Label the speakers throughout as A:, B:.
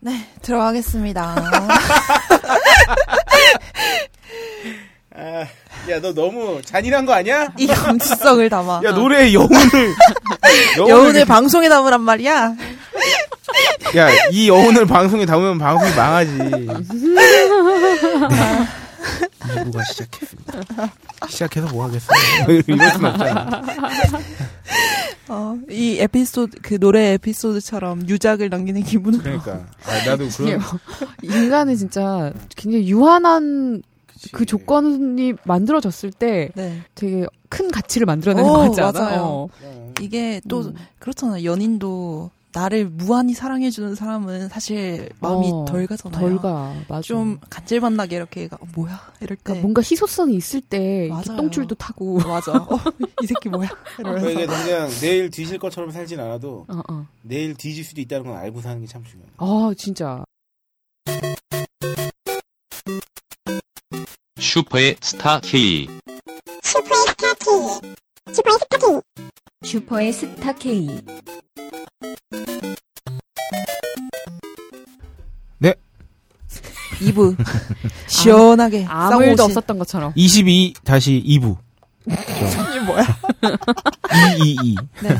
A: 네, 들어가겠습니다.
B: 아, 야, 너 너무 잔인한 거 아니야?
A: 이 정치성을 담아.
B: 야, 노래의 여운을.
A: 여운을 방송에 담으란 말이야.
B: 야, 이 여운을 방송에 담으면 방송이 망하지. 네. 누가 시작했습니다. 시작해서 뭐 하겠어? 이럴 순 없잖아.
A: 어, 이 에피소드 그 노래 에피소드처럼 유작을 남기는 기분으로.
B: 그러니까. 아, 나도
C: 이게
B: 그런.
C: 뭐 인간은 진짜 굉장히 유한한 그 조건이 만들어졌을 때
A: 네.
C: 되게 큰 가치를 만들어내는
A: 오,
C: 거 같지 않아?
A: 맞아요.
C: 어.
A: 이게 또
C: 음.
A: 그렇잖아요. 연인도 나를 무한히 사랑해주는 사람은 사실 마음이
C: 어,
A: 덜 가잖아요.
C: 덜 가. 맞아.
A: 좀 간질만나게 이렇게 얘가, 어, 뭐야 이럴 때.
C: 그러니까 뭔가 희소성이 있을 때 이렇게
A: 맞아요.
C: 똥줄도 타고.
A: 맞아. 어, 이 새끼 뭐야?
B: 그러니까 이게
A: 이러면서.
B: 당장 내일 뒤질 것처럼 살진 않아도
C: 어, 어.
B: 내일 뒤질 수도 있다는 건 알고 사는 게 참 중요해.
C: 아, 진짜.
D: 슈퍼의 스타 K.
E: 슈퍼의 스타 K.
A: 이브 시원하게
C: 아무
A: 네, 싸우고
C: 일도
A: 오신- 네.
C: 없었던 것처럼.
B: 22 다시 2부. 이게 뭐야? 222.
A: 네.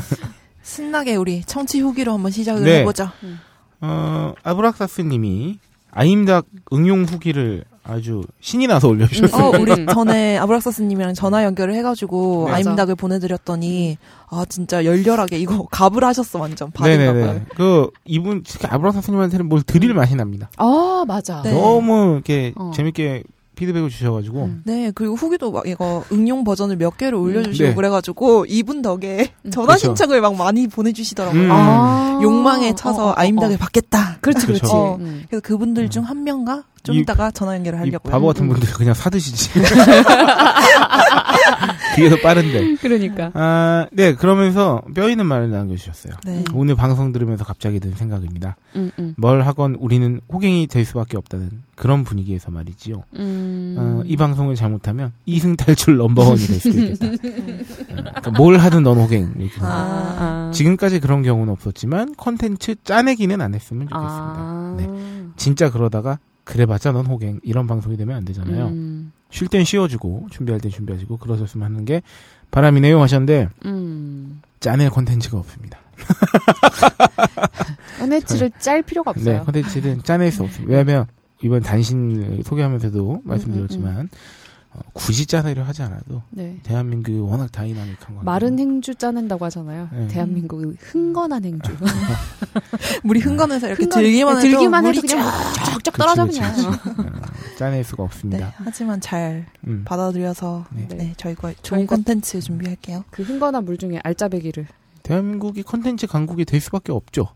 A: 신나게 우리 청취 후기로 한번 시작을
B: 네.
A: 해보자.
B: 어, 아브락사스님이 아임닭 응용 후기를 아주 신이 나서 올려주셨어요.
C: 음.
A: 어, 우리 전에 아브락사스님이랑 전화 연결을 해가지고
B: 네.
A: 아임닭을 보내드렸더니 아 진짜 열렬하게 이거 갑을 하셨어 완전
B: 네네네.
A: 밥인가봐요.
B: 그 이분 특히 아브락사스님한테는 뭘 드릴 맛이 납니다.
C: 아, 맞아.
A: 네.
B: 너무 이렇게
C: 어.
B: 재밌게 피드백을 주셔가지고
C: 음.
A: 네 그리고 후기도 막 이거 응용 버전을 몇 개를 올려주시고
B: 네.
A: 그래가지고 이분 덕에
C: 음.
A: 전화
B: 그렇죠.
A: 신청을 막 많이 보내주시더라고요.
B: 음.
C: 아.
A: 욕망에 차서
C: 어, 어, 어,
A: 아임닭을 받겠다.
C: 그렇지, 그렇지.
B: 그렇죠.
A: 어.
C: 음.
A: 그래서 그분들 중 한 명과 좀
B: 이-
A: 이따가 전화 연결을
B: 이
A: 하려고요. 음.
B: 바보 같은 분들 그냥 사드시지. 그게 더 빠른데.
C: 그러니까.
B: 아, 네, 그러면서 뼈 있는 말을 남겨주셨어요.
A: 네.
B: 오늘 방송 들으면서 갑자기 든 생각입니다.
C: 음, 음.
B: 뭘 하건 우리는 호갱이 될 수밖에 없다는 그런 분위기에서 말이지요.
C: 음.
B: 어, 이 방송을 잘못하면 이승 탈출 넘버원이 될 수도 있겠다. 어, 그러니까 뭘 하든 넌 호갱. 이렇게.
C: 아,
A: 아.
C: 아.
B: 지금까지 그런 경우는 없었지만 컨텐츠 짜내기는 안 했으면 좋겠습니다.
C: 아.
B: 네. 진짜 그러다가 그래봤자 넌 호갱 이런 방송이 되면 안 되잖아요.
C: 음.
B: 쉴 땐 쉬어주고 준비할 땐 준비하시고 그러셨으면 하는 게 바람이네요 하셨는데
C: 음.
B: 짜낼 컨텐츠가 없습니다.
C: 은혜치를 짤 필요가
B: 네,
C: 없어요. 아.
B: 컨텐츠는 짜낼 수 없습니다. 왜냐하면 이번 단신
C: 음,
B: 소개하면서도 말씀드렸지만 어, 굳이 짜내려 하지 않아도
C: 네.
B: 대한민국이 워낙 다이나믹한 거
C: 마른 행주 짜낸다고 하잖아요.
B: 네. 아,
C: 대한민국의 흥건한 행주.
A: 물이 흥건해서 이렇게
C: 흥건-
A: 그 들기만 해도
C: 네, 들기만 해도
A: 물이
C: 그냥
A: 쫙-
C: 쫙쫙 떨어져 그냥.
B: 짜낼 수가 없습니다.
A: 네, 하지만 잘
C: 네.
B: 음.
A: 받아들여서
B: 네.
A: 네, 저희가 좋은
C: 저희가-
A: 컨텐츠 준비할게요.
C: 그 흥건한 물 중에 알짜배기를.
B: 대한민국이 컨텐츠 강국이 될 수밖에 없죠.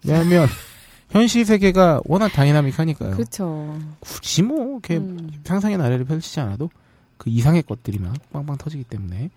B: 왜냐하면 현실 세계가 워낙 다이나믹하니까요.
C: 그렇죠.
B: 굳이 뭐 이렇게
C: 음.
B: 상상의 나래를 펼치지 않아도 그 이상의 것들이 막 빵빵 터지기 때문에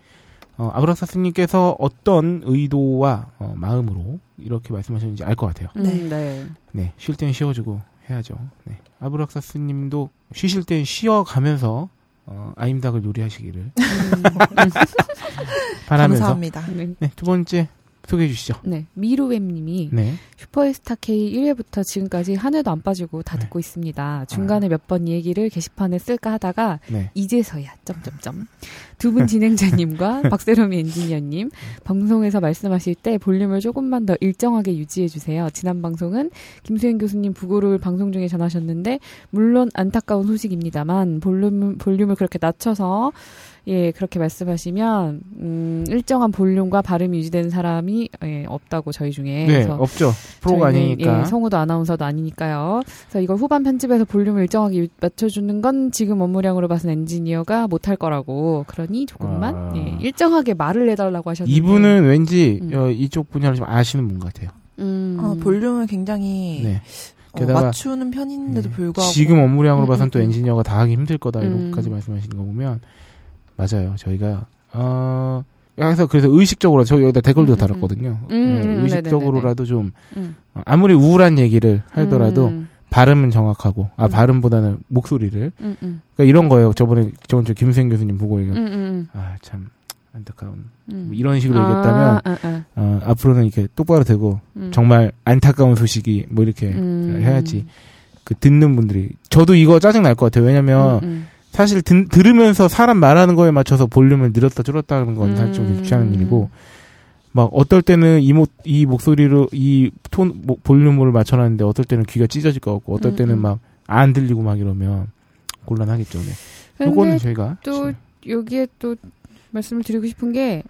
B: 어, 아브라사스님께서 어떤 의도와 어, 마음으로 이렇게 말씀하셨는지 알 것 같아요.
A: 네.
C: 음, 네.
B: 네, 쉴 땐 쉬어주고 해야죠. 네, 아브락사스님도 쉬실 땐 쉬어가면서 어, 아임닭을 요리하시기를
C: 음.
B: 바라면서
A: 감사합니다.
C: 네.
B: 네, 두 번째 소개해 주시죠.
C: 네. 미루웹님이
B: 네,
C: 슈퍼스타 K 1회부터 지금까지 한 회도 안 빠지고 다
B: 네.
C: 듣고 있습니다. 중간에 몇 번 이 얘기를 게시판에 쓸까 하다가
B: 네.
C: 이제서야 점점점 두 분 진행자님과 박세롬이 엔지니어님 방송에서 말씀하실 때 볼륨을 조금만 더 일정하게 유지해 주세요. 지난 방송은 김수현 교수님 부고를 방송 중에 전하셨는데 물론 안타까운 소식입니다만 볼륨 볼륨을 그렇게 낮춰서 예 그렇게 말씀하시면 음 일정한 볼륨과 발음이 유지되는 사람이 예, 없다고 저희 중에
B: 네,
C: 그래서
B: 없죠. 프로가
C: 저희는,
B: 아니니까.
C: 예, 성우도 아나운서도 아니니까요. 그래서 이걸 후반 편집에서 볼륨을 일정하게 유- 맞춰주는 건 지금 업무량으로 봐선 엔지니어가 못할 거라고. 그러니 조금만
B: 아.
C: 예, 일정하게 말을 내달라고 하셨는데.
B: 이분은 왠지
C: 음.
B: 어, 이쪽 분야를 좀 아시는 분 같아요.
C: 음,
A: 어, 볼륨을
C: 예,
A: 굉장히
B: 네.
A: 어,
B: 게다가-
A: 맞추는 편인데도
B: 네.
A: 불구하고
B: 지금 업무량으로
C: 음,
B: 봐선
C: 음,
B: 또
C: 음.
B: 엔지니어가 다 하기 힘들 거다
C: 음.
B: 이렇게까지 말씀하시는 거 보면 맞아요. 저희가 어 그래서 그래서 의식적으로 저 여기다 댓글도
C: 음, 음,
B: 달았거든요.
C: 음, 음,
B: 네,
C: 네네네네.
B: 의식적으로라도 좀
C: 음.
B: 어, 아무리 우울한 얘기를 하더라도
C: 음,
B: 발음은 정확하고 아
C: 음.
B: 발음보다는 목소리를
C: 음, 음,
B: 그러니까 이런 거예요. 저번에 저번 주 김수현 교수님 보고
C: 음,
B: 얘기
C: 음, 음.
B: 아참 안타까운
C: 음.
B: 뭐 이런 식으로
C: 아,
B: 얘기했다면
C: 아, 아.
B: 어, 앞으로는 이렇게 똑바로 되고
C: 음.
B: 정말 안타까운 소식이 뭐 이렇게
C: 음.
B: 해야지. 그 듣는 분들이 저도 이거 짜증 날 것 같아요. 왜냐면
C: 음, 음.
B: 사실 든- 들으면서 사람 말하는 거에 맞춰서 볼륨을 늘었다 줄였다 하는 건 사실 좀
C: 음.
B: 귀찮은 일이고 막 어떨 때는 이, 모, 이 목소리로 이 톤 볼륨을 맞춰놨는데 어떨 때는 귀가 찢어질 것 같고 어떨 때는
C: 음, 음.
B: 막 안 들리고 막 이러면 곤란하겠죠. 네.
C: 음. 근데
B: 요거는 저희가 음,
C: 또 여기에 또 말씀을 드리고 싶은 게,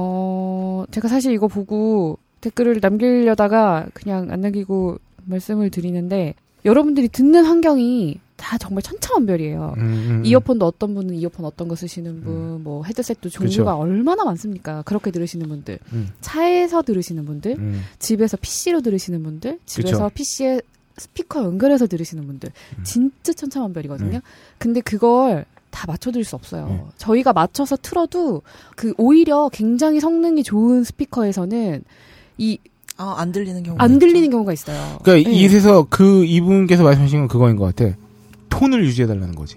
C: 어, 제가 사실 이거 보고 댓글을 남기려다가 그냥 안 남기고 말씀을 드리는데, 여러분들이 듣는 환경이 다 정말 천차만별이에요.
B: 음, 음, 음.
C: 이어폰도 어떤 분은 이어폰 어떤 거 쓰시는 분, 뭐 헤드셋도 종류가 얼마나 많습니까? 그렇게 들으시는 분들,
B: 음.
C: 차에서 들으시는 분들,
B: 음.
C: 집에서 PC로 들으시는 분들, 집에서
B: 그쵸.
C: PC에 스피커 연결해서 들으시는 분들,
B: 음.
C: 진짜 천차만별이거든요.
B: 네.
C: 근데 그걸 다 맞춰드릴 수 없어요.
B: 네.
C: 저희가 맞춰서 틀어도 그 오히려 굉장히 성능이 좋은 스피커에서는 이 안
A: 아, 안 들리는
B: 어,
A: 경우.
C: 들리는 경우가 있어요.
B: 그러니까
C: 네.
B: 이에서 그 이분께서 말씀하신 건 그거인 것 같아. 톤을 유지해달라는 거지.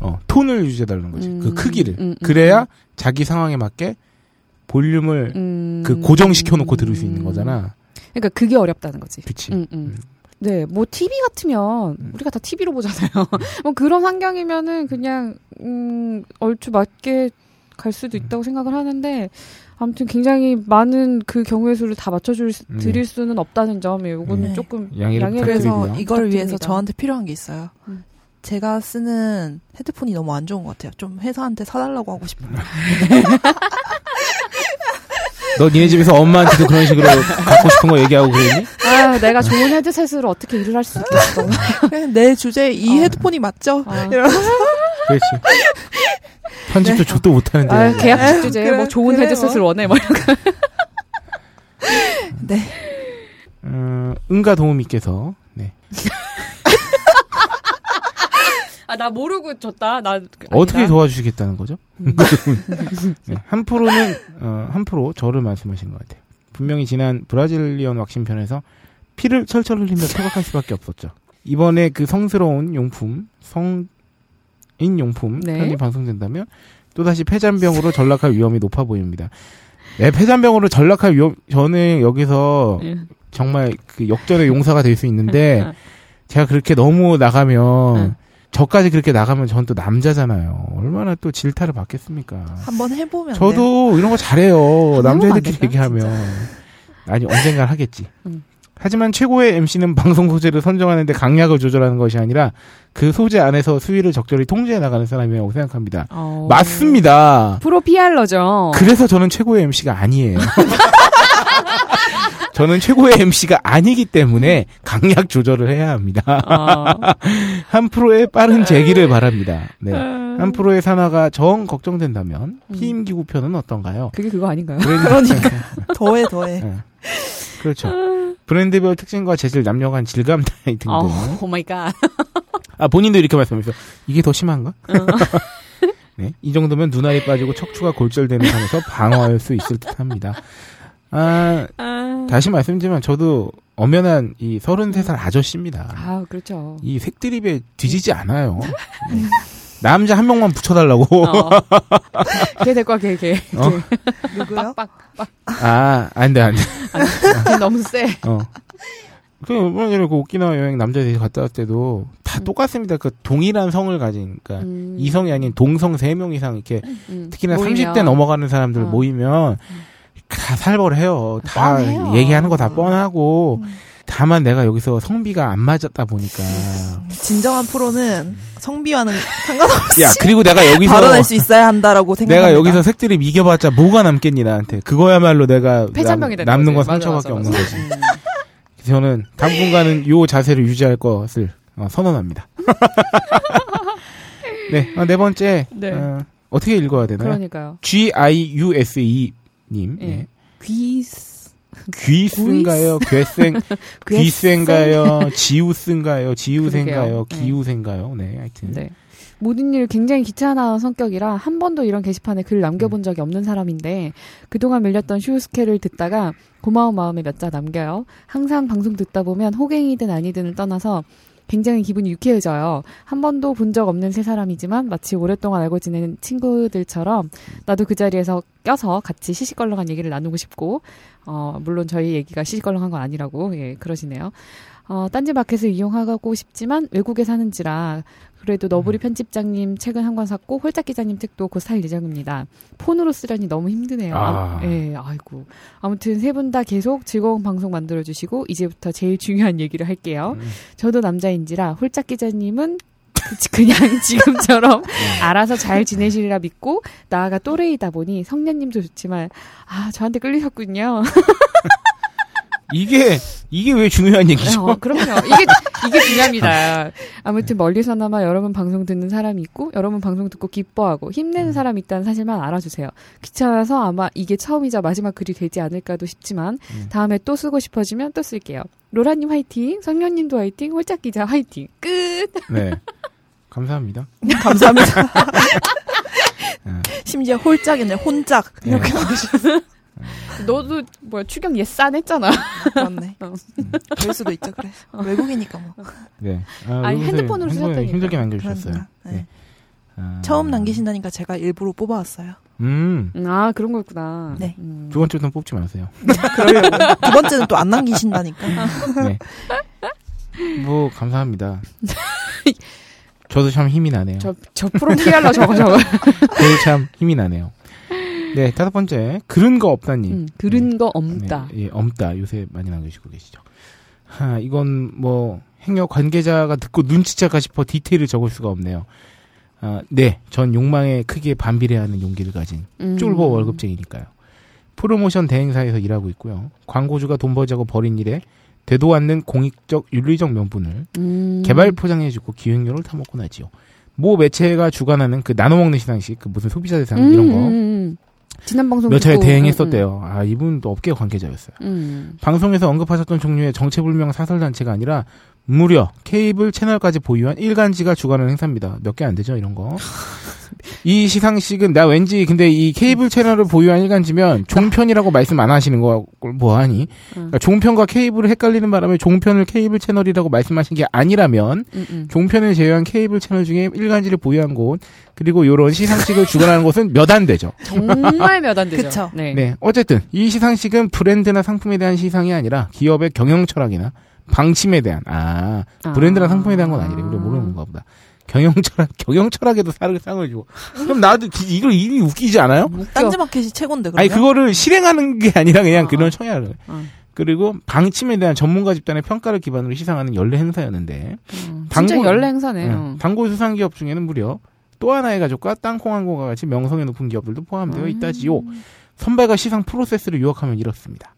B: 어, 톤을 유지해달라는 거지.
C: 음,
B: 그 크기를.
C: 음, 음,
B: 그래야 자기 상황에 맞게 볼륨을
C: 음,
B: 그 고정시켜놓고 들을 수 있는 거잖아.
C: 그러니까 그게 어렵다는 거지.
B: 그치.
C: 음, 음. 네, 뭐 TV 같으면
B: 음.
C: 우리가 다 TV로 보잖아요. 뭐 그런 환경이면은 그냥 음 얼추 맞게 갈 수도
B: 음.
C: 있다고 생각을 하는데 아무튼 굉장히 많은 그 경우의 수를 다 맞춰줄 수-
B: 네.
C: 드릴 수는 없다는 점이 요거는
A: 네.
C: 조금
B: 양해를
C: 양해를
B: 부탁드리고요.
A: 그래서
B: 그
A: 이걸 위해서
C: 부탁드립니다.
A: 저한테 필요한 게 있어요.
C: 음.
A: 제가 쓰는 헤드폰이 너무 안 좋은 것 같아요. 좀 회사한테 사달라고 하고 싶어요.
B: 음. 너 니네 집에서 엄마한테도 그런 식으로 갖고 싶은 거 얘기하고 그랬니?
C: 아 내가 좋은 헤드셋으로 어떻게 일을 할 수 있겠어.
B: 아,
A: 그냥 네, 내 주제 이
B: 네.
C: 어.
A: 헤드폰이 맞죠?
C: 아.
A: 이러면서
B: 그렇지. 편집도 저도 못하는데.
C: 아, 계약직 주제
A: 그래,
C: 뭐 좋은
A: 그래,
C: 헤드셋을
A: 뭐.
C: 원해 막
A: 네.
B: 음, 은가 도우미께서 네.
C: 아나 모르고 줬다. 음. 나
B: 어떻게 도와주시겠다는 거죠? 네, 한 프로는 어, 한 프로 저를 말씀하신 것 같아요. 분명히 지난 브라질리언 왁싱 편에서 피를 철철 흘리며 소각할 수밖에 없었죠. 이번에 그 성스러운 용품 성인 용품
C: 네.
B: 편이 방송된다면 또다시 폐잔병으로 전락할 위험이 높아 보입니다. 네, 폐잔병으로 전락할 위험 저는 여기서
C: 예.
B: 정말 그 역전의 용사가 될 수 있는데 제가 그렇게 너무
C: 응.
B: 나가면 저까지 그렇게 나가면 전 또 남자잖아요. 얼마나 또 질타를 받겠습니까?
A: 한번 해보면 돼요.
B: 저도 이런 거 잘해요.
C: 안 해보면 안
B: 남자애들끼리
C: 될까?
B: 얘기하면. 아니, 언젠간 하겠지.
C: 음.
B: 하지만 최고의 MC는 방송 소재를 선정하는데 강약을 조절하는 것이 아니라 그 소재 안에서 수위를 적절히 통제해 나가는 사람이라고 생각합니다. 맞습니다.
C: 어. 프로 피알러죠.
B: 그래서 저는 최고의 MC가 아니에요. 저는 최고의 MC가 아니기 때문에 강약 조절을 해야 합니다.
C: 아.
B: 한 프로의 빠른 재기를 바랍니다. 네. 한 프로의 산화가 정 걱정된다면 피임 기구 편은 어떤가요?
C: 그게 그거 아닌가요?
B: 그러니까
A: 더해 더해.
B: 그렇죠. 브랜드별 특징과 재질, 남녀간 질감 나이 등등.
C: 어, 오 마이 갓.
B: 아 본인도 이렇게 말씀하셨어요. 이게 더 심한가? 네, 이 정도면 눈알이 빠지고 척추가 골절되는 상에서 방어할 수 있을 듯합니다. 아 다시 말씀드리면 저도 엄연한 이 33살 아저씨입니다.
C: 음. 아, 음. 그렇죠.
B: 이 색드립에 뒤지지 않아요. 네. 남자 한 명만 붙여달라고.
C: 어. 걔 될거야, 걔, 걔.
B: 어?
A: 누구요?
C: 빡빡.
B: 아, 안 돼, 안 돼.
C: 걔 너무 세.
B: 어. 그, 이번에 그 오키나와 여행 남자들이 갔다 왔을 때도 다
C: 음.
B: 똑같습니다. 그 동일한 성을 가진, 그니까,
C: 음.
B: 이성이 아닌 동성 3명 이상 이렇게,
C: 음.
B: 특히나
C: 모이면.
B: 30대 넘어가는 사람들
C: 어. 아,
B: 모이면 다 살벌해요. 다
C: 뻔해요.
B: 얘기하는 거 다 뻔하고,
A: 음.
B: 다만 내가 여기서 성비가 안 맞았다 보니까.
C: 음.
A: 진정한 프로는 성비와는 상관없이
B: 야, 그리고 내가 여기서.
A: 발언할 수 있어야 한다라고 생각합니다.
B: 내가 여기서 색들이 이겨봤자 뭐가 남겠니 나한테 그거야말로 내가 남,
C: 폐잔병이 되는
B: 남는 건
C: 거지. 맞아,
B: 상처밖에
C: 맞아,
B: 없는
C: 맞아. 음.
B: 거지 저는 당분간은 요 자세를 유지할 것을 어, 선언합니다. 네, 어, 네 번째.
C: 네.
B: 어, 떻게 읽어야 되나요?
C: 그러니까요.
B: G I U S E 님.
C: 예.
B: 네.
C: 귀스.
B: 귀스인가요? 괴생 귀스인가요? 지우스인가요? 지우생가요?
C: 그러게요.
B: 기우생가요? 네, 하여튼.
C: 네. 모든 일 굉장히 귀찮아 성격이라 한 번도 이런 게시판에 글
B: 음.
C: 남겨본 적이 없는 사람인데 그동안 밀렸던 슈스케를 듣다가 고마운 마음에 몇 자 남겨요. 항상 방송 듣다 보면 호갱이든 아니든을 떠나서 굉장히 기분이 유쾌해져요. 한 번도 본 적 없는 세 사람이지만 마치 오랫동안 알고 지낸 친구들처럼 나도 그 자리에서 껴서 같이 시시껄렁한 얘기를 나누고 싶고 어, 물론 저희 얘기가 시시껄렁한 건 아니라고 예, 그러시네요. 어, 딴지마켓을 이용하고 싶지만 외국에 사는지라 그래도 너부리 편집장님 책은 한 권 샀고 홀짝 기자님 책도 곧 살 예정입니다. 폰으로 쓰려니 너무 힘드네요.
B: 아.
C: 아, 예, 아이고. 아무튼 세 분 다 계속 즐거운 방송 만들어 주시고 이제부터 제일 중요한 얘기를 할게요.
B: 음.
C: 저도 남자인지라 홀짝 기자님은 그- 그냥 지금처럼 알아서 잘 지내시리라 믿고 나아가 또래이다 보니 성년님도 좋지만 아 저한테 끌리셨군요.
B: 이게 이게 왜 중요한 얘기죠?
C: 어, 그럼요. 이게 이게 중요합니다. 아무튼 멀리서나마 여러분 방송 듣는 사람이 있고 여러분 방송 듣고 기뻐하고 힘내는 사람이 있다는 사실만 알아주세요. 귀찮아서 아마 이게 처음이자 마지막 글이 되지 않을까도 싶지만
B: 음.
C: 다음에 또 쓰고 싶어지면 또 쓸게요. 로라님 화이팅, 성년님도 화이팅, 홀짝 기자 화이팅. 끝.
B: 네. 감사합니다.
A: 감사합니다.
B: 네.
A: 심지어 홀짝이네, 혼짝. 이렇게
C: 너도 뭐야 추경 예산 했잖아.
A: 맞네. 될 수도 있죠, 그래. 외국이니까 뭐.
B: 네.
C: 아니,
B: 요새
C: 핸드폰으로
B: 핸드폰에
C: 쓰셨다니까.
B: 힘들게
A: 그러니까.
B: 남겨주셨어요.
A: 네.
B: 네. 아,
A: 처음 남기신다니까 제가 일부러 뽑아왔어요.
B: 음.
C: 아 그런 거였구나.
A: 네.
C: 음.
B: 두 번째는 뽑지 마세요.
A: 그러려고. 두 번째는 또 안 남기신다니까.
B: 네. 뭐 감사합니다. 저도 참 힘이 나네요.
C: 저, 저 프로 피할라 저거 저거.
B: 저도 참 힘이 나네요. 네 다섯 번째 그런 거 없다님.
C: 음, 들은 거 없다.
B: 네, 예, 엄다. 요새 많이 남겨주고 계시죠. 하, 이건 뭐 행여 관계자가 듣고 눈치챌까 싶어 디테일을 적을 수가 없네요. 아, 네, 전 욕망에 크게 반비례하는 용기를 가진
C: 음.
B: 쫄보 월급쟁이니까요. 프로모션 대행사에서 일하고 있고요. 광고주가 돈 벌자고 벌인 일에 되도 않는 공익적 윤리적 면분을
C: 음.
B: 네. 개발 포장해주고 기획료를 타먹고 나지요. 모 매체가 주관하는 그 나눠먹는 시상식, 그 무슨 소비자 대상 이런
C: 음,
B: 거
C: 음, 음. 지난 방송
B: 몇 차례
C: 듣고,
B: 대행했었대요. 아, 이분도 업계 관계자였어요.
C: 음, 음.
B: 방송에서 언급하셨던 종류의 정체불명 사설단체가 아니라 무려 케이블 채널까지 보유한 일간지가 주관하는 행사입니다. 몇 개 안 되죠, 이런 거. 이 시상식은 나 왠지 근데 이 케이블 채널을 보유한 일간지면 종편이라고 말씀 안 하시는 거 뭐하니? 그러니까 종편과 케이블을 헷갈리는 바람에 종편을 케이블 채널이라고 말씀하신 게 아니라면
C: 음, 음.
B: 종편을 제외한 케이블 채널 중에 일간지를 보유한 곳 그리고 요런 시상식을 주관하는 곳은 몇 안 되죠.
C: 정말 몇 안 되죠.
A: 그쵸.
C: 네.
B: 네. 어쨌든 이 시상식은 브랜드나 상품에 대한 시상이 아니라 기업의 경영 철학이나 방침에 대한 아 브랜드나
C: 아. 음.
B: 상품에 대한 건 아니래 우리 모르는 건가 보다 경영 철학 경영 철학에도 사를 상을 주고 그럼 나도 기- 이걸 이미 웃기지 않아요?
C: 웃겨.
A: 딴지마켓이 최고인데, 그러면.
B: 아니 그거를 실행하는 게 아니라 그냥 그런 청약을
C: 아.
B: 그리고 방침에 대한 전문가 집단의 평가를 기반으로 시상하는 연례 행사였는데
C: 음. 진짜
B: 당구-
C: 연례 행사네요. 음. 어.
B: 예, 단골 수상 기업 중에는 무려 또 하나의 가족과 땅콩항공과 같이 명성이 높은 기업들도
C: 음.
B: 포함되어 있다지요. 선발과 시상 프로세스를 요약하면 이렇습니다.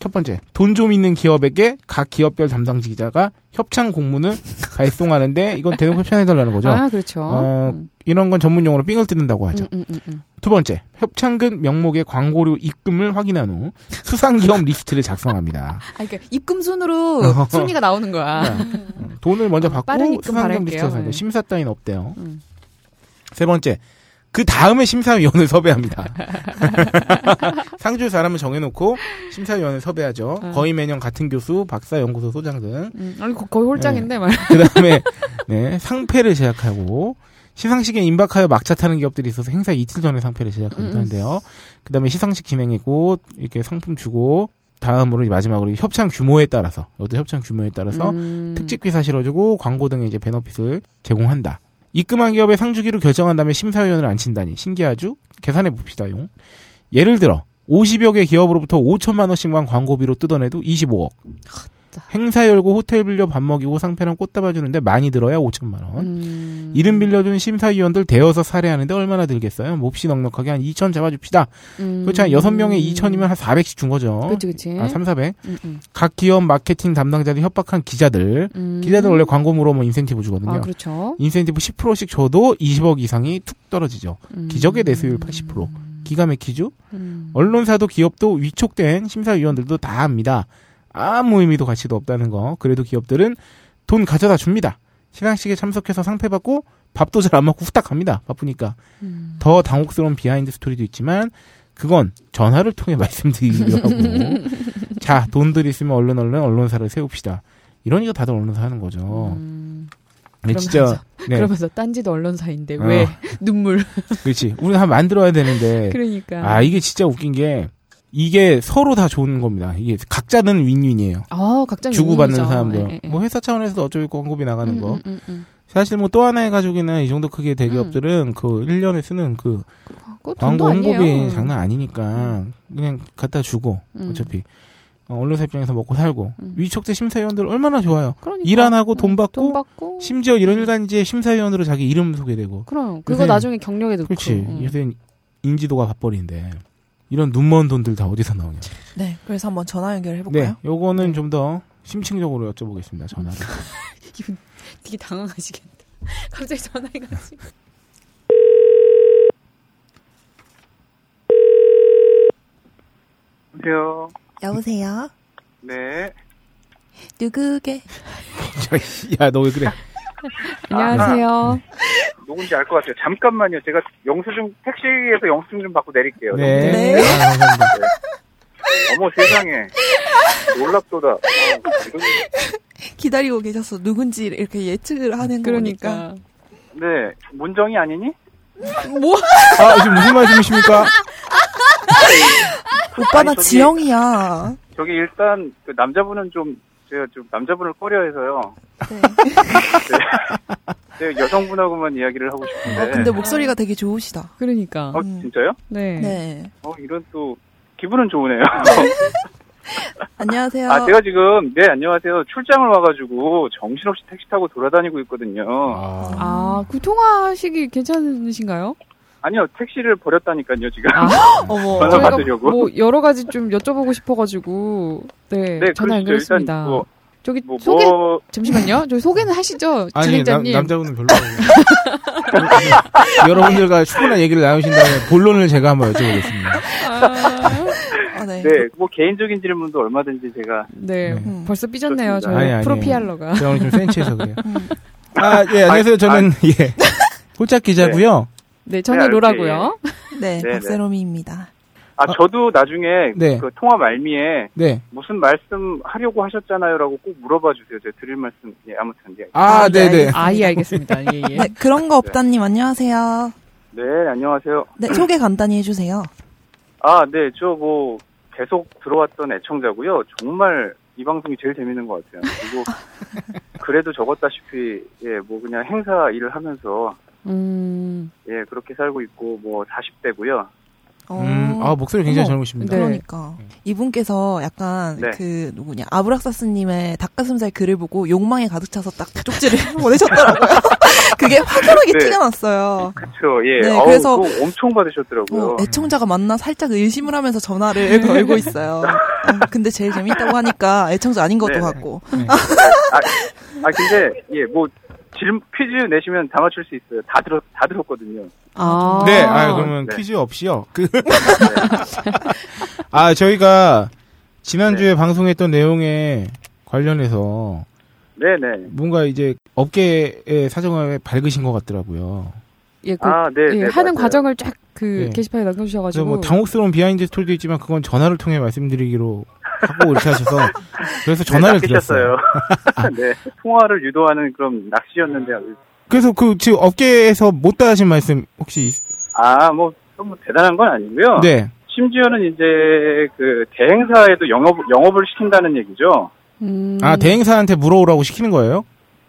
B: 첫 번째, 돈 좀 있는 기업에게 각 기업별 담당직 기자가 협찬 공문을 발송하는데 이건 대놓고 협찬해달라는 거죠.
C: 아 그렇죠.
B: 어,
C: 음,
B: 이런 건 전문 용어로 삥을 뜯는다고 하죠.
C: 음, 음, 음,
B: 두 번째, 협찬금 명목의 광고료 입금을 확인한 후 수상 기업 리스트를 작성합니다.
C: 아 그러니까 입금순으로 순위가 나오는 거야.
B: 음. 돈을 먼저
C: 어, 빠른
B: 받고
C: 입금
B: 수상 기업
C: 바랄게요.
B: 리스트를 작성해요.
C: 네.
B: 심사 따윈 없대요.
C: 음.
B: 세 번째, 그 다음에 심사위원을 섭외합니다. 상주 사람을 정해놓고 심사위원을 섭외하죠.
C: 아.
B: 거의 매년 같은 교수, 박사, 연구소 소장 등.
C: 음. 아니 거- 거의 홀장인데 말.
B: 그 다음에 네, 상패를 제작하고 시상식에 임박하여 막차 타는 기업들이 있어서 행사 이틀 전에 상패를 제작하기도
C: 음, 음.
B: 한대요. 그 다음에 시상식 진행이고 이렇게 상품 주고 다음으로 이제 마지막으로 협찬 규모에 따라서 어떤 협찬 규모에 따라서
C: 음.
B: 특집 기사 실어주고 광고 등의 이제 베너핏을 제공한다. 입금한 기업의 상주기로 결정한 다음에 심사위원을 앉힌다니 신기하죠? 계산해 봅시다용. 예를 들어 50여 개 기업으로부터 5천만 원씩만 광고비로 뜯어내도 25억. 행사 열고 호텔 빌려 밥 먹이고 상패랑 꽃다발 주는데 많이 들어야 5천만 원.
C: 음.
B: 이름 빌려준 심사위원들 대여서 살해하는데 얼마나 들겠어요? 몹시 넉넉하게 한 2천 잡아줍시다.
C: 음.
B: 그렇지 한 6명에 2천이면 한 400씩 준 거죠.
C: 그치 그치.
B: 아, 3, 400.
C: 음, 음.
B: 각 기업 마케팅 담당자들이 협박한 기자들.
C: 음.
B: 기자들 원래 광고 물어보면 인센티브 주거든요.
C: 아 그렇죠.
B: 인센티브 10%씩 줘도 20억 이상이 툭 떨어지죠.
C: 음.
B: 기적의 내수율 80%. 기가 막히죠?
C: 음.
B: 언론사도 기업도 위촉된 심사위원들도 다 압니다. 아무 의미도 가치도 없다는 거. 그래도 기업들은 돈 가져다 줍니다. 시상식에 참석해서 상패 받고 밥도 잘 안 먹고 후딱 갑니다. 바쁘니까.
C: 음.
B: 더 당혹스러운 비하인드 스토리도 있지만 그건 전화를 통해 말씀드리려고 하고 자 돈들 있으면 얼른 얼른 언론사를 세웁시다 이러니까 다들 언론사 하는 거죠.
C: 음,
B: 근데
C: 그럼
B: 진짜
C: 하자.
B: 네,
C: 그러면서 딴지도 언론사인데
B: 어.
C: 왜 눈물?
B: 그렇지. 우리 다 만들어야 되는데
C: 그러니까.
B: 아 이게 진짜 웃긴 게 이게 서로 다 좋은 겁니다. 이게 각자는 윈윈이에요.
C: 아, 각자
B: 주고받는
C: 유명이죠.
B: 사람들.
C: 예, 예, 예.
B: 뭐 회사 차원에서도 어쩌고 광고비 나가는
C: 음,
B: 거.
C: 음, 음, 음.
B: 사실 뭐 또 하나의 가족이나 이 정도 크기의 대기업들은 그 1년에 쓰는 그
C: 아, 그거 돈도
B: 광고
C: 아니에요.
B: 홍보비 장난 아니니까 그냥 갖다 주고
C: 음.
B: 어차피 어, 언론사 입장에서 먹고 살고
C: 음.
B: 위촉제 심사위원들 얼마나 좋아요.
C: 그러니까.
B: 일 안 하고 돈
C: 음,
B: 받고,
C: 돈 받고.
B: 심지어 이런 일간지에 심사위원으로 자기 이름 소개되고
C: 그럼 그거
B: 요새-
C: 나중에 경력에 넣고.
B: 그렇지.
C: 음.
B: 요새 인지도가 밥벌이인데 이런 눈먼 돈들 다 어디서 나오냐.
A: 네, 그래서 한번 전화 연결해
B: 네,
A: 볼까요?
B: 요거는 좀 더 심층적으로 여쭤보겠습니다. 전화로.
C: 기분 되게 당황하시겠다. 갑자기 전화해가지고.
E: 안녕하세요.
A: 여보세요.
E: 네.
A: 누구게?
B: 야, 너 왜 그래?
C: 안녕하세요. 음.
E: 누군지 알 것 같아요. 잠깐만요. 제가 영수증, 택시에서 영수증 좀 받고 내릴게요.
B: 네.
A: 네.
B: 아, 감사합니다.
E: 어머 세상에. 놀랍도다. 어, 이런-
A: 기다리고 계셨어. 누군지 이렇게 예측을 하는 거니까.
C: 그러니까.
E: 네. 문정이 아니니?
C: 뭐?
B: 아, 지금 무슨 말씀이십니까?
E: 그러니까.
A: 오빠 나
E: 아니, 저기-
A: 지영이야.
E: 저기 일단 그 남자분은 좀 제가 좀 남자분을 꺼려해서요.
A: 네.
E: 제가 여성분하고만 이야기를 하고 싶은데.
C: 아,
A: 어,
C: 뭐-
A: 근데 목소리가 되게 좋으시다.
C: 그러니까.
B: 아,
E: 어,
A: 음.
E: 진짜요?
C: 네.
A: 네.
E: 어 이런 또 기분은 좋으네요.
A: 안녕하세요.
E: 아 제가 지금 네 안녕하세요. 출장을 와가지고 정신없이 택시 타고 돌아다니고 있거든요.
B: 아,
C: 아, 그 통화식이 괜찮으신가요?
E: 아니요 택시를 버렸다니까요 지금.
C: 아.
A: 어머.
E: 전화
C: 저희가
E: 받으려고.
C: 뭐 여러 가지 좀 여쭤보고 싶어가지고 네,
E: 네
C: 전화
E: 그러시죠. 일단
C: 연결했습니다.
E: 뭐
C: 저기
E: 뭐,
C: 소개
E: 뭐
C: 잠시만요. 저기 소개는 하시죠,
B: 아니 남,
C: 진행자님.
B: 남자분은 별로 아니에요. 여러분들과 충분한 얘기를 나누신 다음에 본론을 제가 한번 여쭤보겠습니다.
C: 아,
A: 아, 네.
E: 네, 뭐 개인적인 질문도 얼마든지 제가
C: 네,
A: 음.
C: 벌써 삐졌네요. 저
B: 아니, 아니.
C: 프로피알러가.
B: 제가 오늘 좀 센치해서 그래요.
A: 음.
B: 아, 예, 안녕하세요. 저는 예. 호짝 기자고요.
C: 네,
E: 네,
C: 저는
E: 알지.
C: 로라고요.
A: 네,
E: 네,
A: 박세롬이입니다.
E: 아
B: 어.
E: 저도 나중에
B: 네.
E: 그 통화 말미에
B: 네.
E: 무슨 말씀 하려고 하셨잖아요라고 꼭 물어봐 주세요. 제가 드릴 말씀 예 아무튼 예.
B: 아,
A: 아,
B: 네,
A: 네,
B: 네.
A: 알겠습니다.
C: 아, 예, 알겠습니다. 예, 예.
A: 네, 그런 거 없다님 안녕하세요.
E: 네 안녕하세요.
A: 네, 소개 간단히 해주세요.
E: 아 네 저 뭐 계속 들어왔던 애청자고요. 정말 이 방송이 제일 재밌는 것 같아요. 그리고 그래도 적었다시피 예 뭐 그냥 행사 일을 하면서
C: 음,
E: 예 그렇게 살고 있고 뭐 40대고요.
A: 어,
B: 음, 아, 목소리 굉장히
A: 어머.
B: 젊으십니다.
C: 네.
A: 그러니까 이분께서 약간
E: 네.
A: 그 누구냐 아브락사스님의 닭가슴살 글을 보고 욕망에 가득 차서 딱 쪽지를 보내셨더라고요. 그게 확연하게
E: 네.
A: 티가 났어요.
E: 그렇죠. 예.
A: 네,
E: 아우,
A: 그래서-
E: 그거 엄청 받으셨더라고요.
A: 어, 애청자가 맞나 살짝 의심을 하면서 전화를
E: 음.
A: 걸고 있어요. 어, 근데 제일 재밌다고 하니까 애청자 아닌 것도
E: 네.
A: 같고.
E: 아 근데 예 뭐 질문 퀴즈 내시면 다 맞출 수 있어요. 다 들었 다 들었거든요.
C: 아,
B: 네, 아, 그러면
E: 네.
B: 퀴즈 없이요. 그 아, 저희가 지난주에 방송했던 내용에 관련해서
E: 네네.
B: 뭔가 이제 업계의 사정을 밝으신 것 같더라고요.
C: 예, 그,
E: 아
C: 예,
E: 네네.
C: 하는
E: 맞아요.
C: 과정을 쫙 그
B: 네.
C: 게시판에
B: 그래서
C: 남겨주셔가지고.
B: 뭐 당혹스러운 비하인드 스토리도 있지만 그건 전화를 통해 말씀드리기로 하고 이렇게 하셔서 그래서 전화를
E: 네,
B: 드렸어요.
E: 낚이셨어요. 네. 통화를 유도하는 그런 낚시였는데 요
B: 그래서 그 지금 업계에서 못다 하신 말씀 혹시 있...
E: 아뭐 너무 대단한 건 아니고요.
B: 네.
E: 심지어는 이제 그 대행사에도 영업 영업을 시킨다는 얘기죠.
C: 음,
B: 아 대행사한테 물어오라고 시키는 거예요?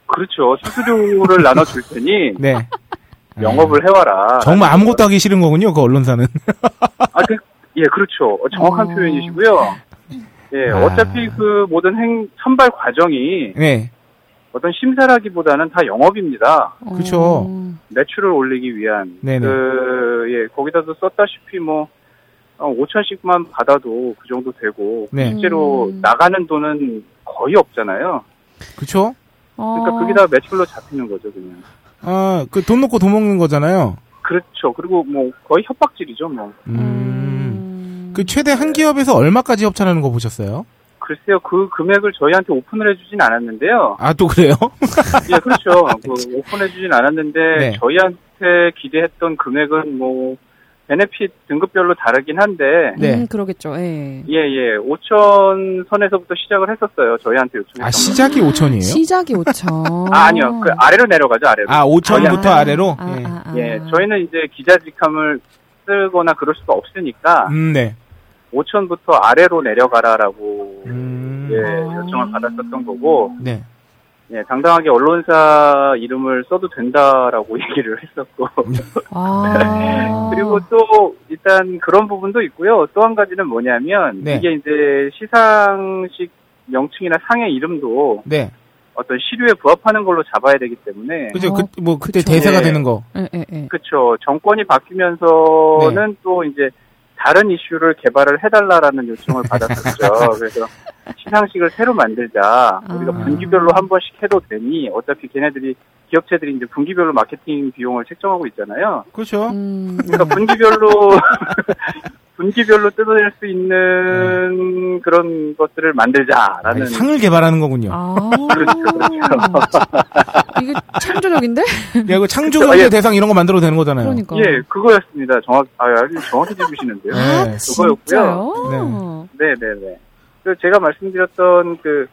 E: 그렇죠. 수수료를 나눠줄 테니
B: 네.
E: 영업을 해와라.
B: 아, 정말 아무것도 하기 싫은 거군요. 그 언론사는.
E: 아, 그, 예, 그렇죠. 어, 정확한
C: 어.
E: 표현이시고요. 예,
B: 아.
E: 어차피 그 모든 행, 선발 과정이
B: 네.
E: 어떤 심사라기보다는 다 영업입니다.
C: 어,
B: 그쵸.
E: 매출을 올리기 위한.
B: 네네.
E: 그, 예, 거기다도 썼다시피 뭐, 5천씩만 받아도 그 정도 되고,
B: 네.
C: 음.
E: 실제로 나가는 돈은 거의 없잖아요.
B: 그쵸?
E: 그러니까
C: 어,
E: 그게 다 매출로 잡히는 거죠, 그냥.
B: 아, 그 돈 놓고 돈 먹는 거잖아요.
E: 그렇죠. 그리고 뭐, 거의 협박질이죠, 뭐.
B: 음. 그 최대 한 기업에서 얼마까지 협찬하는 거 보셨어요?
E: 글쎄요, 그 금액을 저희한테 오픈을 해주진 않았는데요.
B: 아, 또 그래요?
E: 예, 그렇죠. 그 오픈해주진 않았는데
B: 네.
E: 저희한테 기대했던 금액은 뭐 베네핏 등급별로 다르긴 한데
B: 네.
C: 음, 그러겠죠. 예.
E: 예예 5천 선에서부터 시작을 했었어요. 저희한테 요청했던
B: 아,
E: 건.
B: 시작이 5천이에요?
C: 시작이 5천.
E: 아, 아니요 그 아래로 내려가죠 아래로.
B: 아, 5천부터
C: 아,
B: 아래로?
C: 아,
B: 예.
C: 아, 아.
E: 예 저희는 이제 기자 직함을 쓰거나 그럴 수가 없으니까
B: 음, 네.
E: 5천부터 아래로 내려가라라고
B: 음,
E: 예, 요청을 받았었던 거고
B: 네.
E: 예, 당당하게 언론사 이름을 써도 된다라고 얘기를 했었고
B: 어.
C: 아.
E: 그리고 또 일단 그런 부분도 있고요. 또 한 가지는 뭐냐면
B: 네.
E: 이게 이제 시상식 명칭이나 상의 이름도
B: 네.
E: 어떤 시류에 부합하는 걸로 잡아야 되기 때문에
B: 그죠.
C: 어,
B: 그, 뭐, 그때
C: 그쵸.
B: 대사가
E: 예.
B: 되는 거.
C: 예, 예, 예.
E: 그렇죠. 정권이 바뀌면서는
B: 네.
E: 또 이제 다른 이슈를 개발을 해달라라는 요청을 받았었죠. 그래서 시상식을 새로 만들자. 우리가
C: 아.
E: 분기별로 한 번씩 해도 되니 어차피 걔네들이 기업체들이 이제 분기별로 마케팅 비용을 책정하고 있잖아요.
B: 그렇죠.
C: 음,
E: 그러니까 분기별로 분기별로 뜯어낼 수 있는 그런 것들을 만들자라는
B: 네. 아니, 음, 상을 개발하는 거군요.
C: 아.
E: 그러니까.
C: 이게 창조적인데?
B: 야, 이거 창조경제
E: 예.
B: 대상 이런 거 만들어도 되는 거잖아요.
C: 그러니까.
E: 네. 예 그거였습니다. 정확 아 아주 정확히 짚으시는데요.
B: 네.
E: 그거였고요. 네.
C: 진짜요?
E: 네네네. 그 제가 말씀드렸던 그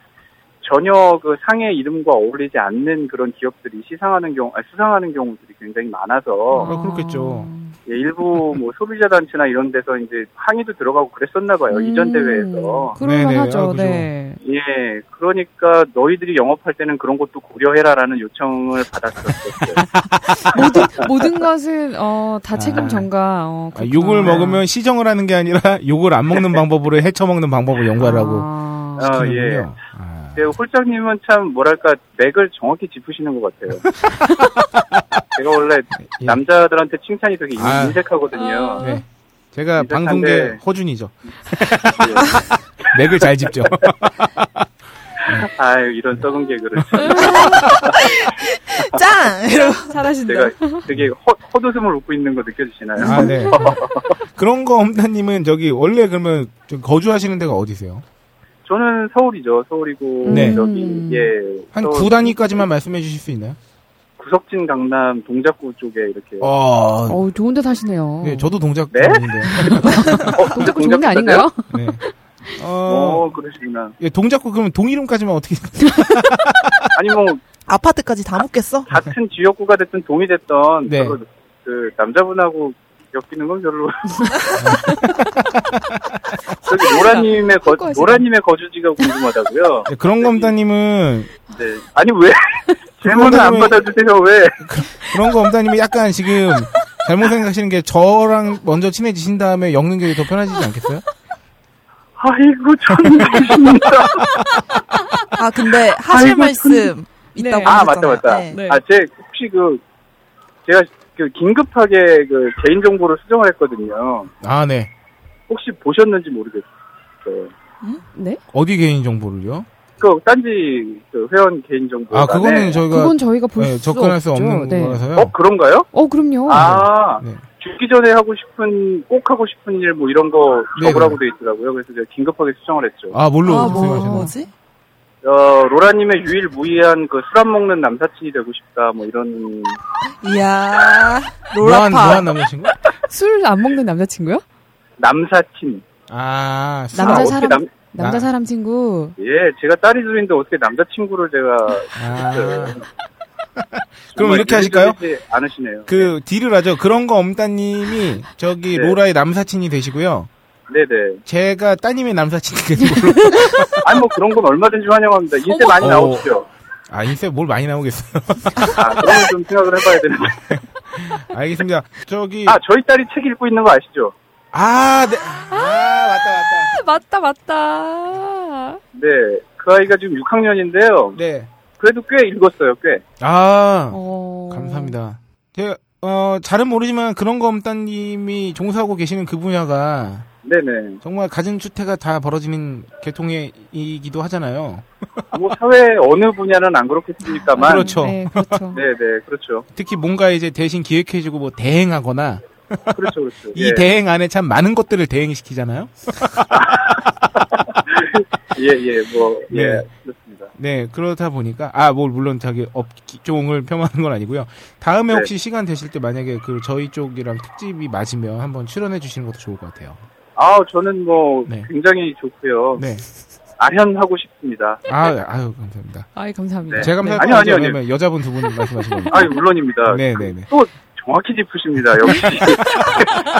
E: 전혀 그 상의 이름과 어울리지 않는 그런 기업들이 시상하는 경우, 아, 수상하는 경우들이 굉장히 많아서
B: 아, 그렇겠죠.
E: 예, 일부 뭐 소비자 단체나 이런 데서 이제 항의도 들어가고 그랬었나 봐요 이전
C: 음,
E: 대회에서
B: 네네, 아,
C: 그럴만하죠.
B: 그죠.
C: 네.
E: 예, 그러니까 너희들이 영업할 때는 그런 것도 고려해라라는 요청을 받았었어요.
C: 네. 모든 모든 것은 어, 다 책임
B: 아.
C: 전가. 어,
B: 아, 욕을 먹으면 시정을 하는 게 아니라 욕을 안 먹는 방법으로 헤쳐먹는 방법을 연구하라고
C: 아.
E: 아,
B: 시키는군요. 아,
E: 근데 홀장님은 참 뭐랄까 맥을 정확히 짚으시는 것 같아요. 제가 원래
B: 예.
E: 남자들한테 칭찬이 되게 인-
B: 아.
E: 인색하거든요.
C: 아.
B: 네. 제가
E: 인색한데-
B: 방송계 허준이죠.
E: 예.
B: 맥을 잘 짚죠.
E: 아유 이런 썩은 개그를 참.
A: 짱! 이러고.
C: 잘하신다.
E: 제가 되게 헛, 헛웃음을 웃고 있는 거 느껴지시나요?
B: 아, 네. 그런 거 엄다님은 저기 원래 그러면 좀 거주하시는 데가 어디세요?
E: 저는 서울이죠. 서울이고
B: 네.
C: 음.
E: 저기 예.
B: 한
E: 서울
B: 구 단위까지만 말씀해 주실 수 있나요?
E: 구석진 강남 동작구 쪽에 이렇게
B: 어,
C: 어, 좋은 데 사시네요.
B: 네, 저도 동작
E: 네?
B: 동인데.
C: 동작구 좋은 데 아닌가요?
B: 네. 어,
E: 어, 그러시구나.
B: 예, 동작구 그러면 동 이름까지만 어떻게?
E: 아니 뭐
A: 아파트까지 다 묻겠어?
E: 같은 지역구가 됐든 동이 됐든
B: 네.
E: 별로 그 남자분하고 엮이는 건 별로 저기 노라님의 거
C: 확고하시네.
E: 노라님의 거주지가 궁금하다고요.
B: 네, 그런 검다님은
E: 네. 아니 왜 질문을 안 받아주세요 왜?
B: 그런 거 엄다님은 약간 지금 잘못 생각하시는 게 저랑 먼저 친해지신 다음에 엮는 게 더 편하시지 않겠어요?
E: 아이고 저는 모르십니다.
A: 아, 근데 하실
E: 아이고, 그
A: 말씀 있다고
C: 네.
E: 아
A: 하셨잖아요.
E: 맞다 맞다.
A: 네.
C: 네.
E: 아 제 혹시 그 제가 그 긴급하게 그 개인 정보를 수정을 했거든요.
B: 아, 네.
E: 혹시 보셨는지 모르겠어요.
C: 네?
B: 어디 개인 정보를요?
E: 그 딴지 그 회원 개인 정보.
B: 아, 그거는 저희가
C: 그건 저희가 볼
B: 네,
C: 수
B: 접근할 수
C: 없죠.
B: 없는
C: 네.
B: 거라서요.
E: 어 그런가요?
C: 어, 그럼요.
E: 아,
B: 네.
E: 죽기 전에 하고 싶은, 꼭 하고 싶은 일 뭐 이런 거
B: 네,
E: 적으라고 돼 있더라고요. 그래서 제가 긴급하게 수정을 했죠.
B: 아, 뭘로
A: 아, 뭐,
B: 생각하시나요?
A: 뭐지?
E: 어, 로라님의 유일무이한 그 술 안 먹는 남사친이 되고 싶다, 뭐 이런.
A: 이야,
B: 무한,
A: 롤라파.
B: 무한 남자친구?
C: 술 안 먹는 남자친구요?
E: 남사친.
B: 아, 술
C: 남자
E: 아,
B: 안-
E: 어떻게
C: 사람-
E: 남,
C: 남자
B: 나-
C: 사람 친구.
E: 예, 제가 딸이 둘인데 어떻게 남자친구를 제가.
B: 아. 그럼
E: 정말
B: 이렇게 하실까요?
E: 예리하지 않으시네요.
B: 그 딜을 하죠. 그런 거 엄따님이 저기
E: 네.
B: 로라의 남사친이 되시고요.
E: 네네.
B: 제가 따님의 남사친이 되는 걸로.
E: 아니, 뭐 그런 건 얼마든지 환영합니다. 인쇄 많이
B: 어머.
E: 나오시죠.
B: 아 인쇄 뭘 많이 나오겠어요.
E: 아, 그런 건 좀 생각을 해봐야 되는데.
B: 알겠습니다. 저기
E: 아, 저희 딸이 책 읽고 있는 거 아시죠?
B: 아, 네. 아 맞다 맞다.
C: 맞다, 맞다.
E: 네. 그 아이가 지금 6학년인데요.
B: 네.
E: 그래도 꽤 읽었어요, 꽤.
B: 아
C: 어.
B: 감사합니다. 제가 어 잘은 모르지만 그런 거 엄따님이 종사하고 계시는 그 분야가
E: 네네.
B: 정말 가진주태가 다 벌어지는 계통이기도 하잖아요.
E: 뭐 사회 어느 분야는 안 아, 그렇겠습니까만.
B: 그렇죠.
C: 네, 그렇죠.
E: 네네 그렇죠.
B: 특히 뭔가 이제 대신 기획해주고 뭐 대행하거나
E: 그렇죠 그렇죠.
B: 이
E: 예.
B: 대행 안에 참 많은 것들을 대행시키잖아요.
E: 예예 뭐 예
B: 네.
E: 그렇습니다.
B: 네, 그렇다 보니까, 아, 뭐, 물론 자기 업종을 폄하하는 건 아니고요. 다음에
E: 네.
B: 혹시 시간 되실 때 만약에 그 저희 쪽이랑 특집이 맞으면 한번 출연해 주시는 것도 좋을 것 같아요.
E: 아, 저는 뭐
B: 네.
E: 굉장히 좋고요.
B: 네.
E: 아현하고 싶습니다.
B: 아, 아유, 감사합니다.
C: 아이 감사합니다.
E: 네.
B: 제가 감사할
E: 아니요,
B: 거 아니죠.
E: 아니요, 아니요.
B: 왜냐면 여자분 두 분 말씀하신 거니까.
E: 아, 물론입니다.
B: 네네네.
E: 또 정확히 짚으십니다. 역시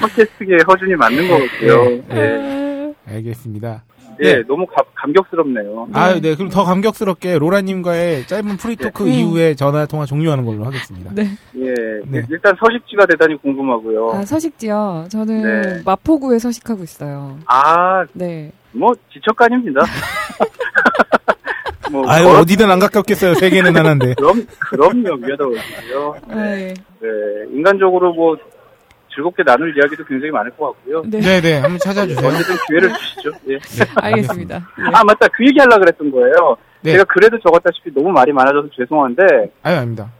E: 팟캐스트계 허준이 맞는 것 같고요. 네,
C: 네.
B: 알겠습니다.
E: 예,
B: 네.
E: 너무 감, 감격스럽네요.
B: 아유, 네. 그럼 더 감격스럽게 로라님과의 짧은 프리토크
C: 네.
B: 이후에 전화 통화 종료하는 걸로 하겠습니다.
C: 네.
E: 예,
B: 네.
E: 일단 서식지가 대단히 궁금하고요.
C: 아 서식지요. 저는
E: 네.
C: 마포구에 서식하고 있어요.
E: 아,
C: 네.
E: 뭐 지척간입니다. 뭐
B: 아유,
E: 그럼-
B: 어디든 안 가깝겠어요. 세계는 하나인데.
E: 그럼 그럼요 위하다 오시고요.
C: 네.
E: 네, 인간적으로 뭐 즐겁게 나눌 이야기도 굉장히 많을 것 같고요.
C: 네.
B: 네네. 한번 찾아주세요.
E: 언제든 기회를 주시죠. 예.
B: 네,
C: 알겠습니다.
E: 아 맞다 그 얘기 하려 그랬던 거예요.
B: 네.
E: 제가 그래도 적었다시피 너무 말이 많아져서 죄송한데
B: 아유, 아닙니다.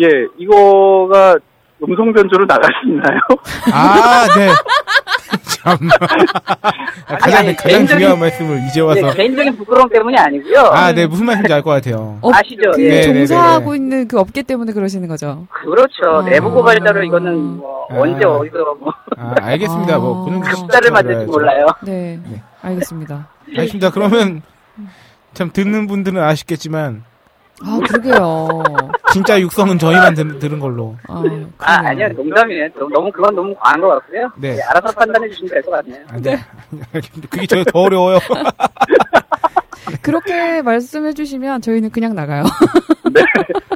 E: 예 이거가 음성 변조로 나갈 수 있나요?
B: 아, 네. 참. 아, 가장, 가장
F: 아니, 굉장히-
B: 중요한 말씀을 이제 와서.
F: 네, 개인적인 부끄러움 때문이 아니고요.
B: 아, 네. 무슨 말씀인지 알 것 같아요.
C: 업-
F: 아시죠?
C: 그
F: 예.
B: 네, 네, 네,
C: 종사하고 있는 그 업계 때문에 그러시는 거죠.
F: 그렇죠.
C: 아.
F: 내부고 발달을 이거는 뭐
B: 아.
F: 언제 어디서 뭐
B: 아, 알겠습니다. 뭐, 그는
F: 급사를 아. 만들지 몰라요.
C: 네.
B: 네.
C: 알겠습니다.
B: 알겠습니다. 그러면, 참, 듣는 분들은 아쉽겠지만,
C: 아 그러게요.
B: 진짜 육성은 저희만 들, 들은 걸로.
C: 아,
F: 아,
C: 그러네요.
F: 아니요. 농담이에요. 너무, 너무 그건 너무 과한 것 같고요.
B: 네.
F: 예, 알아서 판단해 주시면 될 것 같네요.
B: 아, 네. 알겠습니다. 그게 저희 더 어려워요.
C: 그렇게 말씀해주시면 저희는 그냥 나가요.
E: 네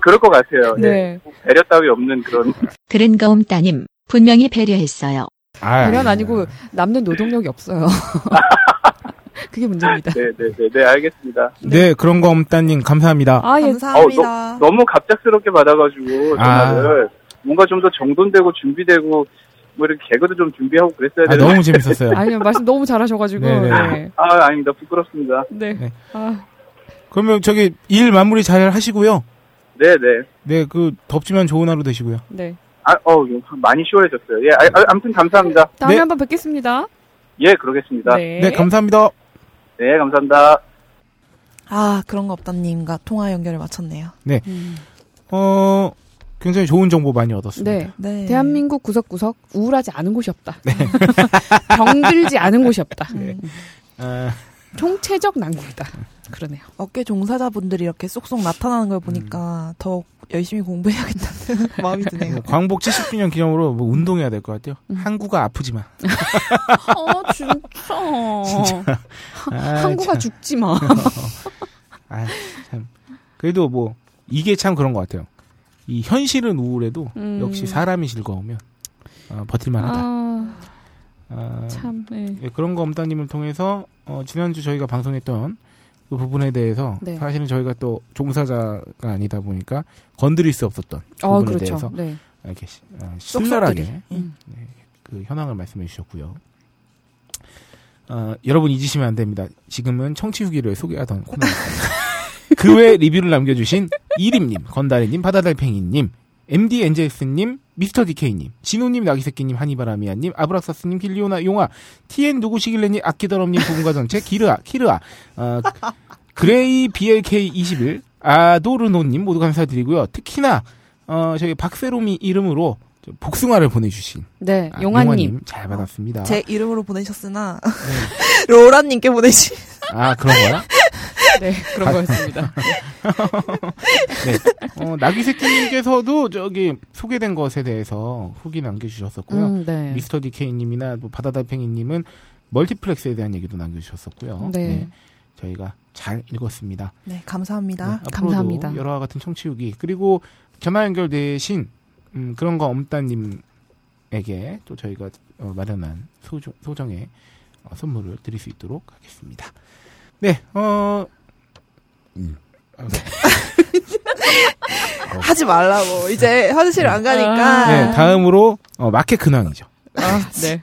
E: 그럴 것 같아요. 예.
C: 네.
E: 배려 따위 없는 그런
G: 들은 거음 따님, 분명히 배려했어요.
B: 아,
C: 배려는
B: 아닙니다.
C: 아니고 남는 노동력이 없어요. 그게 문제입니다.
E: 네네네 네, 알겠습니다.
B: 네, 그런 거 엄따님, 감사합니다.
C: 아 예.
A: 감사합니다.
E: 어, 너무 갑작스럽게 받아가지고 전화를 뭔가 좀 더 정돈되고 준비되고 뭐 이렇게 개그도 좀 준비하고 그랬어야
B: 아,
E: 되는데
B: 너무 재밌었어요.
C: 네. 아니요 말씀 너무 잘하셔가지고.
B: 네, 네.
C: 네.
E: 아 아닙니다 부끄럽습니다.
C: 네.
B: 네.
C: 아,
B: 그러면 저기, 일 마무리 잘 하시고요.
E: 네네.
B: 네, 그, 덥지만 좋은 하루 되시고요.
C: 네.
E: 아어 많이 시원해졌어요. 예 아, 아, 아무튼 감사합니다.
C: 다음에
B: 네.
C: 한번 뵙겠습니다.
E: 예 그러겠습니다. 네,
B: 네, 감사합니다.
E: 감사합니다.
A: 아, 그런 거 없다님과 통화 연결을 마쳤네요.
C: 음.
B: 어, 굉장히 좋은 정보 많이 얻었습니다.
C: 네.
A: 네.
C: 대한민국 구석구석 우울하지 않은 곳이 없다.
B: 네.
C: 병들지 않은 곳이 없다.
A: 음,
B: 아,
C: 총체적 난국이다. 그러네요.
A: 업계 종사자분들이 이렇게 쏙쏙 나타나는 걸
B: 음.
A: 보니까 더 열심히 공부해야겠다는 마음이 드네요.
B: 뭐 광복 70주년 기념으로 뭐 운동해야 될 것 같아요.
C: 음.
B: 항구가 아프지만.
C: 어 진짜. 진짜.
B: 아,
C: 한국아
B: 참.
C: 죽지 마.
B: 아, 참. 그래도 뭐, 이게 참 그런 것 같아요. 이 현실은 우울해도
C: 음.
B: 역시 사람이 즐거우면 어, 버틸만하다.
C: 아,
B: 아,
C: 참. 네.
B: 예, 그런 거 엄따님을 통해서 어, 지난주 저희가 방송했던 그 부분에 대해서
C: 네.
B: 사실은 저희가 또 종사자가 아니다 보니까 건드릴 수 없었던
C: 어
B: 부분에
C: 그렇죠.
B: 대해서
C: 네.
B: 이렇게 시- 어,
A: 쏙쏙들이.
B: 신랄하게
A: 음.
B: 네, 그 현황을 말씀해 주셨고요. 어, 여러분 잊으시면 안 됩니다. 지금은 청취 후기를 소개하던 코너입니다. 그 외 리뷰를 남겨주신 이림님, 건다리님, 바다달팽이님, MD 엔젤스님, 미스터 디케이님, 진우님, 나기새끼님, 하니바라미아님, 아브락사스님, 길리오나 용아, TN 누구시길래니, 아키더럼님, 부분과 전체, 기르아, 키르아, 어, 그레이 BLK21, 아도르노님 모두 감사드리고요. 특히나 어, 저희 박세롬이 이름으로 저 복숭아를 보내주신
C: 네.
B: 아,
C: 용환님.
B: 잘 받았습니다.
A: 제 이름으로 보내셨으나
B: 네.
A: 로라님께 보내신
B: 아 그런 거야?
C: 네.
B: 아,
C: 그런 거였습니다.
B: 네. 어, 나기새끼님께서도 저기 소개된 것에 대해서 후기 남겨주셨었고요.
C: 음, 네.
B: 미스터 디케이님이나 뭐 바다달팽이님은 멀티플렉스에 대한 얘기도 남겨주셨었고요.
C: 네.
B: 저희가 잘 읽었습니다.
A: 네,
B: 네,
A: 감사합니다.
B: 앞으로도
C: 감사합니다.
B: 여러와 같은 청취후기 그리고 전화 연결 대신 음, 그런 거 엄따님에게 또 저희가 어, 마련한 소정, 소정의 어, 선물을 드릴 수 있도록 하겠습니다. 네, 어, 음. 네.
A: 하지 말라고. 이제 화장실 안 가니까
B: 어. 네, 다음으로 어, 마켓 근황이죠.
C: 아, 네.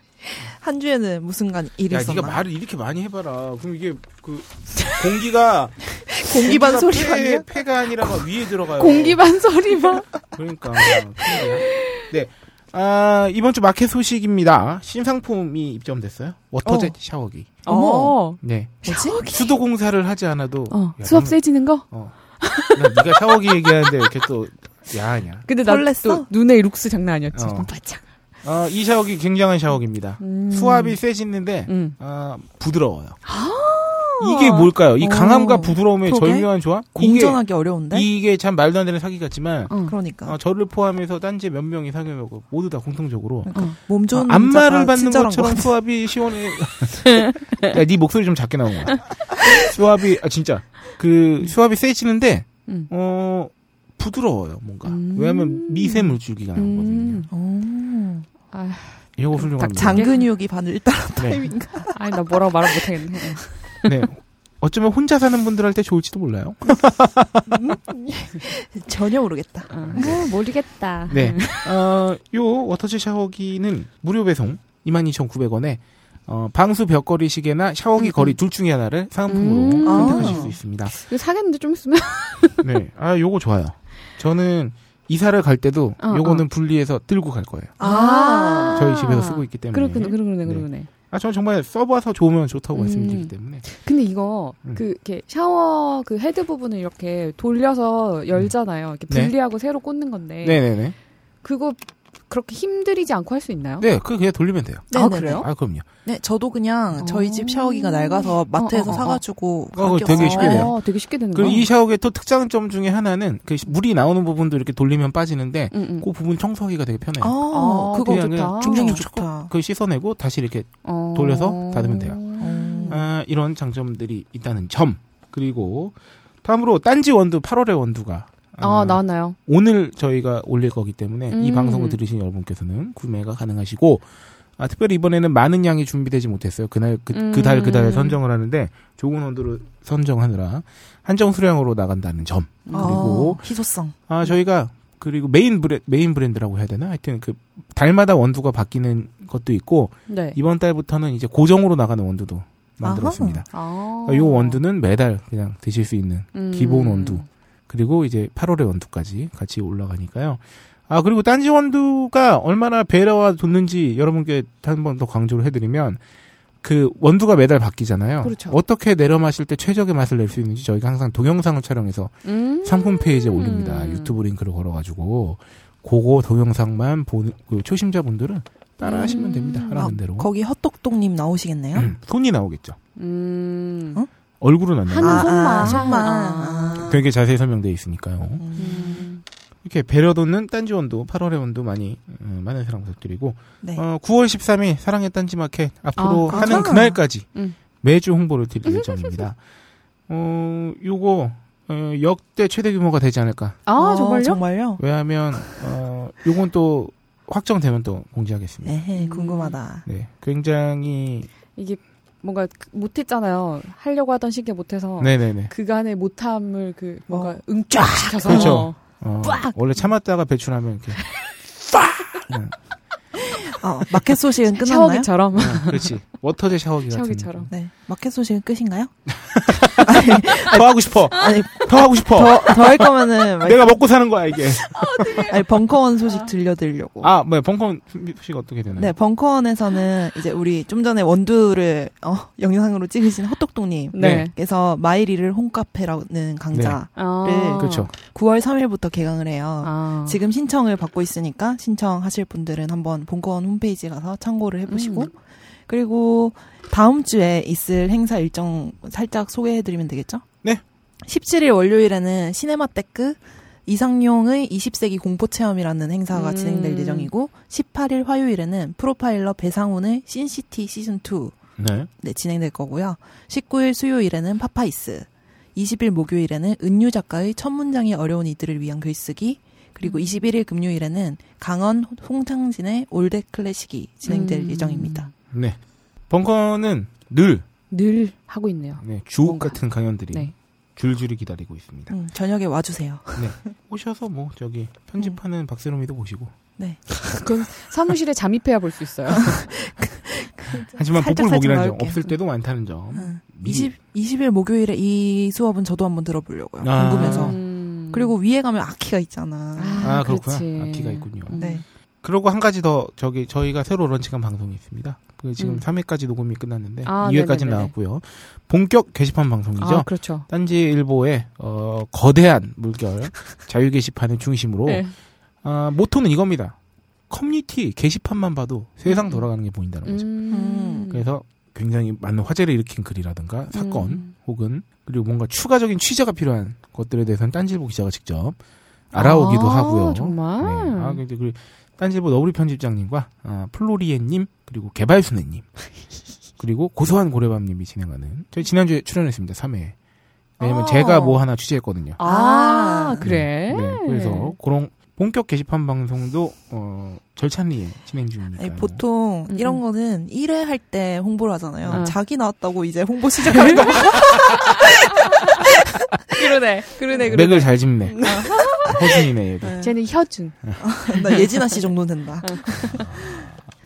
A: 한 주에는 무슨 간 일이
B: 야, 네가
A: 있었나.
B: 말을 이렇게 많이 해봐라. 그럼 이게 그 공기가
A: 공기반 소리
B: 폐-
A: 아니야?
B: 폐가 아니라 막 위에 들어가요.
C: 공기반 소리만.
B: 그러니까. 큰일이야. 네. 아, 이번 주 마켓 소식입니다. 신상품이 입점됐어요. 워터젯
A: 어.
B: 샤워기.
C: 어머.
B: 네.
A: 뭐지?
B: 수도 공사를 하지 않아도
C: 어,
B: 야,
C: 수업
B: 넌-
C: 세지는 거?
B: 어. 나 네가 샤워기 얘기하는데 이렇게 또 야하냐.
C: 근데 나도
A: 설렜어?
C: 또 눈에 룩스 장난 아니었지.
B: 어.
C: 바짝.
B: 어, 이 샤워기 굉장한 샤워기입니다.
C: 음.
B: 수압이 세지는데
C: 음.
B: 아, 부드러워요. 이게 뭘까요? 이 강함과
A: 어.
B: 부드러움의
A: 그러게.
B: 절묘한 조합?
A: 공정하기 어려운데?
B: 이게, 이게 참 말도 안 되는 사기 같지만
C: 어.
A: 그러니까.
B: 어, 저를 포함해서 딴지 몇 명이 사귀어고 모두 다 공통적으로
A: 그러니까 몸 좋은
B: 아, 안마를
A: 남자가
B: 받는
A: 친절한
B: 것처럼
A: 것 같아.
B: 수압이 시원해. 야, 네 목소리 좀 작게 나온 거야. 수압이 아 진짜 그 수압이 세지는데
C: 음.
B: 어 부드러워요 뭔가.
C: 음.
B: 왜냐하면 미세 물줄기가 나오거든요.
C: 음.
A: 오.
B: 이거 훌륭합니다.
C: 닭
A: 장근육이 반을 따라
B: 네.
A: 타임인가?
C: 아니 나 뭐라고 말을 못하겠네.
B: 네. 어쩌면 혼자 사는 분들 할 때 좋을지도 몰라요.
A: 전혀 모르겠다.
C: 어, 모르겠다.
B: 네. 어, 요 워터젯 샤워기는 무료 배송 22,900원에 어, 방수 벽걸이 시계나 샤워기 거리 둘 중에 하나를 상품으로
C: 음.
B: 선택하실
A: 아.
B: 수 있습니다.
C: 이거 사겠는데 좀 있으면.
B: 네. 아, 요거 좋아요. 저는 이사를 갈 때도
C: 어,
B: 요거는 분리해서 들고 갈 거예요.
A: 아.
B: 저희 집에서 쓰고 있기 때문에.
C: 그렇군요, 그러네, 그러네.
B: 아, 저는 정말 써봐서 좋으면 좋다고
C: 음.
B: 말씀드리기 때문에.
C: 근데 이거
B: 음.
C: 그 이렇게 샤워 그 헤드 부분을 이렇게 돌려서 열잖아요. 이렇게
B: 네.
C: 분리하고 새로 꽂는 건데
B: 네네네.
C: 그거 그렇게 힘들이지 않고 할 수 있나요?
B: 네, 그 그냥 돌리면 돼요.
C: 아,
A: 네네네.
C: 그래요?
B: 아, 그럼요.
A: 네, 저도 그냥 저희 집 샤워기가 낡아서 마트에서
C: 어, 어, 어.
A: 사가지고.
B: 그거
A: 가격을-
B: 되게 아, 쉽게 돼요.
C: 어, 되게 쉽게 되는 거.
B: 그리고 이 샤워기의 또 특장점 중에 하나는 그 물이 나오는 부분도 이렇게 돌리면 빠지는데
C: 응, 응.
B: 그 부분 청소하기가 되게
A: 아,
B: 편해요.
C: 아,
A: 그거
C: 음, 그냥-
B: 그냥
C: 좋다.
A: 굉장히
B: 쭉쭉쭉
A: 좋다.
B: 그 씻어내고 다시 이렇게
C: 어.
B: 돌려서 닫으면 돼요.
C: 음.
B: 아, 이런 장점들이 있다는 점 그리고 다음으로 딴지 원두 8월의 원두가
C: 아,
B: 아,
C: 나왔나요?
B: 오늘 저희가 올릴 거기 때문에 이
C: 음.
B: 방송을 들으신 여러분께서는 구매가 가능하시고 아, 특별히 이번에는 많은 양이 준비되지 못했어요. 그날 그,
C: 음.
B: 그달 그달 선정을 하는데 좋은 원두를 선정하느라 한정 수량으로 나간다는 점 그리고
A: 아, 희소성.
B: 아, 저희가 그리고 메인 브랜 메인 브랜드라고 해야 되나? 하여튼 그 달마다 원두가 바뀌는 것도 있고
C: 네.
B: 이번 달부터는 이제 고정으로 나가는 원두도 만들었습니다.
C: 아.
B: 이 원두는 매달 그냥 드실 수 있는
C: 음.
B: 기본 원두 그리고 이제 8월의 원두까지 같이 올라가니까요. 아 그리고 딴지 원두가 얼마나 배려와 뒀는지 여러분께 한 번 더 강조를 해드리면 그 원두가 매달 바뀌잖아요.
C: 그렇죠.
B: 어떻게 내려 마실 때 최적의 맛을 낼 수 있는지 저희가 항상 동영상을 촬영해서
C: 음.
B: 상품 페이지에 올립니다. 유튜브 링크를 걸어가지고 그거 동영상만 보는 그 초심자분들은 따라하시면
C: 음.
B: 됩니다.
A: 아,
B: 하라는 대로.
A: 거기 헛똑똑님 나오시겠네요?
B: 음, 손이 나오겠죠.
C: 음.
A: 어?
B: 얼굴은 안
C: 한
B: 나와요.
A: 아, 아,
C: 손만.
A: 손만.
C: 아.
B: 되게 자세히 설명되어 있으니까요.
C: 음.
B: 이렇게 배려돋는 딴지 원도 8월의 원도 많이 음, 많은 사랑 부탁드리고
A: 네.
B: 어, 9월 13일 사랑의 딴지 마켓 앞으로
C: 아,
B: 하는
A: 그렇구나.
B: 그날까지
C: 음.
B: 매주 홍보를 드릴 예정입니다. 어, 요거 어, 역대 최대 규모가 되지 않을까.
C: 아, 정말요?
A: 정말요?
B: 왜냐하면 어, 요건 또 확정되면 또 공지하겠습니다.
A: 에헤, 네, 궁금하다.
B: 네, 굉장히
C: 이게 뭔가 그- 못했잖아요. 하려고 하던 시기에 못해서
B: 네네네.
C: 그간의 못함을 그 뭔가
A: 어.
C: 응쫙 시켜서
B: 그렇죠. 어,
C: 빡!
B: 원래 참았다가 배출하면 이렇게
A: 아, 마켓 소식은 끝났나요?
C: 샤워기처럼
B: 어, 그렇지 워터제 샤워기 같은
C: 샤워기처럼.
A: 네. 마켓 소식은 끝인가요?
B: 느낌. 더 하고 싶어
A: 아니,
B: 더 하고 싶어
A: 더, 더 할 거면은, 막-
B: 내가 먹고 사는 거야 이게
A: 아니, 벙커원 소식
C: 어.
A: 들려드리려고.
B: 아 뭐야 벙커 소식 어떻게 되나요?
A: 네, 벙커원에서는 이제 우리 좀 전에 원두를, 어, 영상으로 찍으신 헛똑똑님.
C: 네.
A: 그래서 마이리를 홈카페라는 강좌
C: 아.
A: 네,
B: 그렇죠.
A: 9월 3일부터 개강을 해요.
C: 아.
A: 지금 신청을 받고 있으니까 신청하실 분들은 한번 본건 홈페이지 가서 참고를 해보시고
C: 음.
A: 그리고 다음 주에 있을 행사 일정 살짝 소개해드리면 되겠죠?
B: 네.
A: 17일 월요일에는 시네마테크 이상용의 20세기 공포 체험이라는 행사가
C: 음.
A: 진행될 예정이고 18일 화요일에는 프로파일러 배상훈의 신시티 시즌 2
B: 네.
A: 네, 진행될 거고요. 19일 수요일에는 파파이스, 20일 목요일에는 은유 작가의 첫 문장이 어려운 이들을 위한 글쓰기, 그리고 21일 금요일에는 강원 홍창진의 올드 클래식이 진행될
C: 음.
A: 예정입니다.
B: 네. 벙커는 늘
C: 늘 하고 있네요.
B: 네, 주옥
C: 뭔가.
B: 같은 강연들이
C: 네.
B: 줄줄이 기다리고 있습니다.
A: 음, 저녁에 와주세요.
B: 오셔서 뭐 저기 편집하는 박세롬이도 보시고
A: 네.
C: 그건 사무실에 잠입해야 볼 수 있어요.
A: 아,
B: 하지만
A: 살짝
B: 복불
A: 살짝
B: 복이라는 점
A: 나올게요.
B: 없을 때도 많다는 점.
A: 음,
B: 미리.
A: 20, 20일 목요일에 이 수업은 저도 한번 들어보려고요.
B: 아.
A: 궁금해서.
C: 음.
A: 그리고 위에 가면 아키가 있잖아.
B: 아, 그렇구나.
C: 그렇지.
B: 아키가 있군요.
A: 네.
B: 그리고 한 가지 더 저기 저희가 새로 런칭한 방송이 있습니다. 그 지금
C: 음.
B: 3회까지 녹음이 끝났는데
C: 아,
B: 2회까지
C: 네네네네.
B: 나왔고요. 본격 게시판 방송이죠.
C: 아, 그렇죠.
B: 딴지 일보의 어, 거대한 물결 자유 게시판을 중심으로
C: 네.
B: 아, 모토는 이겁니다. 커뮤니티 게시판만 봐도 세상
C: 음.
B: 돌아가는 게 보인다는 거죠.
A: 음.
B: 그래서 굉장히 많은 화제를 일으킨 글이라든가 사건
C: 음.
B: 혹은 그리고 뭔가 추가적인 취재가 필요한 것들에 대해서는 딴지일보 기자가 직접 알아오기도
C: 아,
B: 하고요.
C: 정말?
B: 네. 아, 근데 그 딴지일보 너구리 편집장님과 아, 플로리에님 그리고 개발순애님 그리고 고소한 고래밤님이 진행하는 저희 지난주에 출연했습니다. 3회. 왜냐면
A: 아.
B: 제가 뭐 하나 취재했거든요.
C: 아,
A: 네.
C: 그래.
B: 네, 그래서 그런 본격 게시판 방송도 어, 절찬리에 진행 중입니다.
A: 아니, 보통
C: 음, 음.
A: 이런 거는 1회 할 때 홍보를 하잖아요.
C: 아.
A: 자기 나왔다고 이제 홍보 시작하는 거.
C: 그러네. 그러네. 그러네.
B: 맥을 잘 짚네. 호준이네 얘도.
A: 네.
C: 쟤는 혀준.
A: 나 예진아 씨 정도는 된다.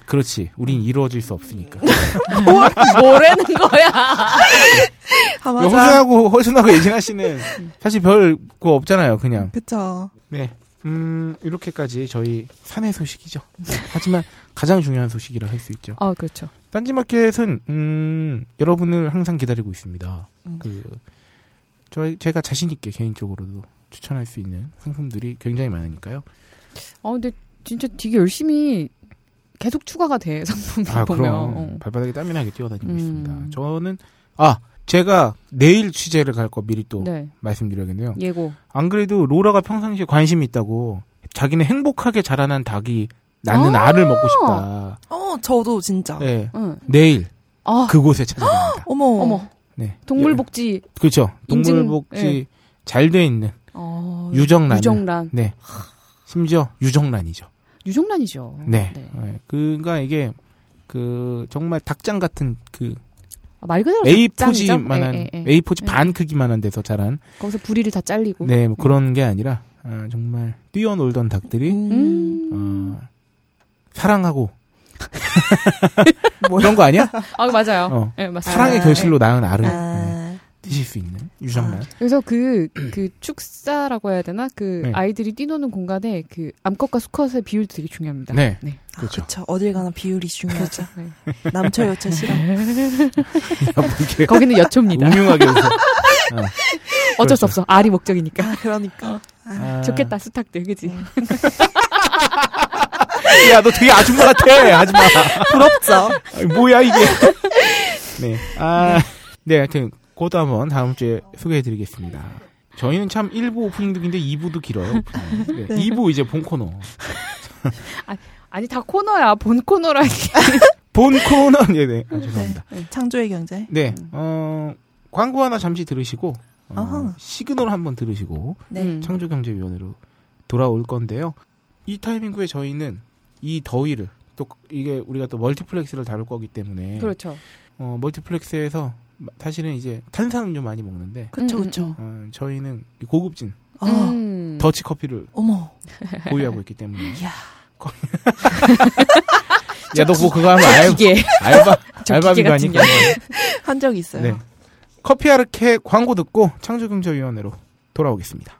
B: 그렇지.
C: 음.
B: 우린 이루어질 수 없으니까.
C: 뭘 뭐라는 거야?
A: 아,
B: 야,
A: 맞아.
B: 호준하고 호준하고 예진아 씨는
C: 음.
B: 사실 별 거 없잖아요. 그냥.
A: 그쵸.
B: 네. 음 이렇게까지 저희 사내 소식이죠. 하지만 가장 중요한 소식이라 할 수 있죠.
C: 아, 그렇죠.
B: 딴지마켓은 음 여러분을 항상 기다리고 있습니다.
A: 음.
B: 그 저희 제가 자신 있게 개인적으로도 추천할 수 있는 상품들이 굉장히 많으니까요.
C: 아, 근데 진짜 되게 열심히 계속 추가가 돼, 상품이
B: 아
C: 보면.
B: 그럼
C: 어.
B: 발바닥에 땀이 나게 뛰어다니고
C: 음.
B: 있습니다. 저는 아 제가 내일 취재를 갈 거 미리 또
C: 네.
B: 말씀드려야겠네요.
C: 예고.
B: 안 그래도 로라가 평상시에 관심이 있다고 자기는 행복하게 자라난 닭이 낳는
C: 아!
B: 알을 먹고 싶다.
A: 어, 저도 진짜.
B: 네.
C: 응.
B: 내일
C: 아,
B: 그곳에 찾아갑니다.
A: 어머.
C: 어머.
B: 네.
C: 동물복지.
B: 예, 그렇죠.
C: 아. 인증,
B: 동물복지
C: 예.
B: 잘 돼 있는
C: 어,
B: 유정란.
C: 유정란.
B: 네. 심지어 유정란이죠.
C: 유정란이죠.
B: 네. 예, 그러니까 이게 그 정말 닭장 같은 그
C: 아, 말 그대로 닭장이죠?
B: A4지만한
C: 예, 예, 예.
B: A4지
C: 예.
B: 반 크기만한 데서 자란
C: 거기서 부리를 다 잘리고.
B: 네, 뭐 그런 게 아니라 아, 정말 뛰어놀던 닭들이
A: 음.
C: 음.
B: 어, 사랑하고 뭐 이런 거 아니야?
C: 아, 맞아요.
B: 어.
C: 예, 맞습니다.
B: 사랑의
A: 아,
B: 결실로 낳은 알을 네,
A: 아,
B: 드실 수 있는 유정란.
C: 그래서 그, 그 축사라고 해야 되나? 그
B: 네.
C: 아이들이 뛰노는 공간에 그 암컷과 수컷의 비율도 되게 중요합니다.
B: 네.
C: 네.
B: 그렇죠.
A: 아, 그쵸. 어딜 가나 비율이 중요하죠.
C: 네.
A: 남초 여초 싫어.
B: 네. 이렇게
C: 거기는 여초입니다.
B: 음흉하게 웃어.
C: 어쩔 수 없어. 알이 목적이니까.
A: 아,
C: 어.
A: 그러니까.
B: 그렇죠. 아.
C: 좋겠다, 수탉들. 그지?
B: 야, 너 되게 아줌마 같아. 아줌마.
A: 부럽죠.
B: 아이, 뭐야 이게. 네. 아, 네, 하여튼 그것도 한번 다음 주에 소개해드리겠습니다. 저희는 참 1부 오프닝 득인데 2부도 길어요. 오프닝. 네. 2부 이제 본 코너.
C: 아니, 다 코너야. 본 코너라니.
B: 본 코너. 네, 네. 아, 죄송합니다.
A: 창조의 경제.
B: 네. 어, 광고 하나 잠시 들으시고 어,
A: 아하.
B: 시그널 한번 들으시고
A: 네.
C: 음.
B: 창조경제위원회로 돌아올 건데요. 이 타이밍구에 저희는 이 더위를 또 이게 우리가 또 멀티플렉스를 다룰 거기 때문에
C: 그렇죠.
B: 어, 멀티플렉스에서 마- 사실은 이제 탄산음료 많이 먹는데
A: 그쵸,
C: 음,
A: 그쵸.
B: 어, 저희는 이 고급진
A: 아,
C: 음.
B: 더치 커피를
A: 어머.
B: 보유하고 있기 때문에
A: 이야.
B: 야 너 뭐 그거 하면 알,
C: 음. 기계.
B: 알바
C: 저 기계
B: 알바비가
C: 같은
B: 아니까
A: 한 적 있어요.
B: 네. 커피 아르케 광고 듣고 창조경제위원회로 돌아오겠습니다.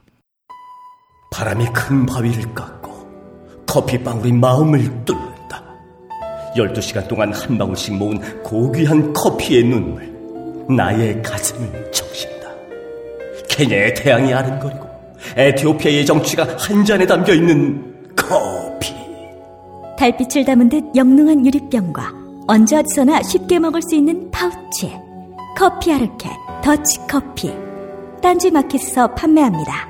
H: 바람이 큰 바위를 깎고 커피방울이 마음을 뚫는다. 12시간 동안 한 방울씩 모은 고귀한 커피의 눈물, 나의 가슴을 적신다. 케냐의 태양이 아른거리고 에티오피아의 정취가 한 잔에 담겨 있는 커피.
I: 달빛을 담은 듯 영롱한 유리병과 언제 어디서나 쉽게 먹을 수 있는 파우치에 커피 아르케 더치 커피 딴지 마켓에서 판매합니다.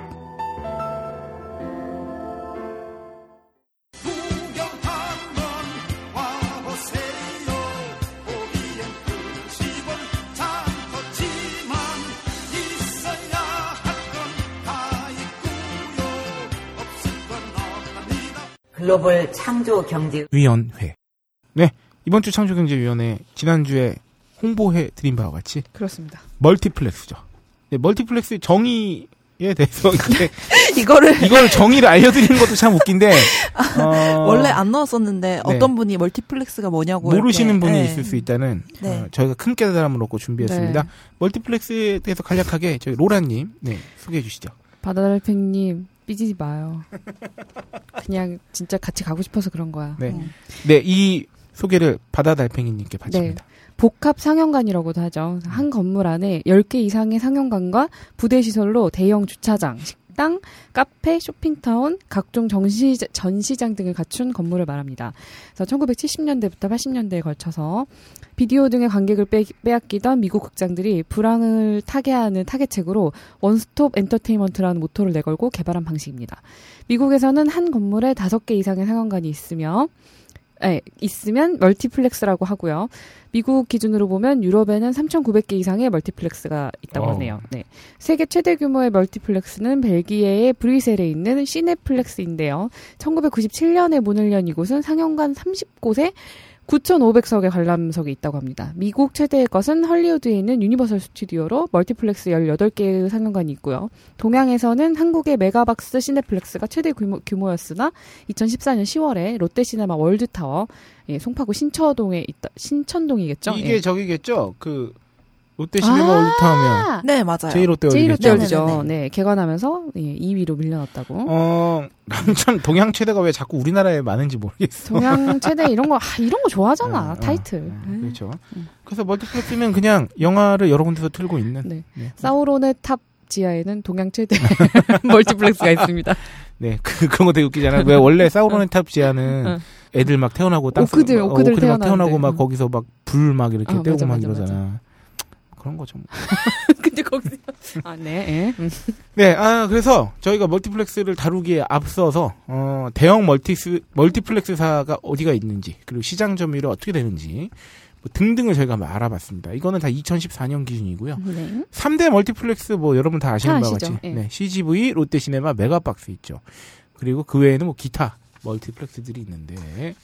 J: 글로벌 창조 경제
B: 위원회. 네. 이번 주 창조경제위원회 지난주에 홍보해 드린 바와 같이
C: 그렇습니다.
B: 멀티플렉스죠. 네, 멀티플렉스 정의에 대해서 이제
A: 이거를
B: 이걸 정의를 알려드리는 것도 참 웃긴데 어, 네.
A: 원래 안 넣었었는데 어떤 분이 멀티플렉스가 뭐냐고.
B: 모르시는
A: 이렇게.
B: 분이
A: 네.
B: 있을 수 있다는
A: 네.
B: 어, 저희가 큰 깨달음을 얻고 준비했습니다.
C: 네.
B: 멀티플렉스에 대해서 간략하게 저희 로라님 네, 소개해 주시죠.
C: 바다달팽님 삐지지 마요. 그냥 진짜 같이 가고 싶어서 그런 거야.
B: 네. 네, 이 소개를 바다 달팽이님께 바칩니다.
A: 네.
C: 복합 상영관이라고도 하죠. 한 건물 안에 10개 이상의 상영관과 부대 시설로 대형 주차장, 식당, 카페, 쇼핑타운, 각종 전시, 전시장 등을 갖춘 건물을 말합니다. 그래서 1970년대부터 80년대에 걸쳐서 비디오 등의 관객을 빼, 빼앗기던 미국 극장들이 불황을 타개하는 타개책으로 원스톱 엔터테인먼트라는 모토를 내걸고 개발한 방식입니다. 미국에서는 한 건물에 5개 이상의 상영관이 있으며 예, 있으면 멀티플렉스라고 하고요. 미국 기준으로 보면 유럽에는 3,900개 이상의 멀티플렉스가 있다고
B: 와우.
C: 하네요. 네. 세계 최대 규모의 멀티플렉스는 벨기에의 브뤼셀에 있는 시네플렉스인데요. 1997년에 문을 연 이곳은 상영관 30곳에 9,500석의 관람석이 있다고 합니다. 미국 최대의 것은 헐리우드에 있는 유니버설 스튜디오로 멀티플렉스 18개의 상영관이 있고요. 동양에서는 한국의 메가박스 시네플렉스가 최대 규모, 규모였으나 2014년 10월에 롯데시네마 월드타워, 예, 송파구 신천동에 있다, 신천동이겠죠?
B: 이게
C: 예.
B: 저기겠죠? 그 롯데 시네마 올타 하면
A: 네, 맞아요.
B: 제1롯데
C: 제일
B: 월드겠죠?
C: 호텔이죠. 네, 개관하면서 예, 2위로 밀려났다고.
B: 어, 남참 동양 최대가 왜 자꾸 우리나라에 많은지 모르겠어.
C: 동양 최대 이런 거, 아, 이런 거 좋아하잖아,
B: 어, 어.
C: 타이틀. 예.
B: 그렇죠. 그래서 멀티플렉스면 그냥 영화를 여러 군데서 틀고 있는.
C: 네.
B: 네.
C: 사우론의 탑 지하에는 동양 최대 멀티플렉스가 있습니다.
B: 네, 그, 그런 거 되게 웃기잖아요. 왜 원래 사우론의 탑 지하는 애들 막 태어나고 땅
C: 오크들,
B: 속- 어,
C: 오크들
B: 막 태어나고
C: 태어나는데.
B: 막 거기서 막 불 막 이렇게
C: 아,
B: 떼고
C: 맞아,
B: 막
C: 맞아, 맞아.
B: 이러잖아. 그런 거죠. 뭐.
C: 근데 거기서 아, 네. 예. 음.
B: 네, 아, 그래서 저희가 멀티플렉스를 다루기에 앞서서, 어, 대형 멀티스, 멀티플렉스사가 어디가 있는지, 그리고 시장 점유율이 어떻게 되는지, 뭐 등등을 저희가 한번 알아봤습니다. 이거는 다 2014년 기준이고요.
C: 네.
B: 3대 멀티플렉스 뭐 여러분 다 아시는
C: 다
B: 바와
C: 아시죠.
B: 같이.
C: 예.
B: 네, CGV, 롯데시네마, 메가박스 있죠. 그리고 그 외에는 뭐 기타 멀티플렉스들이 있는데,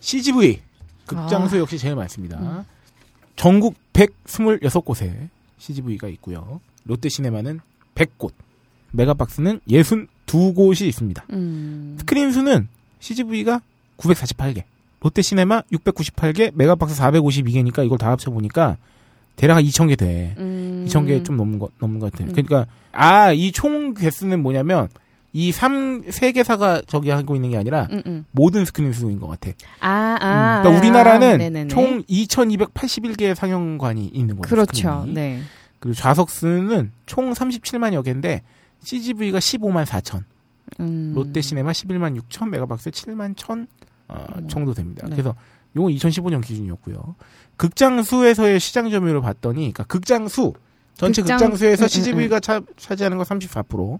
B: CGV, 극장수 역시 제일 많습니다.
C: 아. 음.
B: 전국 126곳에 CGV가 있고요. 롯데시네마는 100곳, 메가박스는 62곳이 있습니다.
C: 음.
B: 스크린 수는 CGV가 948개, 롯데시네마 698개, 메가박스 452개니까 이걸 다 합쳐보니까 대략 2,000개 돼.
C: 음.
B: 2,000개 좀 넘는 것, 넘는 것 같아요.
C: 음.
B: 그러니까, 아, 이 총 개수는 뭐냐면, 이 3, 3개사가 저기 하고 있는 게 아니라,
C: 음, 음.
B: 모든 스크린 수인 것 같아.
C: 아,
B: 음. 그러니까
C: 아. 아,
B: 우리나라는
C: 네네네.
B: 총 2,281개의 상영관이 있는 거죠.
C: 그렇죠.
B: 스크린이.
C: 네.
B: 그리고 좌석 수는 총 37만여 개인데 CGV가 15만 4천,
C: 음.
B: 롯데시네마 11만 6천, 메가박스 7만 1천 어,
C: 음.
B: 정도 됩니다.
C: 네.
B: 그래서 요건 2015년 기준이었고요. 극장 수에서의 시장 점유율을 봤더니, 그러니까 극장 수 전체
C: 극장-
B: 극장, 수에서
C: 음, 음,
B: CGV가 차지하는 건 34%,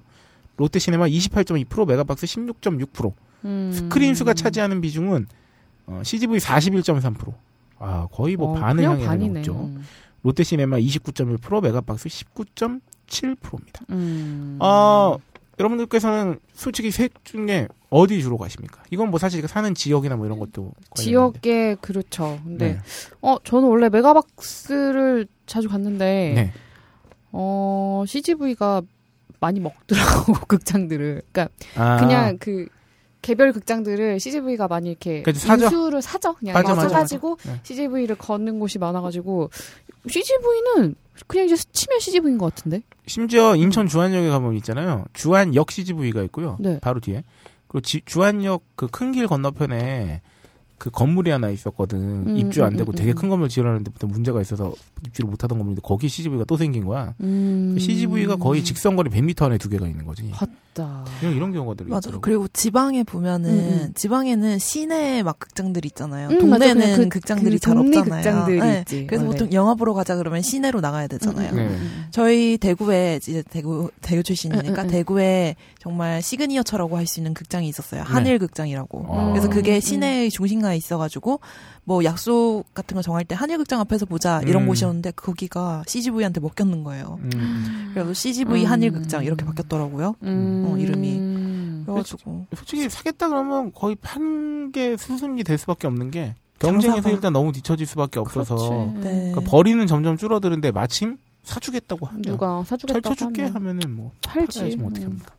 B: 롯데시네마 28.2%, 메가박스 16.6%,
C: 음.
B: 스크린 수가 차지하는 비중은 어, CGV 41.3%. 아, 거의 뭐
C: 어,
B: 반을 그렇죠. 향해
C: 그냥 반이네.
B: 넘었죠.
C: 음.
B: 롯데시네마 29.1%, 메가박스 19.7%입니다.
C: 음.
B: 어, 여러분들께서는 솔직히 셋 중에 어디 주로 가십니까? 이건 뭐 사실 사는 지역이나 뭐 이런 것도 관련인데.
C: 지역에 그렇죠. 근데
B: 네.
C: 어, 저는 원래 메가박스를 자주 갔는데
B: 네. 네.
C: 어, CGV가 많이 먹더라고 극장들을. 그러니까
B: 아,
C: 그냥 그 개별 극장들을 CGV가 많이 이렇게
B: 그래도 사죠.
C: 인수를 사죠. 그냥
B: 맞아,
A: 맞아,
C: 사가지고
B: 맞아. 네.
C: CGV를 걷는 곳이 많아가지고 CGV는 그냥 이제 스치면 CGV인 것 같은데.
B: 심지어 인천 주안역에 가면 있잖아요. 주안역 CGV가 있고요.
C: 네.
B: 바로 뒤에. 그리고 지- 주안역 그 큰 길 건너편에 그 건물이 하나 있었거든.
C: 음,
B: 입주 안
C: 음,
B: 되고
C: 음,
B: 되게
C: 음.
B: 큰 건물 지으려는데 부터 문제가 있어서 입주를 못 하던 건물인데 거기 CGV가 또 생긴 거야.
C: 음... 아.
B: CGV가 거의 직선거리 100m 안에 두 개가 있는 거지.
A: 그
C: 다
B: 이런, 이런 경우가 들이
A: 맞아.
B: 있더라고.
A: 그리고 지방에 보면은
C: 음, 음.
A: 지방에는 시내 막 극장들 있잖아요.
C: 음, 맞아.
A: 동네는
C: 그냥 그-
A: 극장들이
C: 그
A: 잘
C: 동네
A: 없잖아요.
C: 극장들이
A: 네.
C: 있지.
A: 그래서 음.
C: 네.
A: 보통 영화 보러 가자 그러면 시내로 나가야 되잖아요.
B: 네.
A: 저희 대구에 이제 대구 대구 출신이니까
C: 음, 음, 음.
A: 대구에 정말 시그니어처라고 할 수 있는 극장이 있었어요.
B: 네.
A: 한일 극장이라고.
B: 아.
A: 그래서
C: 음.
A: 그게 시내의 중심가에 있어가지고 뭐 약속 같은 거 정할 때 한일극장 앞에서 보자 이런
B: 음.
A: 곳이었는데 거기가 CGV한테 먹혔는 거예요.
B: 음.
A: 그래서 CGV
C: 음.
A: 한일극장 이렇게 바뀌었더라고요.
C: 음...
A: 어, 이름이.
B: 그렇죠. 음.
A: 그래가지고
B: 솔직히 사겠다 그러면 거의 판게 수순이 될 수밖에 없는 게 경쟁에서
A: 장사가.
B: 일단 너무 뒤처질 수밖에 없어서
C: 그렇지.
A: 네.
B: 그러니까 버리는 점점 줄어드는데 마침 사주겠다고 하면
C: 누가 사주겠다.
B: 철쳐줄게 아, 하면은 뭐
C: 팔지.
B: 팔아야지 뭐 어떻게
C: 음.
B: 합니까?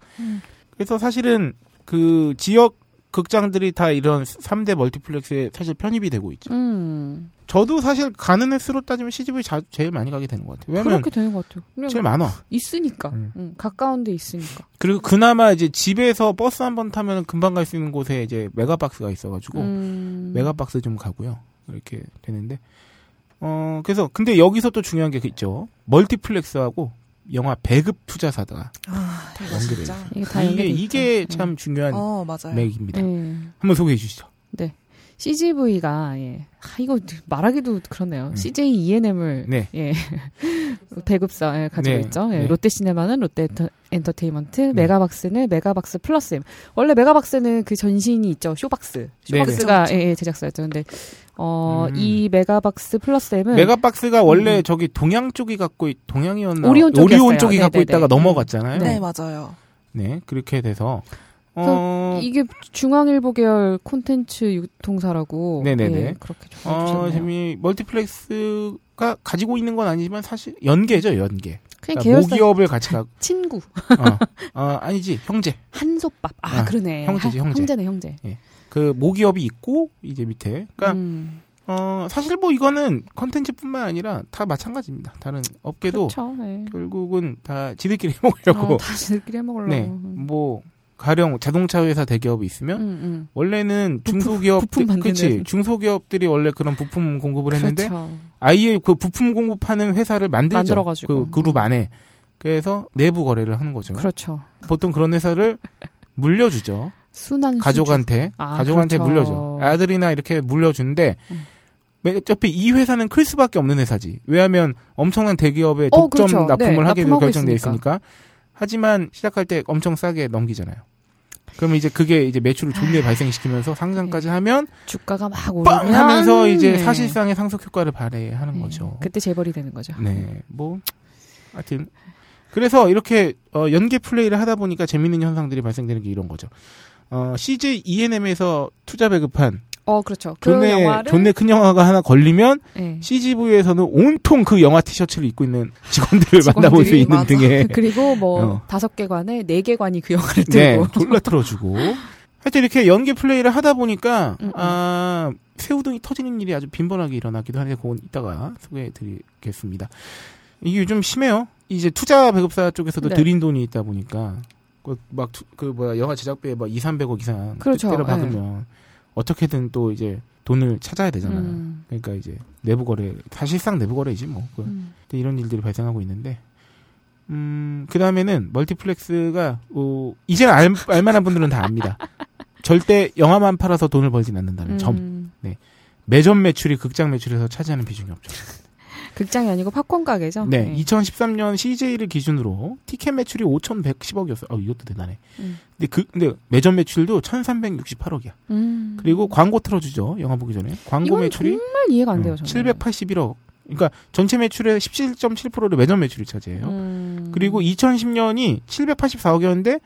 B: 그래서 사실은 그 지역 극장들이 다 이런 3대 멀티플렉스에 사실 편입이 되고 있죠.
C: 음.
B: 저도 사실 가는 횟수로 따지면 CGV 자, 제일 많이 가게 되는 것 같아요. 왜냐면
C: 그렇게 되는 것 같아요. 그냥
B: 제일 많아.
C: 있으니까. 음, 가까운 데 있으니까.
B: 그리고 그나마 이제 집에서 버스 한 번 타면 금방 갈 수 있는 곳에 이제 메가박스가 있어가지고
C: 음.
B: 메가박스 좀 가고요. 이렇게 되는데 어 그래서 근데 여기서 또 중요한 게 있죠. 멀티플렉스하고 영화 배급 투자사다가
A: 아, 이거
B: 연결해
A: 진짜.
C: 이게 다
B: 이게
C: 연결돼
B: 이게 네.
C: 있죠. 음.
B: 참 중요한
A: 어, 맞아요.
B: 맥입니다.
C: 예.
B: 한번 소개해 주시죠.
C: 네. CGV가 예. 아, 이거 말하기도 그렇네요. CJ E&M을
B: 네.
C: 예. 배급사 예, 가지고
B: 네.
C: 있죠. 예.
B: 네.
C: 롯데시네마는 롯데 엔터, 엔터테인먼트, 메가박스는 메가박스 플러스. 원래 메가박스는 그 전신이 있죠. 쇼박스.
B: 네,
C: 쇼박스가 예, 예, 제작사였죠. 근데 어,
B: 음.
C: 이 메가박스 플러스 M은
B: 메가박스가 원래
C: 네. 음.
B: 저기 동양 쪽이 갖고 있- 동양이었나
C: 오리온 쪽이었어요.
B: 쪽이
C: 네네네.
B: 갖고 있다가
C: 음.
B: 넘어갔잖아요. 네.
A: 네, 맞아요.
B: 그렇게 돼서 어,
C: 이게 중앙일보 계열 콘텐츠 유통사라고
B: 네네네.
C: 예, 그렇게 좀
B: 어
C: 해주셨네요.
B: 재미 멀티플렉스가 가지고 있는 건 아니지만 사실 연계죠 연계.
C: 그냥
B: 그러니까
C: 네, 계열사
B: 모기업을 같이 갖고
C: 친구
B: 어, 어, 아니지 형제
C: 한솥밥. 아,
B: 아,
C: 그러네.
B: 형제지,
C: 하-
B: 형제.
C: 형제네 형제.
B: 그 모기업이 있고 이제 밑에 그러니까
C: 음,
B: 어, 사실 뭐 이거는 컨텐츠뿐만 아니라 다 마찬가지입니다. 다른 업계도
C: 그렇죠. 예.
B: 결국은 다 지들끼리 해먹으려고
C: 어, 다시들끼리 해먹으려고.
B: 네,
C: 음.
B: 뭐 가령 자동차 회사 대기업이 있으면
C: 음, 음.
B: 원래는 중소기업
C: 부품 만드는.
B: 그치 중소기업들이 원래 그런 부품 공급을 했는데
C: 그렇죠.
B: 아예 그 부품 공급하는 회사를 만들죠.
C: 만들어가지고.
B: 그 그룹 안에 그래서 내부 거래를 하는 거죠.
C: 그렇죠.
B: 보통 그런 회사를 물려주죠.
C: 순환
B: 가족한테
C: 음, 아,
B: 가족한테
C: 그렇죠.
B: 물려줘. 아들이나 이렇게 물려주는데
C: 음.
B: 매- 어차피 이 회사는 클 수밖에 없는 회사지. 왜냐하면 엄청난 대기업에
C: 어,
B: 독점
C: 그렇죠.
B: 납품을
C: 네,
B: 하게
C: 납품하고
B: 결정돼
C: 있으니까.
B: 있으니까. 하지만 시작할 때 엄청 싸게 넘기잖아요. 그러면 이제 그게 이제 매출을
C: 아.
B: 졸리에 발생시키면서 상장까지 하면
C: 수준. 주가가 막
B: 빵
C: 오르면
B: 하면서 이제
C: 뭐 네.
B: 사실상의 상속 효과를 발휘하는
C: 네.
B: 거죠.
C: 그때 재벌이 되는 거죠.
B: 네, 뭐 하여튼 그래서 이렇게 어, 연계 플레이를 하다 보니까 재밌는 현상들이 발생되는 게 이런 거죠. 어, CJ E&M에서 투자 배급한
C: 어 그렇죠. 그
B: 존내
C: 영화를
B: 존내 큰 영화가 하나 걸리면
C: 예.
B: CGV에서는 온통 그 영화 티셔츠를 입고 있는 직원들을 만나볼 수
C: 직원들이
B: 있는
A: 맞아.
B: 등의
C: 그리고 뭐
B: 어.
C: 다섯 개관에 네 개관이 그 영화를
B: 네,
C: 들고
B: 졸라 틀어주고 하여튼 이렇게 연계 플레이를 하다 보니까
C: 음, 음.
B: 아 새우등이 터지는 일이 아주 빈번하게 일어나기도 하는데 그건 이따가 소개해드리겠습니다. 이게 요즘 심해요. 이제 투자 배급사 쪽에서도
C: 네.
B: 들인 돈이 있다 보니까 막그 뭐야 영화 제작비에 막 2, 300억 이상
C: 그렇죠.
B: 때려 박으면 어떻게든 또 이제 돈을 찾아야 되잖아요.
C: 음,
B: 그러니까 이제 내부 거래 사실상 내부 거래이지 뭐. 그
C: 음.
B: 근데 이런 일들이 발생하고 있는데, 음, 그 다음에는 멀티플렉스가, 어, 이제 알, 알만한 분들은 다 압니다. 절대 영화만 팔아서 돈을 벌진 않는다는 점.
C: 음.
B: 매점 매출이 극장 매출에서 차지하는 비중이 없죠.
C: 극장이 아니고 팝콘 가게죠.
B: 네,
C: 예.
B: 2013년 CJ를 기준으로 티켓 매출이 5,110억이었어요. 아, 이것도 대단해.
C: 음.
B: 근데 그, 근데 매점 매출도 1,368억이야.
C: 음.
B: 그리고 광고 틀어주죠. 영화 보기 전에. 광고
C: 이건
B: 매출이
C: 정말 이해가
B: 어,
C: 안 돼요. 저는.
B: 781억. 그러니까 전체 매출의 17.7%를 매점 매출이 차지해요.
C: 음.
B: 그리고 2010년이 784억이었는데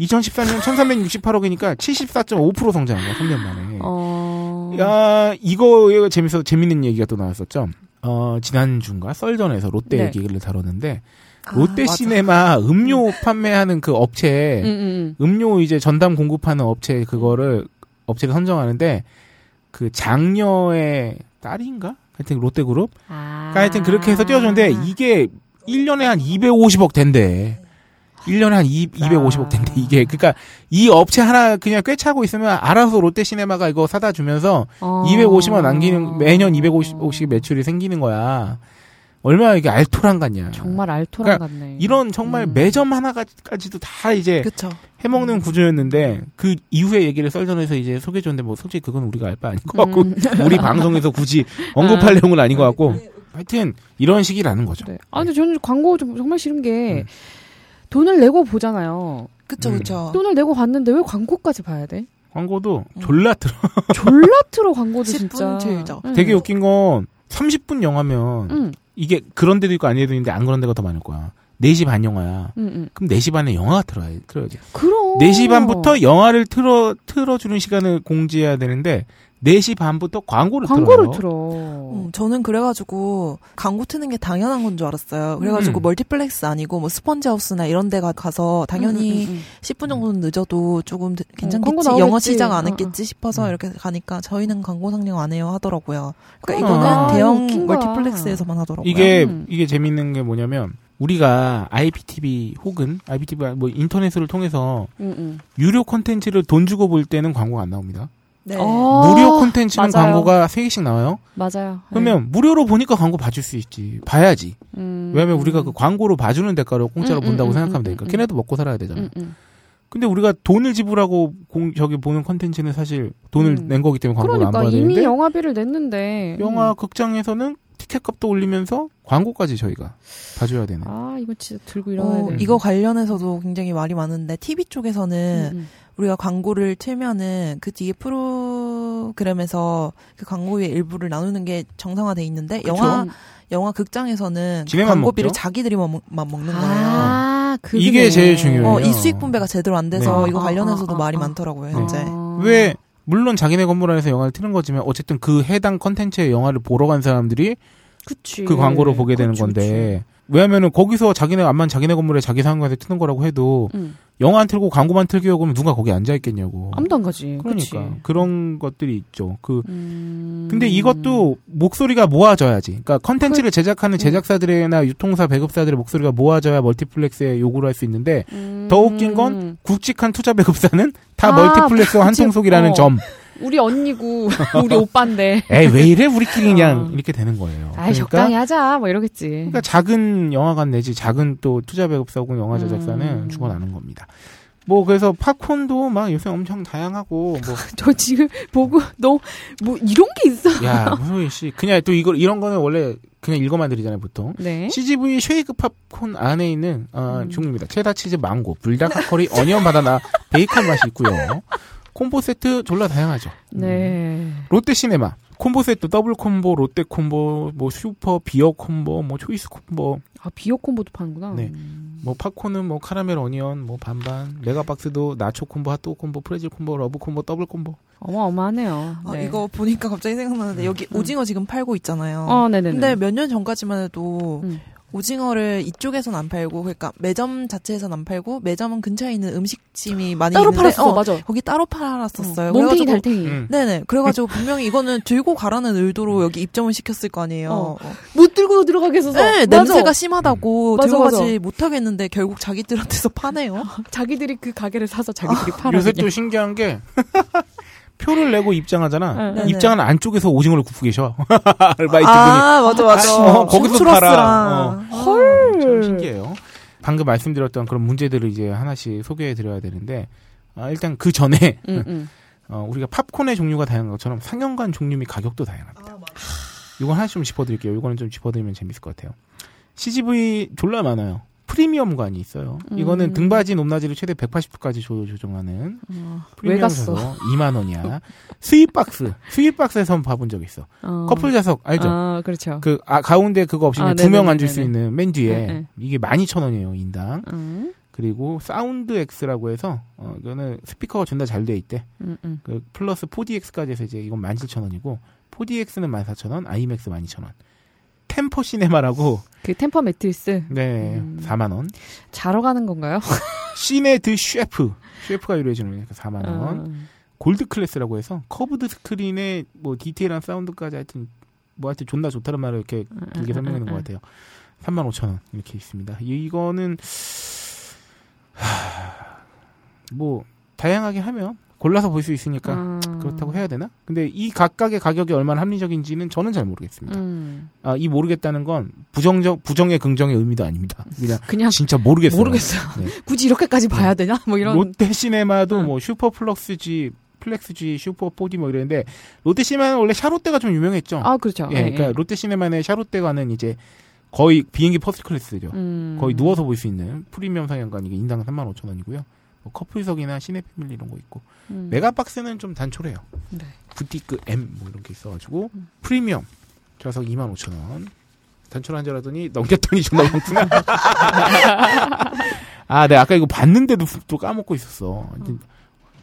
B: 2013년 1368억이니까 74.5% 성장한 거야, 3년 만에.
C: 어.
B: 야, 이거 재밌어 재밌는 얘기가 또 나왔었죠. 어, 지난 주인가 썰전에서 롯데
C: 네.
B: 얘기를 다뤘는데
A: 아,
B: 롯데
A: 맞아.
B: 시네마 음료 판매하는 그 업체
C: 음, 음,
B: 음료 이제 전담 공급하는 업체 그거를 업체를 선정하는데 그 장녀의 딸인가? 하여튼 롯데그룹?
C: 음. 아.
B: 그러니까 하여튼 그렇게 해서 띄워줬는데 이게 1년에 한 250억 된대. 1년에 한 2,
C: 그러니까.
B: 250억 된대. 이게 그러니까 이 업체 하나 그냥 꿰차고 있으면 알아서 롯데 시네마가 이거 사다 주면서
C: 어.
B: 250억 남기는 매년 250억씩 매출이 생기는 거야. 얼마나 이게 알토란 같냐.
C: 정말 알토란
B: 그러니까
C: 같네.
B: 이런 정말
C: 음.
B: 매점 하나까지도 다 이제
A: 그쵸.
B: 해먹는 구조였는데 그 이후에 얘기를 썰전에서 이제 소개해줬는데 뭐 솔직히 그건 우리가 알 바 아닌 것 같고
C: 음.
B: 우리 방송에서 굳이 언급할 내용은 아닌 것 같고 하여튼 이런 식이라는 거죠.
C: 네. 아 근데 저는 광고 좀 정말 싫은
B: 네.
C: 게 돈을 내고 보잖아요.
A: 그쵸,
B: 음.
A: 그쵸.
C: 돈을 내고 봤는데 왜 광고까지 봐야 돼?
B: 광고도
C: 음.
B: 졸라 들어.
C: 졸라 틀어 광고도
A: 10분
C: 진짜.
A: 길죠.
C: 음.
B: 되게 웃긴 건 30분 영화면
C: 음.
B: 이게 그런 데도 있고 아닌 데도 있는데 안 그런 데가 더 많을 거야. 4시 반 영화야.
C: 음, 음.
B: 그럼 4시 반에 영화가 들어야, 들어야지.
C: 그럼
B: 4시 반부터 영화를 틀어 틀어주는 시간을 공지해야 되는데 4시 반부터 광고를
C: 광고를
B: 틀어요.
C: 틀어.
A: 음, 저는 그래가지고 광고 트는 게 당연한 건 줄 알았어요. 그래가지고
B: 음.
A: 멀티플렉스 아니고 뭐 스펀지하우스나 이런 데가 가서 당연히
C: 음,
A: 10분 정도는 늦어도 조금 드-
C: 광고
A: 괜찮겠지
C: 나오겠지.
A: 영어 시작 안
C: 어,
A: 했겠지 싶어서 이렇게 가니까 저희는 광고 상영 안 해요 하더라고요. 그러니까
B: 그러나.
A: 이거는
C: 아,
A: 대형
C: 웃긴 거야.
A: 멀티플렉스에서만 하더라고요.
B: 이게
C: 음.
B: 이게 재밌는 게 뭐냐면 우리가 IPTV 혹은 IPTV 뭐 인터넷을 통해서
C: 음, 음.
B: 유료 콘텐츠를 돈 주고 볼 때는 광고가 안 나옵니다.
A: 네.
C: 어,
B: 무료 콘텐츠는
C: 맞아요. 네.
B: 광고가 3개씩 나와요.
C: 맞아요.
B: 그러면 무료로 보니까 광고 봐줄 수 있지. 봐야지.
C: 네. 음,
B: 왜냐면
C: 음.
B: 우리가 그 광고로 봐주는 대가로 공짜로
C: 음,
B: 본다고
C: 음,
B: 생각하면
C: 음,
B: 되니까.
C: 음,
B: 걔네도 먹고 살아야 되잖아.
C: 음, 음.
B: 근데 우리가 돈을 지불하고 공, 저기 보는 콘텐츠는 사실 돈을
C: 음.
B: 낸 거기 때문에 광고를
C: 그러니까
B: 안 봐야
C: 이미
B: 되는데
C: 영화비를 냈는데
B: 영화
C: 음.
B: 극장에서는 티켓값도 올리면서 광고까지 저희가 봐줘야
A: 네.
B: 되는.
C: 아 이거 진짜 들고 일어나야
A: 어,
C: 돼.
A: 이거 관련해서도 굉장히 말이 많은데 TV
C: 음,
A: 쪽에서는
C: 음.
A: 우리가 광고를 틀면은 그 뒤에 프로그램에서 그 광고의 일부를 나누는 게 정상화돼 있는데 영화 영화 극장에서는 그
B: 지네만
A: 광고비를
B: 먹죠?
A: 자기들이만 먹- 만 먹는 거예요.
C: 아, 그게
B: 이게 제일 중요해요.
A: 어, 이 수익 분배가 제대로 안 돼서
B: 예. 네.
A: 이거
C: 아,
A: 관련해서도
C: 아,
A: 말이
C: 아.
A: 많더라고요, 현재.
C: 네.
B: 왜 물론 자기네 건물 안에서 영화를 트는 거지만 어쨌든 그 해당 컨텐츠의 영화를 보러 간 사람들이
C: 그치.
B: 그 광고를 보게 되는
C: 예, 그렇죠, 그치,
B: 건데 왜냐면은 거기서 자기네 암만 자기네 건물에 자기 상관에서 트는 거라고 해도
C: 그치. 응.
B: 영화 안 틀고 광고만 틀기로 하면 누가 거기 앉아 있겠냐고.
C: 아무도 안 가지.
B: 그러니까
C: 그치.
B: 그런 것들이 있죠. 그
C: 음.
B: 근데 이것도 목소리가 모아져야지. 그러니까 컨텐츠를
C: 음.
B: 제작하는 제작사들이나 유통사 배급사들의 목소리가 모아져야 멀티플렉스에 요구를 할 수 있는데
C: 음.
B: 더 웃긴 건 굵직한 투자 배급사는 다
C: 아,
B: 멀티플렉스와
C: 그치.
B: 한통속이라는
C: 어.
B: 점.
C: 우리 언니고
B: 그러니까.
C: 우리 오빠인데.
B: 에이 왜 이래 우리끼리 그냥
C: 어.
B: 이렇게 되는 거예요.
C: 아 적당히 하자 뭐 이러겠지.
B: 그러니까 작은 영화관 내지 작은 또 투자 배급사 혹은 영화 제작사는
C: 음.
B: 죽어나는 겁니다. 뭐 그래서 팝콘도 막 요새 엄청 다양하고 뭐
C: 저 지금 보고 너 뭐 이런 게 있어.
B: 야 무소희 씨 그냥 또 이거 이런 거는 원래 그냥 읽어만 드리잖아요 보통.
C: 네.
B: CGV 쉐이크 팝콘 안에 있는 아,
C: 음.
B: 종류입니다. 체다 치즈 망고, 불닭 하커리, 어니언 바나나, 베이컨 맛이 있고요. 콤보 세트 졸라 다양하죠. 음.
C: 네.
B: 롯데 시네마 콤보 세트 더블 콤보, 롯데 콤보, 뭐 슈퍼 비어 콤보, 뭐 초이스 콤보,
C: 아 비어 콤보도 파는구나. 음.
B: 네. 뭐 팝콘은 뭐 카라멜 어니언, 뭐 반반, 메가박스도 나초 콤보, 핫도그 콤보, 프레질 콤보, 러브 콤보, 더블 콤보.
C: 어마어마하네요.
A: 아,
C: 네.
A: 이거 보니까 갑자기 생각나는데
B: 네.
A: 여기
C: 음.
A: 오징어 지금 팔고 있잖아요.
C: 어, 네네네.
A: 근데 몇 년 전까지만 해도
C: 음.
A: 오징어를 이쪽에선 안 팔고 그러니까 매점 자체에선 안 팔고 매점은 근처에 있는 음식점이 많이
C: 따로
A: 있는데
C: 팔았어.
A: 어,
C: 맞아.
A: 거기 따로 팔았었어요.
C: 몸탱이
A: 그래가지고
C: 달탱이.
B: 음.
A: 네네. 그래가지고 분명히 이거는 들고 가라는 의도로 여기 입점을 시켰을 거 아니에요.
C: 어. 못 들고 들어가게 해서.
A: 네, 냄새가 심하다고
C: 맞아,
A: 들고 가지 못하겠는데 결국 자기들한테서 파네요.
C: 자기들이 그 가게를 사서 자기들이 팔아.
B: 요새
C: 그냥.
B: 또 신기한 게 표를 내고 입장하잖아.
C: 응,
A: 응.
B: 입장한 안쪽에서 오징어를 굽고 계셔. 알바이트분이.
A: 아 맞아 맞아.
B: 어, 거기서 팔아. 어.
A: 츄러스랑.
B: 참 신기해요. 방금 말씀드렸던 그런 문제들을 이제 하나씩 소개해 드려야 되는데 아, 일단 그 전에
C: 음, 음.
B: 어, 우리가 팝콘의 종류가 다양한 것처럼 상영관 종류 및 가격도 다양합니다. 이건 하나씩 좀 짚어드릴게요. 이거는 좀 짚어드리면 재밌을 것 같아요. CGV 졸라 많아요. 프리미엄관이 있어요. 이거는
C: 음.
B: 등받이 높낮이를 최대 180도까지 조정하는
C: 어, 왜
B: 프리미엄
C: 갔어?
B: 좌석 2만 원이야. 스윗박스, 스윗박스에서 한번 봐본 적 있어.
C: 어.
B: 커플 좌석 알죠?
C: 아, 그렇죠.
B: 그 아, 가운데 그거 없이
C: 아,
B: 두 명
C: 네네네네.
B: 앉을 수 있는 맨 뒤에
C: 네, 네.
B: 이게 12,000원이에요 인당
C: 음,
B: 그리고 사운드 X라고 해서 어, 이거는 스피커가 존나 잘 돼 있대
C: 음, 음.
B: 그 플러스 4DX까지 해서 이제 이건 17,000원이고 4DX는 14,000원 IMAX 12,000원 템포 시네마라고
C: 그 템퍼 매트리스
B: 네
C: 음.
B: 4만 원
C: 자러 가는 건가요?
B: 시네 드 셰프 셰프가 요리해주는 거니까 4만
C: 어.
B: 원 골드 클래스라고 해서 커브드 스크린에 뭐 디테일한 사운드까지 하여튼 뭐 하여튼 존나 좋다는 말을 이렇게
C: 음,
B: 길게 설명하는 것 같아요. 3만 5천 원 이렇게 있습니다. 이- 이거는 하, 뭐 다양하게 하면 골라서 볼 수
C: 어.
B: 있으니까 그렇다고 해야 되나? 근데 이 각각의 가격이 얼마나 합리적인지는 저는 잘 모르겠습니다.
C: 음,
B: 아, 이 모르겠다는 건 부정적 부정의 긍정의 의미도 아닙니다. 그냥
C: 그냥
B: 진짜 모르겠어요.
C: 모르겠어요.
B: 네.
C: 굳이 이렇게까지 봐야 되냐? 뭐 이런.
B: 롯데 시네마도
C: 응.
B: 뭐 슈퍼 플럭스지 플렉스지 슈퍼 4D 뭐 이랬는데 롯데 시네마는 원래 샤롯데가 좀 유명했죠.
C: 아, 그렇죠.
B: 예, 그러니까 롯데 시네마의 샤롯데가는 이제 거의 비행기 퍼스트 클래스죠.
C: 음.
B: 거의 누워서 볼 수 있는 프리미엄 상영관 이게 인당 35,000원이고요. 뭐 커플석이나 시네패밀리 이런 거 있고
C: 음.
B: 메가박스는 좀 단촐해요.
C: 네. 음.
B: 부티크 M 뭐 이런 게 있어가지고 프리미엄 좌석 25,000원 단촐한 줄 알았더니 넘겼더니 존나 많구나. 아, 내가 아까 이거 봤는데도 또 까먹고 있었어.
C: 음.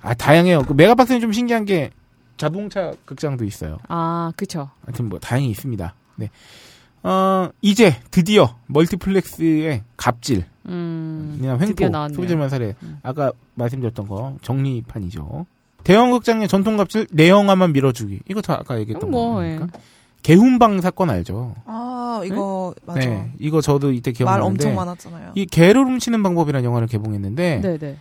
B: 아, 다양해요. 그 메가박스는 좀 신기한 게 자동차 극장도 있어요.
C: 아, 그쵸.
B: 하여튼 뭐 다행히 있습니다. 네. 어, 이제 드디어 멀티플렉스의 갑질,
C: 음.
B: 그냥
C: 드디어
B: 횡포,
C: 나왔네요.
B: 소비자 만살해.
C: 음.
B: 아까 말씀드렸던 거 정리판이죠. 대형 극장의 전통 갑질 내영화만 밀어주기. 이거 다 아까 얘기했던
C: 음, 뭐,
B: 거니까. 개훈방 사건 알죠?
A: 아, 이거 맞아.
B: 네, 이거 저도 이때
A: 말
B: 기억나는데
A: 엄청 많았잖아요.
B: 이 개를 훔치는 방법이라는 영화를 개봉했는데
C: 네, 네.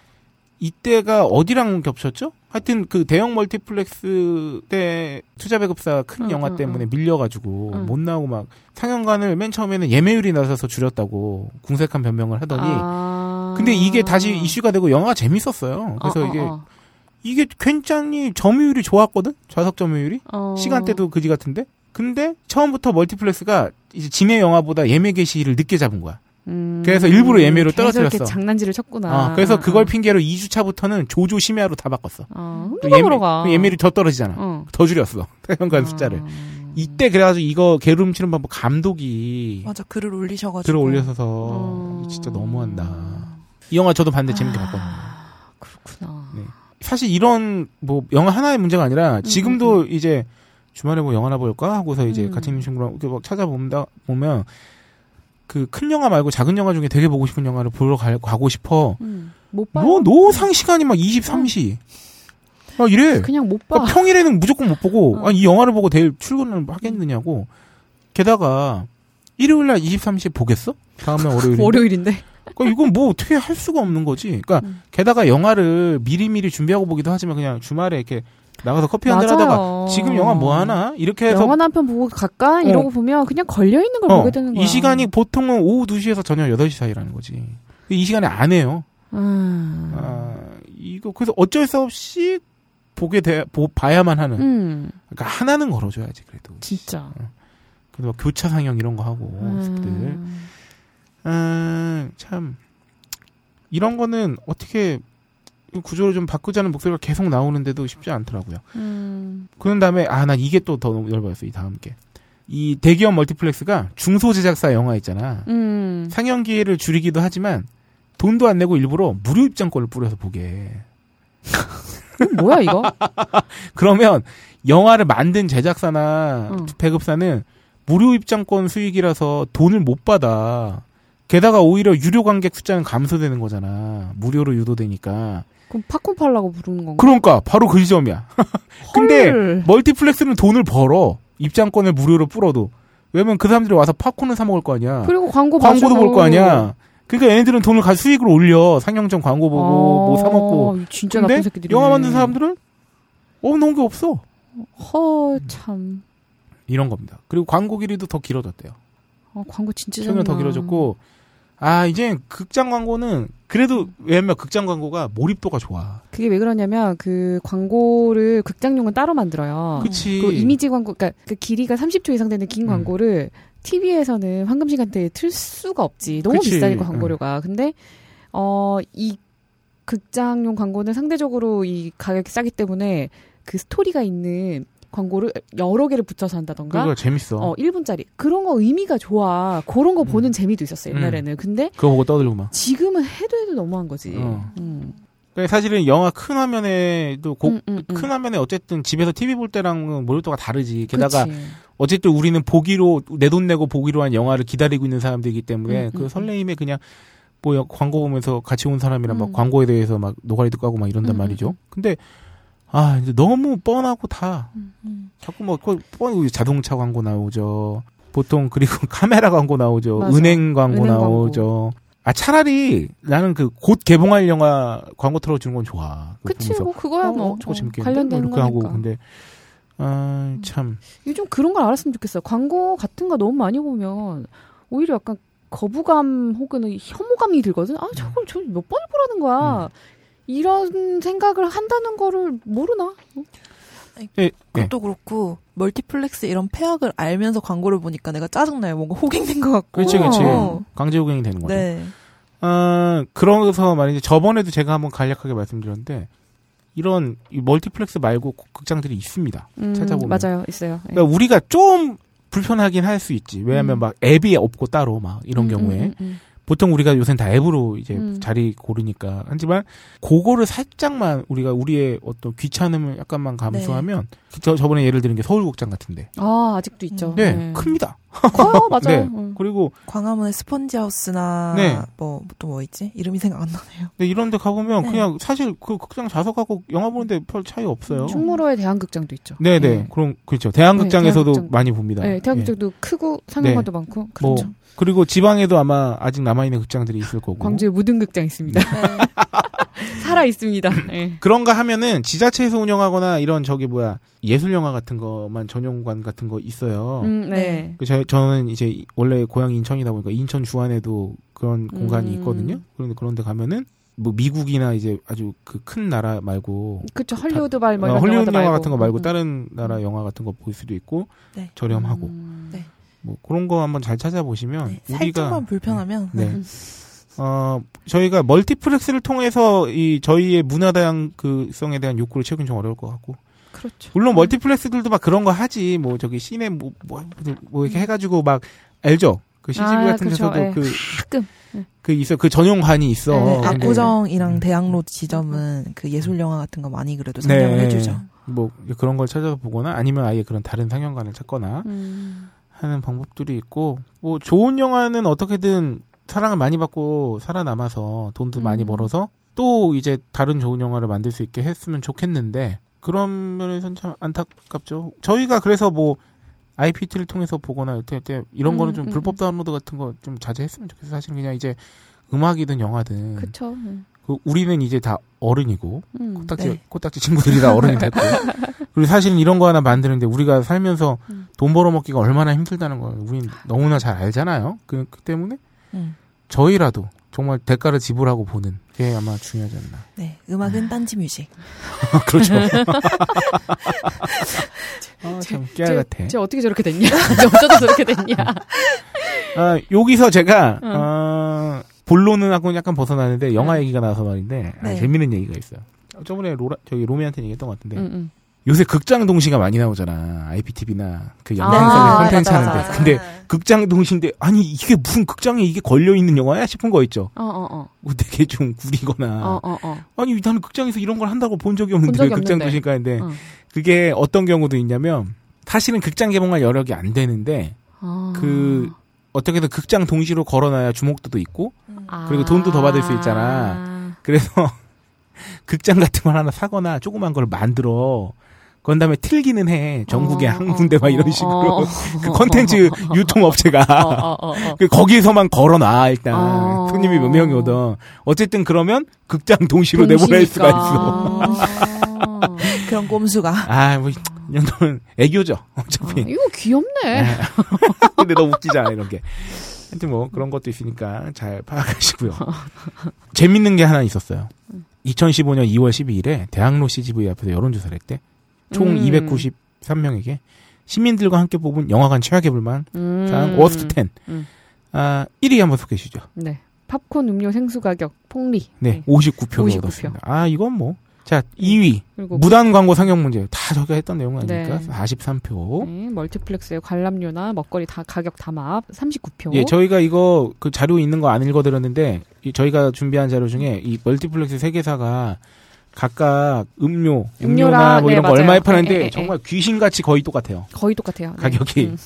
B: 이때가 어디랑 겹쳤죠? 하여튼 그 대형 멀티플렉스 때 투자 배급사 큰
C: 응,
B: 영화
C: 응,
B: 때문에 밀려가지고
C: 응.
B: 못 나오고 막 상영관을 맨 처음에는 예매율이 낮아서 줄였다고 궁색한 변명을 하더니
C: 아.
B: 근데 이게 다시 이슈가 되고 영화가 재밌었어요. 그래서
C: 어, 어,
B: 이게
C: 어.
B: 이게 괜찮이 점유율이 좋았거든. 좌석 점유율이
C: 어.
B: 시간대도 그지 같은데. 근데 처음부터 멀티플렉스가 이제 진해 영화보다 예매 개시일을 늦게 잡은 거야.
C: 음.
B: 그래서 일부러 예매로
C: 계속 이렇게
B: 떨어뜨렸어.
C: 장난질을 쳤구나.
B: 어, 그래서 그걸
C: 어.
B: 핑계로 2주차부터는 조조 심야로 다 바꿨어.
C: 아,
B: 또
C: 로 가.
B: 그 예매율이 더 떨어지잖아.
C: 어.
B: 더 줄였어. 태평관 숫자를.
C: 아.
B: 이때 그래가지고 이거 게으름치는 방법 감독이
A: 맞아. 글을 올리셔가지고.
B: 들어 올려서서
C: 어.
B: 진짜 너무한다. 이 영화 저도 봤는데 재밌게 봤거든요.
C: 그렇구나.
B: 네. 사실 이런 뭐 영화 하나의 문제가 아니라 지금도 이제 주말에 뭐 영화나 볼까 하고서 이제
C: 음.
B: 같이 있는 친구랑 이렇게 막 찾아본다 보면 그 큰 영화 말고 작은 영화 중에 되게 보고 싶은 영화를 보러 갈- 가고 싶어.
C: 음. 못 봐.
B: 뭐 노상 시간이 막 23시. 막 이래.
C: 그냥 못 봐.
B: 그러니까 평일에는 무조건 못 보고
C: 어.
B: 아, 이 영화를 보고 내일 출근을 하겠느냐고. 게다가 일요일 날 23시에 보겠어? 다음날 월요일.
C: 월요일인데.
B: 그러니까 이건 뭐 어떻게 할 수가 없는 거지. 그러니까
C: 음.
B: 게다가 영화를 미리미리 준비하고 보기도 하지만 그냥 주말에 이렇게 나가서 커피 한잔 하다가
C: 맞아요.
B: 지금 영화 뭐 하나? 이렇게 해서
C: 영화 한편 보고 갈까?
B: 어.
C: 이러고 보면 그냥 걸려 있는 걸
B: 어,
C: 보게 되는 거야.
B: 이 시간이 보통은 오후 2시에서 저녁 8시 사이라는 거지. 이 시간에 안 해요.
C: 음.
B: 아, 이거 그래서 어쩔 수 없이 보게 돼 보, 봐야만 하는.
C: 음.
B: 그러니까 하나는 걸어줘야지 그래도.
C: 진짜.
B: 그래도 막 교차 상영 이런 거 하고 이 어, 새끼들.
C: 음.
B: 아, 참 이런 거는 어떻게 이 구조를 좀 바꾸자는 목소리가 계속 나오는데도 쉽지 않더라고요.
C: 음.
B: 그런 다음에 아 난 이게 또 더 넓어졌어 이 다음 게. 이 대기업 멀티플렉스가 중소 제작사 영화 있잖아.
C: 음.
B: 상영 기회를 줄이기도 하지만 돈도 안 내고 일부러 무료 입장권을 뿌려서 보게.
C: 이건 뭐야 이거?
B: 그러면 영화를 만든 제작사나
C: 응.
B: 배급사는 무료 입장권 수익이라서 돈을 못 받아. 게다가 오히려 유료 관객 숫자는 감소되는 거잖아. 무료로 유도되니까.
C: 그럼 팝콘 팔라고 부르는 건가?
B: 그러니까 바로 그 지점이야. 근데
C: 헐.
B: 멀티플렉스는 돈을 벌어. 입장권을 무료로 풀어도. 왜냐면 그 사람들이 와서 팝콘을 사 먹을 거 아니야.
C: 그리고 광고
B: 광고도
C: 봐주고.
B: 볼 거 아니야. 그러니까 얘네들은 돈을 가 수익을 올려. 상영전 광고 보고 뭐 사 먹고.
C: 아, 진짜
B: 근데
C: 나쁜 새끼들이.
B: 영화 만든 사람들은 없는 게 없어.
C: 허 참.
B: 이런 겁니다. 그리고 광고 길이도 더 길어졌대요.
C: 어, 광고 진짜
B: 최근에 더
C: 짜증나.
B: 길어졌고 아 이제 극장 광고는 그래도 왜냐면 극장 광고가 몰입도가 좋아.
C: 그게 왜 그러냐면 그 광고를 극장용은 따로 만들어요.
B: 그치.
C: 그 이미지 광고, 그러니까 그 길이가 30초 이상 되는 긴
B: 음.
C: 광고를 TV에서는 황금 시간대에 틀 수가 없지. 너무
B: 그치. 음.
C: 비싸니까 광고료가. 근데 어 이 극장용 광고는 상대적으로 이 가격이 싸기 때문에 그 스토리가 있는 광고를 여러 개를 붙여서 한다던가
B: 그거 그러니까 재밌어.
C: 어 1분짜리 그런 거 의미가 좋아. 그런 거 보는 재미도 있었어 요
B: 음.
C: 옛날에는. 근데
B: 그거 보고 떠들고 막.
C: 지금은 해도 해도 너무한 거지.
B: 어.
C: 음.
B: 그러니까 사실은 영화 큰 화면에도 고-
C: 음, 음, 음.
B: 큰 화면에 어쨌든 집에서 TV 볼 때랑은 몰입도가 다르지. 게다가
C: 그치.
B: 어쨌든 우리는 보기로 내 돈 내고 보기로 한 영화를 기다리고 있는 사람들이기 때문에
C: 음,
B: 그
C: 음,
B: 설레임에 그냥 뭐 여- 광고 보면서 같이 온 사람이랑 막
C: 음.
B: 광고에 대해서 막 노가리 듣고 하고 막 이런단
C: 음, 음,
B: 말이죠.
C: 음.
B: 근데 아 이제 너무 뻔하고 다
A: 음.
B: 자꾸 뭐, 그, 뻔히 자동차 광고 나오죠. 보통, 그리고 카메라 광고 나오죠.
C: 맞아.
B: 은행 광고
C: 은행 광고.
B: 나오죠. 아, 차라리 나는 그 곧 개봉할 영화 광고 틀어주는 건 좋아. 그거
C: 그치
B: 보면서.
C: 뭐 그거야
B: 어,
C: 뭐
B: 어, 저거
C: 어,
B: 재밌겠는데? 뭐
C: 관련된
B: 이렇게
C: 거니까. 음.
B: 하고. 근데, 아, 참.
C: 요즘 그런 걸 알았으면 좋겠어요. 광고 같은 거 너무 많이 보면 오히려 약간 거부감 혹은 혐오감이 들거든. 아 저걸 저 몇 번을 보라는 거야. 이런 생각을 한다는 거를 모르나?
B: 예, 예.
A: 그것도 그렇고 멀티플렉스 이런 폐악을 알면서 광고를 보니까 내가 짜증나요. 뭔가 호갱된 것 같고.
B: 그렇지, 그렇지.
A: 어.
B: 강제호갱이 되는 거죠.
A: 네.
B: 아, 그러면서 말이지. 저번에도 제가 한번 간략하게 말씀드렸는데, 이런 이 멀티플렉스 말고 극장들이 있습니다. 찾아보면.
C: 음, 맞아요, 있어요. 예.
B: 그러니까 우리가 좀 불편하긴 할 수 있지. 왜냐하면
C: 음.
B: 막 앱이 없고 따로 막 이런
C: 음,
B: 경우에.
C: 음, 음, 음.
B: 보통 우리가 요새는 다 앱으로 이제
C: 음.
B: 자리 고르니까 하지만 그거를 살짝만 우리가 우리의 어떤 귀찮음을 약간만 감수하면
C: 네.
B: 저 저번에 예를 들은 게 서울국장 같은데
C: 아, 아직도 있죠.
B: 네, 큽니다.
C: 커요, 맞아요.
B: 네.
C: 음.
B: 그리고
A: 광화문의 스펀지하우스나
B: 네.
A: 뭐 또 뭐 있지? 이름이 생각 안 나네요.
B: 근데 이런 데 가보면
A: 네.
B: 그냥 사실 그 극장 좌석하고 영화 보는데 별 차이 없어요.
C: 충무로의 대한극장도 있죠.
B: 네네.
C: 네.
B: 그럼, 그렇죠. 대한극장에서도
C: 대한극장.
B: 많이 봅니다.
C: 네, 대한극장도 크고 상영관도 많고
B: 예. 뭐,
C: 그렇죠.
B: 그리고 지방에도 아마 아직 남아있는 극장들이 있을 거고.
C: 광주에 무등극장 있습니다.
B: 네.
C: 살아 있습니다. 네.
B: 그런가 하면은 지자체에서 운영하거나 이런 저기 뭐야, 예술영화 같은 거만 전용관 같은 거 있어요.
C: 음, 네.
B: 그 저, 저는 이제 이- 원래 고향이 인천이다 보니까 인천 주안에도 그런 공간이
C: 음.
B: 있거든요. 그런데 그런데 가면은 뭐 미국이나 이제 아주 그 큰 나라 말고
C: 그쵸 헐리우드 말 뭐
B: 어,
C: 이런
B: 헐리우드
C: 영화도
B: 영화
C: 말고.
B: 같은 거 말고
C: 음,
B: 다른 나라 영화 같은 거 볼 수도 있고
A: 네.
B: 저렴하고
C: 음.
A: 네.
B: 뭐 그런 거 한번 잘 찾아보시면
A: 네,
B: 우리가
A: 살짝만 불편하면
B: 네. 어, 저희가 멀티플렉스를 통해서 이 저희의 문화 다양성에 대한 욕구를 채우긴 좀 어려울 것 같고.
C: 그렇죠.
B: 물론 멀티플렉스들도 막 그런 거 하지. 뭐 저기 시내 뭐, 뭐, 뭐 이렇게 해가지고 막 알죠. 그 CGV
C: 음. 아,
B: 같은
C: 그렇죠.
B: 데서도
C: 예.
B: 그,
C: 가끔. 예.
B: 그 있어. 그 전용관이 있어.
C: 네, 네.
B: 근데
A: 압구정이랑 아, 대학로 지점은 그 예술 영화 같은 거 많이 그래도
B: 네.
A: 상영을 해주죠.
B: 뭐 그런 걸 찾아보거나 아니면 아예 그런 다른 상영관을 찾거나
C: 음.
B: 하는 방법들이 있고 뭐 좋은 영화는 어떻게든 사랑을 많이 받고 살아남아서 돈도 많이
C: 음.
B: 벌어서 또 이제 다른 좋은 영화를 만들 수 있게 했으면 좋겠는데 그런 면에서는 참 안타깝죠. 저희가 그래서 뭐 IPT를 통해서 보거나 여태 여태 이런 거는
C: 음,
B: 좀
C: 음,
B: 불법 다운로드 같은 거 좀 자제했으면 좋겠어요. 사실은 그냥 이제 음악이든 영화든
C: 그쵸. 음.
B: 그 우리는 이제 다 어른이고
C: 음.
B: 코딱지
A: 네.
B: 코딱지 친구들이 다 어른이 됐고 그리고 사실은 이런 거 하나 만드는데 우리가 살면서
C: 음.
B: 돈 벌어먹기가 얼마나 힘들다는 걸 우린 너무나 잘 알잖아요. 그, 그 때문에
A: 음.
B: 저희라도 정말 대가를 지불하고 보는 게 아마 중요하지 않나.
A: 네, 음악은 딴지 뮤직.
B: 그렇죠. 아, 참 깨알 같아. 네.
C: 쟤 어떻게 저렇게 됐냐? 쟤 어쩌다 저렇게 됐냐?
B: 아, 여기서 제가
C: 응.
B: 어, 본론은 하고 약간 벗어나는데 영화 얘기가 나와서 말인데 아,
A: 네.
B: 재밌는 얘기가 있어요. 저번에 로라 저기 로미한테 얘기했던 것 같은데
C: 음, 음.
B: 요새 극장 동시가 많이 나오잖아. IPTV나 그
C: 아,
B: 영상에서 콘텐츠
C: 맞아, 맞아,
B: 하는데.
C: 맞아.
B: 네. 근데 극장 동시인데 아니 이게 무슨 극장에 이게 걸려 있는 영화야 싶은 거 있죠.
C: 어, 어, 어.
B: 뭐 되게 좀 구리거나
C: 어, 어, 어.
B: 아니 나는 극장에서 이런 걸 한다고 본 적이 없는데
C: 적이
B: 왜 극장
C: 없는데.
B: 도시니까 했는데
C: 어.
B: 그게 어떤 경우도 있냐면 사실은 극장 개봉할 여력이 안 되는데
C: 아.
B: 그 어떻게든 극장 동시로 걸어놔야 주목도도 있고
C: 아.
B: 그리고 돈도 더 받을 수 있잖아. 그래서 극장 같은 걸 하나 사거나 조그만 걸 만들어 그런 다음에 틀기는 해 전국에
C: 어,
B: 한 군데 막
C: 어,
B: 이런
C: 어,
B: 식으로
C: 어,
B: 그 컨텐츠 유통업체가
C: 어, 어, 어, 어.
B: 그 거기에서만 걸어놔 일단
C: 어.
B: 손님이 몇 명이 오든 어쨌든 그러면 극장 동시로 내보낼 수가 있어
C: 있어.
A: 그런 꼼수가.
B: 아뭐 이런 건 애교죠 어차피
C: 이거 귀엽네.
B: 근데 너무 웃기잖아 이런 게 하여튼 뭐 그런 것도 있으니까 잘 파악하시고요 재밌는 게 하나 있었어요 2015년 2월 12일에 대학로 CGV 앞에서 여론조사를 했대 총
C: 음.
B: 293명에게 시민들과 함께 뽑은 영화관 최악의 불만
C: 음.
B: 사항 워스트 10
C: 음.
B: 아, 1위 한번 소개해 주죠
C: 네. 팝콘 음료 생수 가격 폭리.
B: 네, 59표를
C: 59표. 네.
B: 얻었습니다. 아, 이건 뭐. 자, 2위.
C: 그리고
B: 무단 광고 상영 문제. 다 저희가 했던 내용 아닙니까?
C: 네.
B: 43표.
C: 네, 멀티플렉스의 관람료나 먹거리 다 가격 담합 39표.
B: 예, 저희가 이거 그 자료 있는 거 안 읽어드렸는데, 이 저희가 준비한 자료 중에 이 멀티플렉스 세계사가 각각 음료, 음료나
C: 음료랑,
B: 뭐 이런
C: 네,
B: 거
C: 맞아요.
B: 얼마에
C: 예, 예,
B: 파는데
C: 예.
B: 정말 귀신같이 거의 똑같아요.
C: 거의 똑같아요. 네.
B: 가격이.
C: 음.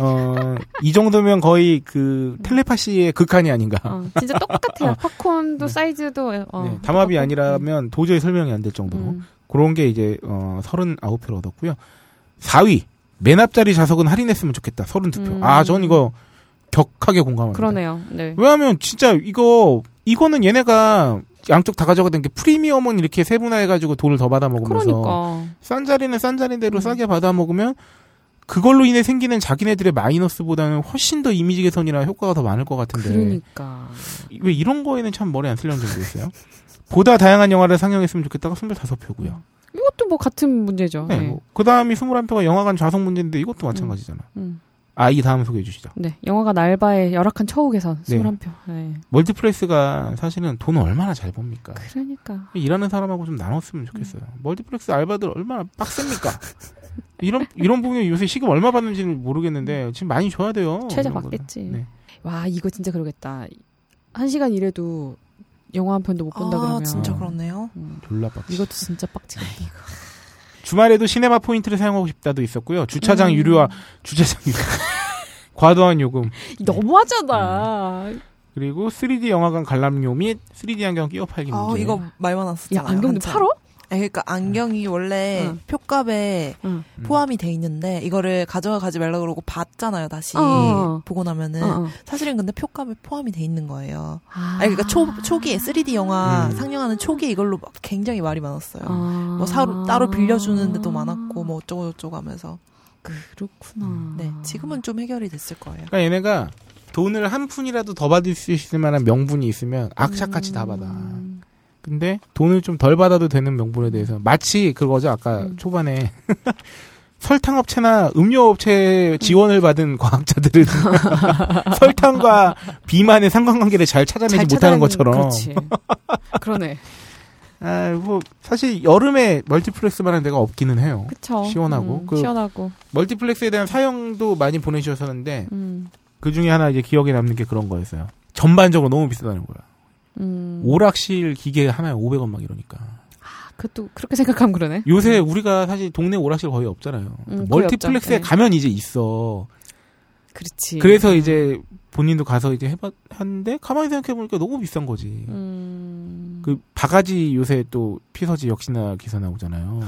B: 어, 이 정도면 거의 그 텔레파시의 극한이 아닌가.
C: 어, 진짜 똑같아요. 팝콘도 사이즈도 어,
B: 네, 담합이
C: 똑같고.
B: 아니라면 도저히 설명이 안 될 정도로.
C: 음.
B: 그런 게 이제 어 39표를 얻었고요. 4위 맨 앞자리 좌석은 할인했으면 좋겠다. 32표.
C: 음.
B: 아, 전 이거 격하게 공감합니다.
C: 그러네요. 네.
B: 왜냐하면 진짜 이거 이거는 얘네가 양쪽 다 가져가던 게 프리미엄은 이렇게 세분화해가지고 돈을 더 받아 먹으면서
C: 그러니까
B: 싼 자리는 싼 자리대로
C: 음.
B: 싸게 받아 먹으면 그걸로 인해 생기는 자기네들의 마이너스보다는 훨씬 더 이미지 개선이나 효과가 더 많을 것 같은데
C: 그러니까
B: 왜 이런 거에는 참 머리 안 쓰려는 점도 있어요. 보다 다양한 영화를 상영했으면 좋겠다가 25표고요.
C: 이것도 뭐 같은 문제죠.
B: 네.
C: 네.
B: 뭐, 그 다음이 21표가 영화관 좌석 문제인데 이것도 마찬가지잖아.
C: 음.
B: 아, 이 다음 소개해 주시죠.
C: 네. 영화가 날바의 열악한 처우 개선
B: 네.
C: 21표. 네.
B: 멀티플렉스가 사실은 돈을 얼마나 잘 법니까?
C: 그러니까
B: 일하는 사람하고 좀 나눴으면 좋겠어요. 멀티플렉스 알바들 얼마나 빡셉니까? 이런, 이런 부분이 요새 시급 얼마 받는지는 모르겠는데 지금 많이 줘야 돼요.
C: 최저
B: 이런 거는.
C: 받겠지.
B: 네.
C: 와 이거 진짜 그러겠다. 한 시간 일해도 영화 한 편도 못 본다
A: 아,
C: 그러면 음,
A: 진짜 아,
B: 어.
A: 그렇네요.
B: 졸라 빡치.
C: 이것도 진짜 빡치네.
B: 주말에도 시네마 포인트를 사용하고 싶다도 있었고요. 주차장
C: 음.
B: 유료화, 주차장 유료. 과도한 요금.
C: 네. 너무하잖아.
B: 그리고 3D 영화관 관람료 및 3D 안경 끼워 팔기
A: 아,
B: 문제.
A: 이거 말 많았었잖아요.
C: 야 안경도
A: 한참.
C: 팔어?
A: 아, 그러니까 안경이 원래
C: 응.
A: 표값에
C: 응.
A: 포함이 돼 있는데 이거를 가져가지 말라 그러고 봤잖아요. 다시
C: 어.
A: 보고 나면은
C: 어, 어.
A: 사실은 근데 표값에 포함이 돼 있는 거예요.
C: 아,
A: 네. 아니 그러니까 초 초기에 3D 영화
B: 음.
A: 상영하는 초기에 이걸로 막 굉장히 말이 많았어요.
C: 아.
A: 뭐 사로 따로 빌려주는 데도 많았고 뭐 어쩌고 저쩌고 하면서
C: 그렇구나.
A: 네 지금은 좀 해결이 됐을 거예요.
B: 그러니까 얘네가 돈을 한 푼이라도 더 받을 수 있을 만한 명분이 있으면 악착같이 다 받아.
C: 음.
B: 근데 돈을 좀 덜 받아도 되는 명분에 대해서 마치 그거죠. 아까
C: 음.
B: 초반에 설탕 업체나 음료 업체 지원을 받은 과학자들은 설탕과 비만의 상관관계를 잘 찾아내지
C: 잘
B: 못하는
C: 찾아낸-
B: 것처럼.
C: 그렇지. 그러네.
B: 아, 뭐 사실 여름에 멀티플렉스만한 데가 없기는 해요.
C: 그쵸.
B: 시원하고.
C: 음,
B: 그-
C: 시원하고.
B: 멀티플렉스에 대한 사용도 많이 보내주셨었는데
C: 음.
B: 그 중에 하나 이제 기억에 남는 게 그런 거였어요. 전반적으로 너무 비싸다는 거야.
C: 음.
B: 오락실 기계 하나에 500원 막 이러니까.
C: 그것도 그렇게 생각하면 그러네.
B: 요새 우리가 사실 동네 오락실 거의 없잖아요.
C: 거의
B: 멀티플렉스에
C: 없죠. 네. 예.
B: 가면 이제 있어.
C: 그렇지.
B: 그래서 이제 본인도 가서 이제 해봤는데 가만히 생각해보니까 너무 비싼 거지.
C: 음.
B: 그 바가지 요새 또 피서지 역시나 기사 나오잖아요.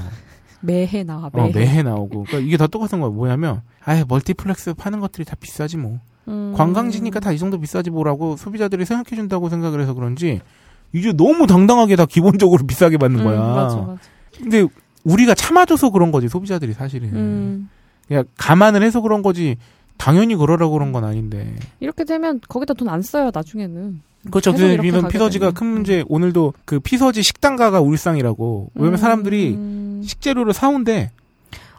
C: 매해 나와 매해.
B: 어, 매해 나오고. 그러니까 이게 다 똑같은 거야. 뭐냐면 아예 멀티플렉스 파는 것들이 다 비싸지 뭐.
C: 음.
B: 관광지니까 다 이 정도 비싸지 뭐라고 소비자들이 생각해준다고 생각을 해서 그런지 이제 너무 당당하게 다 기본적으로 비싸게 받는
C: 음,
B: 거야.
C: 맞아, 맞아.
B: 근데 우리가 참아줘서 그런 거지 소비자들이 사실은
C: 음.
B: 그냥 감안을 해서 그런 거지 당연히 그러라고 그런 건 아닌데
C: 이렇게 되면 거기다 돈 안 써요 나중에는.
B: 그렇죠.
C: 계속
B: 근데
C: 이렇게 음.
B: 우리는
C: 가게
B: 피서지가
C: 되면.
B: 큰 문제 오늘도 그 피서지 식당가가 울상이라고 왜냐면
C: 음.
B: 사람들이 식재료를 사온대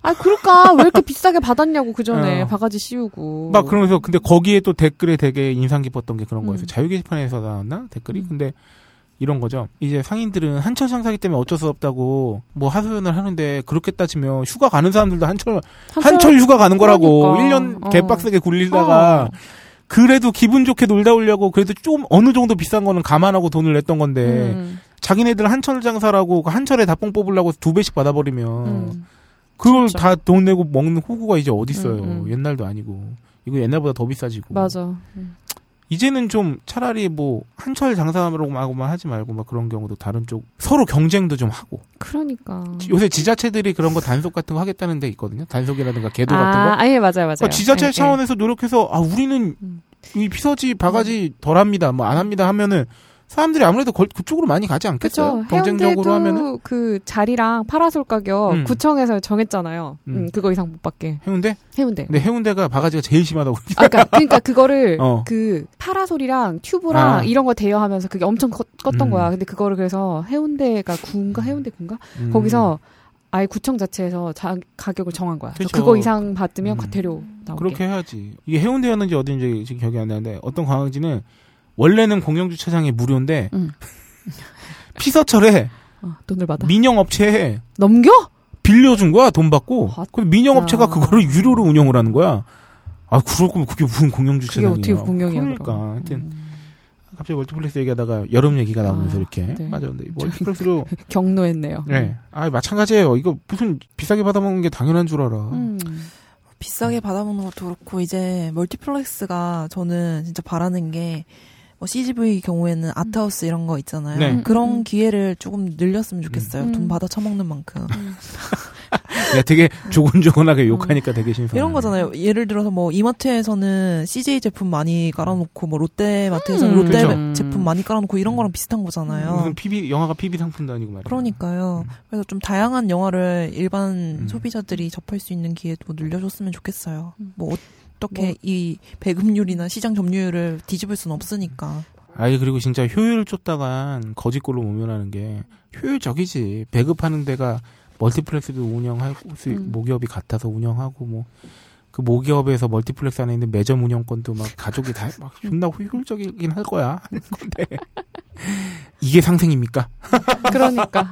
C: 아 그럴까 왜 이렇게 비싸게 받았냐고 그 전에
B: 어.
C: 바가지 씌우고.
B: 막 그러면서 근데 거기에 또 댓글에 되게 인상 깊었던 게 그런 거였어요.
C: 음.
B: 자유 게시판에서 나왔나 댓글이
C: 음. 근데
B: 근데 이런 거죠. 이제 상인들은 한철 장사기 때문에 어쩔 수 없다고 뭐 하소연을 하는데 그렇게 따지면 휴가 가는 사람들도 한철 한철, 휴가 가는 거라고
C: 그러니까.
B: 1년
C: 어.
B: 개빡세게 굴리다가
C: 어.
B: 그래도 기분 좋게 놀다 오려고 그래도 좀 어느 정도 비싼 거는 감안하고 돈을 냈던 건데
C: 음,
B: 자기네들 한철 장사라고 그 한철에 다 뽕 뽑으려고 두 배씩 받아버리면
C: 음.
B: 그걸
C: 진짜.
B: 다 돈 내고 먹는 호구가 이제 어딨어요.
C: 음, 음.
B: 옛날도 아니고. 이거 옛날보다 더 비싸지고.
C: 맞아. 음.
B: 이제는 좀 차라리 뭐 한철 장사하고만 하지 말고 막 그런 경우도 다른 쪽 서로 경쟁도 좀 하고.
C: 그러니까.
B: 요새 지자체들이 그런 거 단속 같은 거 하겠다는 데 있거든요. 단속이라든가 계도 같은 거.
C: 아, 아예 맞아요, 맞아요.
B: 그러니까 지자체
C: 예, 예.
B: 차원에서 노력해서 아 우리는
C: 음.
B: 이 피서지 바가지 덜 합니다. 뭐 안 합니다 하면은 사람들이 아무래도 걸- 그쪽으로 많이 가지 않겠어요.
C: 그쵸.
B: 경쟁적으로 하면은
C: 해운대도 그 자리랑 파라솔 가격
B: 음.
C: 구청에서 정했잖아요. 음.
B: 음.
C: 그거 이상 못 받게.
B: 해운대?
C: 해운대.
B: 근데 해운대가 바가지가 제일 심하다고.
C: 아, 그러니까, 그러니까 그거를
B: 어.
C: 그 파라솔이랑 튜브랑
B: 아.
C: 이런 거 대여하면서 그게 엄청 컸, 던
B: 음.
C: 거야. 근데 그거를 그래서 해운대가 구인가 해운대 구인가
B: 음.
C: 거기서 아예 구청 자체에서 자- 가격을 정한 거야.
B: 그쵸.
C: 그거 이상 받으면
B: 음.
C: 과태료 나오게.
B: 그렇게 해야지. 이게 해운대였는지 어딘지 지금 기억이 안 나는데 어떤 관광지는 원래는 공영 주차장이 무료인데
C: 음.
B: 피서철에
C: 어, 돈을 받아.
B: 민영 업체에
C: 넘겨?
B: 빌려준 거야 돈 받고.
C: 아,
B: 근데 민영 업체가
C: 진짜.
B: 그거를 유료로 운영을 하는 거야. 아 그럴 거면 그게 무슨 공영
C: 그게
B: 주차장이야.
C: 어떻게 공영이야?
B: 그러니까
C: 그럼.
B: 하여튼
C: 음.
B: 갑자기 멀티플렉스 얘기하다가 여름 얘기가 나오면서
C: 아,
B: 이렇게
C: 네. 음.
B: 맞아. 근데 이 멀티플렉스로
C: 경로했네요.
B: 네. 아 마찬가지예요. 이거 무슨 비싸게 받아먹는 게 당연한 줄 알아.
C: 음.
A: 비싸게 받아먹는 것도 그렇고 이제 멀티플렉스가 저는 진짜 바라는 게 뭐 CGV 경우에는 아트하우스 이런 거 있잖아요.
B: 네.
A: 그런
C: 음.
A: 기회를 조금 늘렸으면 좋겠어요.
C: 음.
A: 돈 받아 처먹는 만큼.
B: 야, 되게
C: 음.
B: 조곤조곤하게 욕하니까 되게 신선.
A: 이런 거잖아요. 예를 들어서 뭐 이마트에서는 CJ 제품 많이 깔아놓고 뭐 롯데마트에서는
C: 음.
A: 롯데
C: 그죠. 음.
A: 제품 많이 깔아놓고 이런 거랑 비슷한 거잖아요.
B: 무슨 PB 영화가 PB 상품도 아니고 말이야.
A: 그러니까요. 그래서 좀 다양한 영화를 일반
B: 음.
A: 소비자들이 접할 수 있는 기회도 뭐 늘려줬으면 좋겠어요.
C: 음.
A: 뭐 어떻게 이 배급률이나 시장 점유율을 뒤집을 수는 없으니까.
B: 아니 그리고 진짜 효율 쫓다간 거짓골로 모면하는 게 효율적이지 배급하는 데가 멀티플렉스도 운영하고 수-
C: 음.
B: 모기업이 같아서 운영하고 뭐 그 모기업에서 멀티플렉스 안에 있는 매점 운영권도 막 가족이 다 막 존나 효율적이긴 할 거야 하는 건데 이게 상생입니까?
C: 그러니까.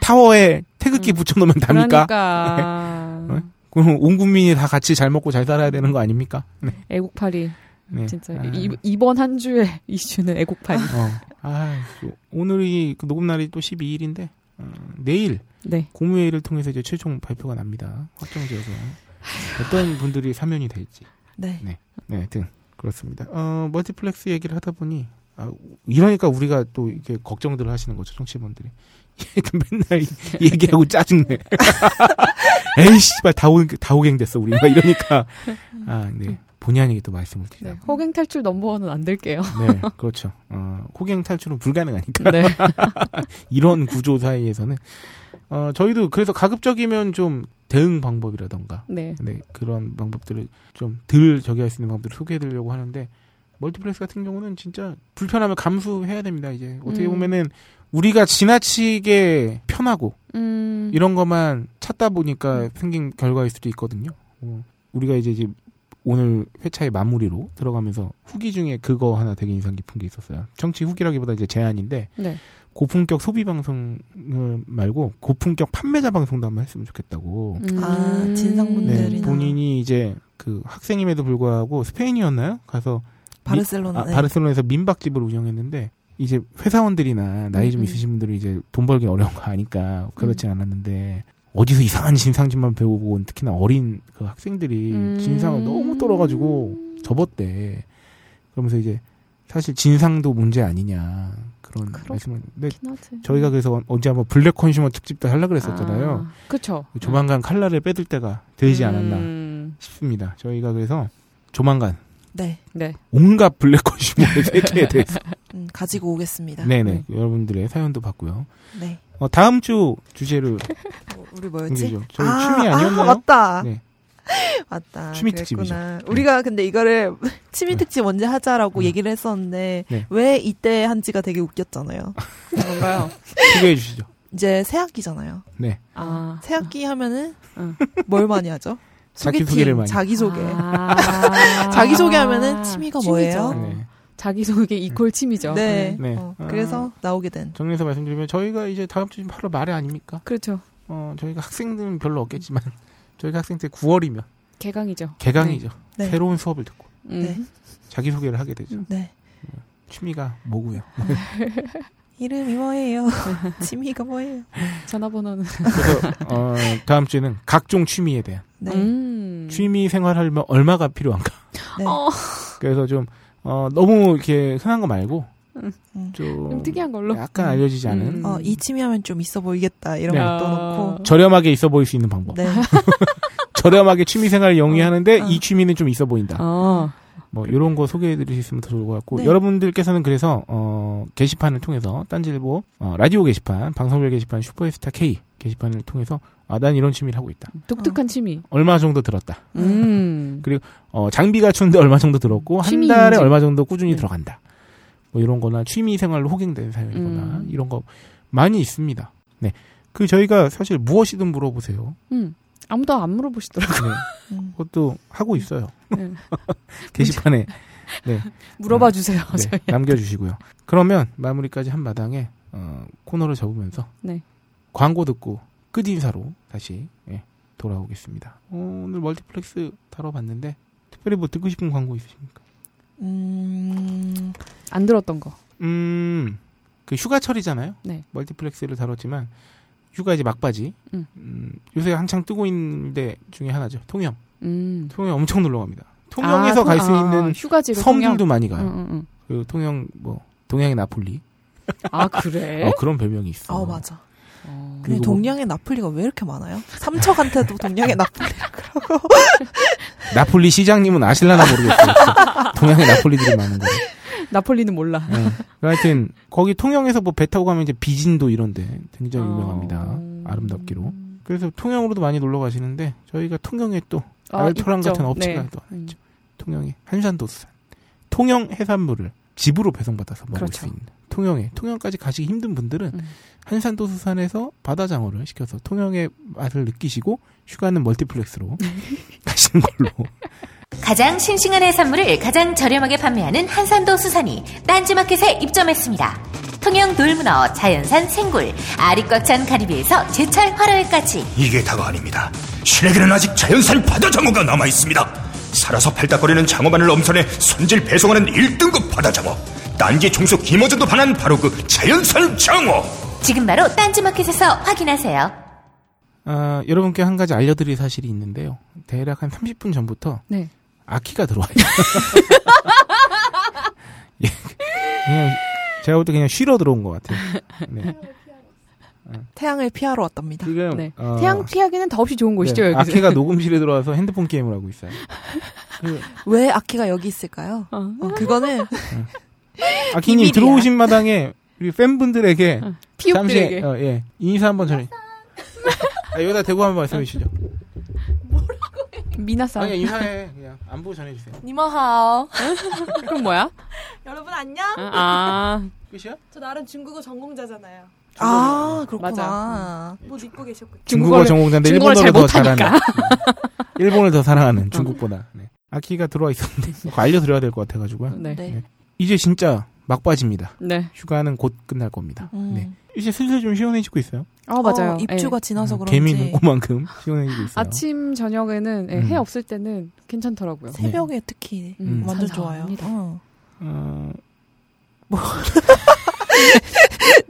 B: 타워에 태극기
C: 음.
B: 붙여놓으면 답니까?
C: 그러니까.
B: 네. 그럼 온 국민이 다 같이 잘 먹고 잘 살아야 되는 거 아닙니까? 네.
C: 애국팔이
B: 네.
C: 진짜
B: 아.
C: 이, 이번 한 주의 이슈는 애국판이.
B: 어. 아, 그 오늘이 그 녹음 날이 또 12일인데 어, 내일
C: 네.
B: 공무회의를 통해서 이제 최종 발표가 납니다. 확정지어서 어떤 분들이 사면이 될지.
A: 네.
B: 네. 네, 등 그렇습니다. 어, 멀티플렉스 얘기를 하다 보니 아, 이러니까 우리가 또 이렇게 걱정들을 하시는 거죠, 청취분들이. 얘들 맨날 이- 얘기하고 짜증내. 에이 씨발 다 오, 다 오갱 됐어 우리 막 이러니까 아, 네. 본의 아니게 또 말씀을 드리다. 네.
C: 호갱 탈출 넘버원은 안 될게요.
B: 네, 그렇죠. 어, 호갱 탈출은 불가능하니까.
C: 네.
B: 이런 구조 사이에서는 어, 저희도 그래서 가급적이면 좀 대응 방법이라던가
C: 네.
B: 네, 그런 방법들을 좀 덜 저기 할 수 있는 방법들을 소개해 드리려고 하는데 멀티플렉스 같은 경우는 진짜 불편함을 감수해야 됩니다. 이제 어떻게
C: 음.
B: 보면은 우리가 지나치게 편하고
C: 음.
B: 이런 것만 찾다 보니까 생긴 결과일 수도 있거든요. 어, 우리가 이제 이제 오늘 회차의 마무리로 들어가면서 후기 중에 그거 하나 되게 인상 깊은 게 있었어요. 정치 후기라기보다 이제 제안인데
C: 네.
B: 고품격 소비 방송을 말고 고품격 판매자 방송도 한번 했으면 좋겠다고.
C: 음.
A: 아, 진상분들이나
B: 네, 본인이 이제 그 학생임에도 불구하고 스페인이었나요? 가서
A: 바르셀로나.
B: 아,
A: 네.
B: 바르셀로나에서 민박집을 운영했는데 이제 회사원들이나 나이 좀
C: 음, 음.
B: 있으신 분들이 이제 돈 벌기 어려운 거 아니까 그렇지 않았는데 어디서 이상한 진상집만 배우고 온 특히나 어린 그 학생들이
C: 음.
B: 진상을 너무 떨어가지고 접었대. 그러면서 이제 사실 진상도 문제 아니냐 그런
C: 그렇긴
B: 말씀을. 근데
C: 키너즈.
B: 저희가 그래서 언제 한번 블랙 컨슈머 특집도 하려 고 그랬었잖아요.
C: 아, 그쵸.
B: 조만간 칼날을 빼들 때가 되지 않았나
C: 음.
B: 싶습니다. 저희가 그래서 조만간
A: 네.
C: 네.
B: 온갖 블랙 컨슈머의 세계에 대해서
A: 음, 가지고 오겠습니다. 음,
B: 네네. 여러분들의 사연도 봤고요.
A: 네.
B: 어, 다음 주 주제를
A: 어, 우리 뭐였지?
B: 옮기죠. 저희 춤이 아니었나요?
A: 아, 맞다.
B: 네.
A: 맞다.
B: 취미
A: 그랬구나. 우리가 근데 이거를 취미 특집 언제 하자라고
B: 네.
A: 얘기를 했었는데
B: 네.
A: 왜 이때 한지가 되게 웃겼잖아요.
C: 뭔가요?
B: 소개해 주시죠.
A: 이제 새학기잖아요.
B: 네.
C: 아.
A: 새학기 하면은
C: 응.
A: 뭘 많이 하죠?
B: 자기 소개를 많이.
A: 자기 소개.
C: 아.
A: 자기 소개하면은 취미가 뭐예요?
B: 네.
C: 자기 소개 이퀄 취미죠.
A: 네.
B: 네.
A: 어,
B: 아.
A: 그래서 나오게 된.
B: 정리해서 말씀드리면 저희가 이제 다음 주 지금 8월 말에 아닙니까?
C: 그렇죠.
B: 어, 저희가 학생들은 별로 없겠지만 저희가 학생 때 9월이면
C: 개강이죠.
B: 개강이죠.
A: 네.
B: 새로운 수업을 듣고
C: 음.
A: 네.
B: 자기 소개를 하게 되죠.
A: 네.
B: 취미가 뭐고요?
A: 이름이 뭐예요? 취미가 뭐예요?
C: 전화번호는.
B: 그래서 어, 다음 주에는 각종 취미에 대한
A: 네.
C: 음.
B: 취미 생활하려면 얼마가 필요한가.
A: 네.
C: 어.
B: 그래서 좀 어, 너무 이렇게 흔한 거 말고
A: 음.
B: 좀
C: 좀 특이한 걸로.
B: 약간
A: 음.
B: 알려지지 않은
C: 음.
A: 어, 이 취미 하면 좀 있어 보이겠다. 이런
B: 네.
A: 것도 넣고.
B: 저렴하게 있어 보일 수 있는 방법.
A: 네.
B: 저렴하게 취미 생활을 영위하는데
A: 어.
B: 이 취미는 좀 있어 보인다.
C: 어.
B: 뭐 이런 거 소개해 드릴 수 있으면 더 좋을 것 같고
A: 네.
B: 여러분들께서는 그래서 어 게시판을 통해서 딴지일보 어, 라디오 게시판, 방송별 게시판, 슈퍼스타 K 게시판을 통해서 아 난 이런 취미를 하고 있다.
C: 독특한 취미.
B: 얼마 정도 들었다.
C: 음.
B: 어 장비 갖추는데 얼마 정도 들었고 한
C: 취미
B: 달에
C: 인증.
B: 얼마 정도 꾸준히
C: 네.
B: 들어간다. 뭐 이런 거나 취미 생활로 호갱된 사연이거나
C: 음.
B: 이런 거 많이 있습니다. 네. 그 저희가 사실 무엇이든 물어보세요.
C: 음. 아무도 안 물어보시더라고요.
B: 네.
A: 음.
B: 그것도 하고 있어요.
C: 네.
B: 게시판에
C: 물어봐 주세요.
B: 네,
C: 저희.
B: 남겨주시고요. 그러면 마무리까지 한 마당에 어, 코너를 접으면서
C: 네.
B: 광고 듣고 끝 인사로 다시 예, 돌아오겠습니다. 어, 오늘 멀티플렉스 다뤄봤는데 특별히 뭐 듣고 싶은 광고 있으십니까?
A: 음.
C: 안 들었던 거.
B: 음, 그 휴가철이잖아요.
C: 네.
B: 멀티플렉스를 다뤘지만 휴가 이제 막바지.
C: 음.
B: 음, 요새 한창 뜨고 있는 데 중에 하나죠. 통영.
C: 음.
B: 통영 엄청 놀러 갑니다. 통영에서 갈 수
C: 아, 통-
B: 있는
C: 휴가지로
B: 섬들도
C: 통영. 음.
B: 많이
C: 응,
B: 가요.
C: 응, 응.
B: 그 통영 뭐 동양의 나폴리.
C: 아 그래?
B: 어, 그런 별명이 있어.
A: 어, 맞아.
C: 어.
A: 근데
B: 그리고 뭐
A: 동양의 나폴리가 왜 이렇게 많아요? 삼척한테도 동양의 나폴리라 그러고.
B: 나폴리 시장님은 아실라나 모르겠어요. 동양의 나폴리들이 많은 거.
C: 나폴리는 몰라.
B: 예. 하여튼 거기 통영에서 뭐 배 타고 가면 이제 비진도 이런데 굉장히 유명합니다.
C: 어.
B: 아름답기로. 그래서 통영으로도 많이 놀러 가시는데 저희가 통영에 또
C: 아,
B: 알토란
C: 있죠.
B: 같은 업체가
C: 네.
B: 또
C: 음.
B: 통영에 한산도수산 통영 해산물을 집으로 배송받아서 먹을
C: 그렇죠.
B: 수 있는 통영에 통영까지 가시기 힘든 분들은
C: 음.
B: 한산도수산에서 바다장어를 시켜서 통영의 맛을 느끼시고 휴가는 멀티플렉스로 가시는 걸로
K: 가장 싱싱한 해산물을 가장 저렴하게 판매하는 한산도 수산이 딴지마켓에 입점했습니다. 통영 돌문어, 자연산 생굴, 알이 꽉 찬 가리비에서 제철 화로회까지
H: 이게 다가 아닙니다. 신에게는 아직 자연산 바다 장어가 남아 있습니다.
L: 살아서 팔딱거리는 장어만을 엄선해 손질 배송하는 1등급 바다장어 딴지 종수 김어준도 반한 바로 그 자연산 장어
K: 지금 바로 딴지마켓에서 확인하세요.
B: 아, 여러분께 한 가지 알려드릴 사실이 있는데요. 대략 한 30분 전부터
C: 네.
B: 아키가 들어와요. 예, 그냥 제가 볼 때 그냥 쉬러 들어온 것 같아요. 네.
A: 태양을 피하러 왔답니다.
B: 지금 어,
C: 네. 태양 피하기는 더없이 좋은 곳이죠,
B: 네,
C: 여기서.
B: 아키가 녹음실에 들어와서 핸드폰 게임을 하고 있어요.
A: 왜 아키가 여기 있을까요? 어, 그거는
B: 아키님
A: 비밀이야.
B: 들어오신 마당에 우리 팬분들에게
A: 피읍들에게.
B: 잠시 어, 예, 인사 한번 전해. 아, 여기다 대고 한번 말씀해 주시죠.
C: 미나상.
B: 아니, 인사해. 그냥 안부 전해주세요.
M: 니마하오.
B: 어.
C: 그럼 뭐야?
M: 여러분 안녕.
C: 아.
B: 끝이야?
M: 저 나름 중국어 전공자잖아요.
A: 아
M: 맞아. 못 잊고 계셨군.
B: 중국어 전공자인데 일본어를 더 잘하는.
M: 못하니까.
B: 네. 일본을 더 사랑하는 중국보다. 네. 아키가 들어와 있었는데 그거 알려드려야 될 것 같아가지고요.
C: 네. 네.
B: 이제 진짜 막바지입니다.
C: 네.
B: 휴가는 곧 끝날 겁니다.
A: 음.
B: 네. 이제 슬슬 좀 시원해지고 있어요. 음,
C: 아, 맞아요.
A: 어, 입주가
C: 예.
A: 지나서 그런지
B: 개미 눈꼬만큼 시원해지고 있어요.
C: 아침 저녁에는
B: 음.
C: 예, 해 없을 때는 괜찮더라고요.
A: 새벽에 특히
C: 음.
A: 완전
C: 선선합니다.
A: 좋아요. 어.
B: 어,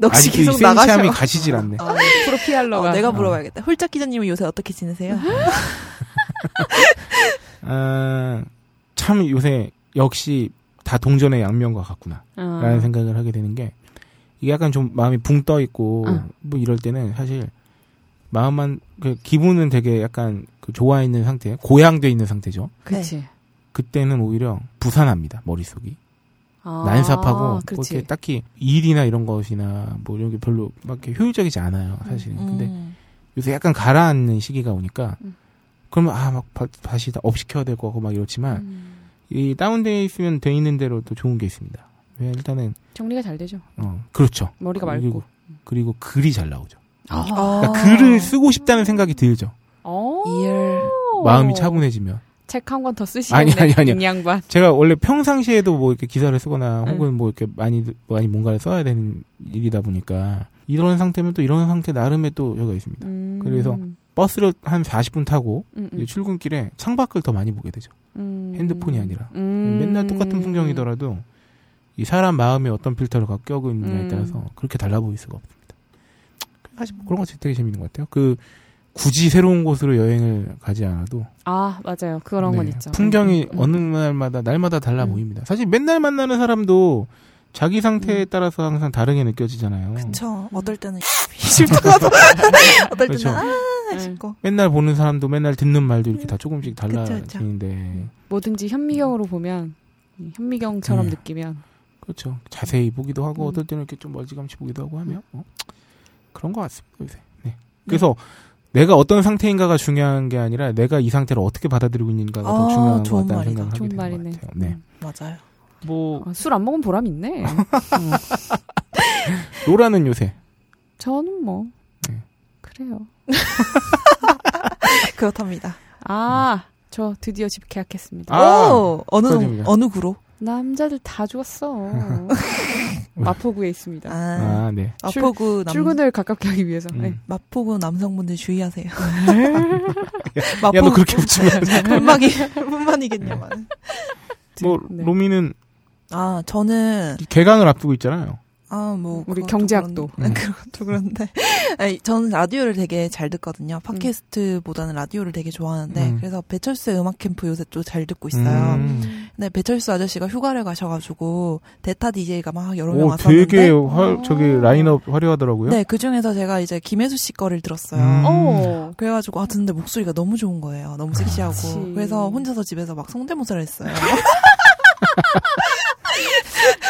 A: 넋이
B: 아직 이
A: 계속
B: 그 센치함이
A: 나가셔.
B: 가시질 않네.
A: 아,
C: 프로피알러가.
A: 어, 내가 물어봐야겠다. 홀짝 기자님은 요새 어떻게 지내세요?
B: 음. 아, 참 요새 역시 다 동전의 양면과 같구나.
A: 아.
B: 라는 생각을 하게 되는 게 이게 약간 좀 마음이 붕 떠 있고
A: 응.
B: 뭐 이럴 때는 사실 마음만 그 기분은 되게 약간 그 좋아 있는 상태, 고양돼 있는 상태죠.
C: 그치.
A: 네.
B: 그때는 오히려 부산합니다 머릿속이
C: 아,
B: 난삽하고 뭐
C: 그렇지.
B: 이렇게 딱히 일이나 이런 것이나 뭐 이런 게 별로 막 이렇게 효율적이지 않아요
A: 음.
B: 사실은 근데 요새 약간 가라앉는 시기가 오니까
C: 음.
B: 그러면 아 막 다시 다 업시켜야 될 거고 막 이렇지만
C: 음.
B: 이 다운돼 있으면 돼 있는 대로 또 좋은 게 있습니다 왜 일단은
C: 정리가 잘 되죠.
B: 어 그렇죠
C: 머리가
B: 그리고,
C: 맑고.
B: 그리고 글이 잘 나오죠
C: 아.
B: 그러니까 글을 쓰고 싶다는 생각이 들죠
C: 어.
B: 마음이 차분해지면
C: 책 한 권 더 쓰시겠네.
B: 아니 아니 아니
C: 이 양반.
B: 제가 원래 평상시에도 뭐 이렇게 기사를 쓰거나
C: 네.
B: 혹은 뭐 이렇게 많이 많이 뭔가를 써야 되는 일이다 보니까 이런 상태면 또 이런 상태 나름의 또 여가 있습니다.
A: 음.
B: 그래서 버스를 한 40분 타고
C: 음, 음.
B: 이제 출근길에 창밖을 더 많이 보게 되죠.
C: 음.
B: 핸드폰이 아니라
C: 음.
B: 맨날 똑같은 풍경이더라도 이 사람 마음에 어떤 필터를 갖고 껴고 있느냐에
C: 음.
B: 따라서 그렇게 달라 보일 수가 없습니다. 사실 뭐 그런 것 되게 재밌는 것 같아요. 그 굳이 새로운 곳으로 여행을 가지 않아도
C: 아, 맞아요. 그런 건
B: 네,
C: 있죠. 음,
B: 풍경이 어느 날마다 날마다 달라 보입니다. 사실 맨날 만나는 사람도 자기
C: 음.
B: 상태에 따라서 항상 다르게 느껴지잖아요.
A: 그쵸. 어떨 때는 심터가서 어떨 때는
B: 그쵸.
A: 아 싶고
B: 맨날 보는 사람도 맨날 듣는 말도 이렇게 다 조금씩
C: 음. 그쵸,
B: 달라지는데
C: 뭐든지 현미경으로 보면 이 현미경처럼
B: 음.
C: 느끼면
B: 그렇죠. 자세히 보기도 하고
C: 음.
B: 어떨 때는 이렇게 좀 멀찌감치 보기도 하고 하며 어, 그런 것 같습니다. 요새. 네. 그래서 내가 어떤 상태인가가 중요한 게 아니라 내가 이 상태를 어떻게 받아들이고 있는가가 더
C: 아,
B: 중요한 것
C: 좋은
B: 같다는
C: 말이다.
B: 생각을 하게
C: 좋은
B: 되는
C: 말이네. 음. 어.
B: 것 같아요. 네.
A: 맞아요.
B: 뭐
C: 술 안 먹은 보람 있네. 음.
B: 로라는 요새
C: 저는 뭐
B: 네.
C: 그래요.
A: 그렇답니다.
C: 아, 저 드디어 집 계약했습니다.
A: 아, 오, 어느 동-
B: 축하드립니다.
A: 어느 구로?
C: 남자들 다 죽었어. 마포구에 있습니다.
B: 아, 네.
C: 출-
A: 마포구 남-
C: 출근을 가깝게 하기 위해서.
B: 음.
C: 네.
A: 마포구 남성분들 주의하세요.
C: 아,
A: 네,
B: 야,
C: 뭐,
B: 너 그렇게 웃지마.
C: 네.
A: 분만이 분만이겠냐만.
B: 뭐
C: 네.
B: 로미는
A: 아 저는
B: 개강을 앞두고 있잖아요.
A: 아 뭐 아,
C: 우리 경제학도.
A: 그런,
C: 음.
A: 그것도 그런데 아니 저는 라디오를 되게 잘 듣거든요. 팟캐스트보다는 라디오를 되게 좋아하는데
C: 음.
A: 그래서 배철수 의 음악 캠프 요새 또 잘 듣고 있어요.
B: 음.
A: 근데 배철수 아저씨가 휴가를 가셔가지고 대타 DJ가 막 여러 명
B: 오,
A: 왔었는데
C: 네.
B: 되게 화, 저기
C: 아.
B: 라인업 화려하더라고요.
A: 네, 그 중에서 제가 이제 김혜수 씨 거를 들었어요.
B: 음.
C: 오.
A: 그래가지고, 아, 듣는데 목소리가 너무 좋은 거예요. 너무 섹시하고.
C: 그치.
A: 그래서 혼자서 집에서 막 성대모사를 했어요.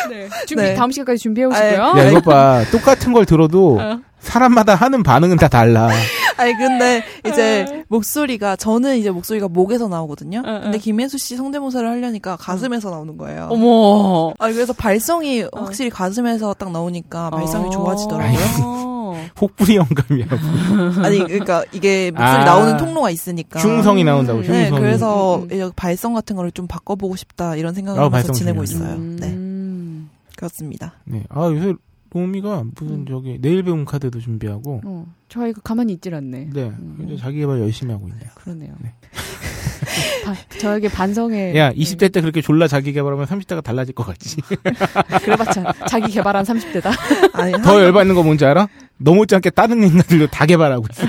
C: 네. 준비 다음 시간까지 준비해
A: 아, 예.
C: 오시고요.
B: 야, 이것 봐. 똑같은 걸 들어도 사람마다 하는 반응은 다 달라.
A: 아니, 근데 이제 목소리가, 저는 이제 목소리가 목에서 나오거든요. 근데 김혜수 씨 성대모사를 하려니까 가슴에서 나오는 거예요.
C: 어머. 어.
A: 아, 그래서 발성이 확실히 가슴에서 딱 나오니까 아, 발성이 좋아지더라고요.
B: 혹부리 영감이라고.
A: 아니 그러니까 이게 목소리
B: 아,
A: 나오는 통로가 있으니까
B: 흉성이
C: 음.
B: 나온다고,
A: 네,
B: 흉성이.
A: 그래서 이런 발성 같은 거를 좀 바꿔보고 싶다 이런 생각을
B: 아,
A: 하면서
B: 발성
A: 지내고 있어요.
C: 음.
B: 중요하죠.
A: 네, 그렇습니다.
B: 네. 아, 요새 로미가
A: 음.
B: 무슨 저기 내일 배움 카드도 준비하고.
C: 어, 저희가 가만히 있질 않네.
A: 음.
B: 네. 이제 자기 개발 열심히 하고 있네요.
C: 그러네요. 저에게
A: 네.
C: 반성의
B: 야, 20대 때 그렇게 졸라 자기 개발하면 30대가 달라질 것 같지.
C: 음, 그래봤자 자기 개발한 30대다.
A: 음.
B: 더
A: 뭐
B: 열받는 거 뭔지 알아? 너무지않게 다른 인간들도 다 개발하고 있어.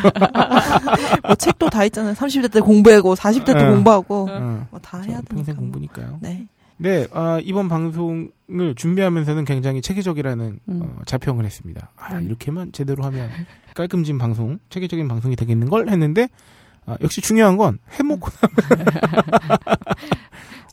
A: 뭐 책도 다 있잖아요. 30대 때 공부하고 40대 때
B: 응.
A: 공부하고
B: 응.
A: 뭐 다 해야 되니까.
B: 어. 평생 공부니까요.
A: 네.
B: 네, 아, 이번 방송을 준비하면서는 굉장히 체계적이라는
A: 음.
B: 어, 자평을 했습니다. 아,
A: 음.
B: 이렇게만 제대로 하면 깔끔진 방송, 체계적인 방송이 되겠는 걸 했는데 아, 역시 중요한 건 해먹고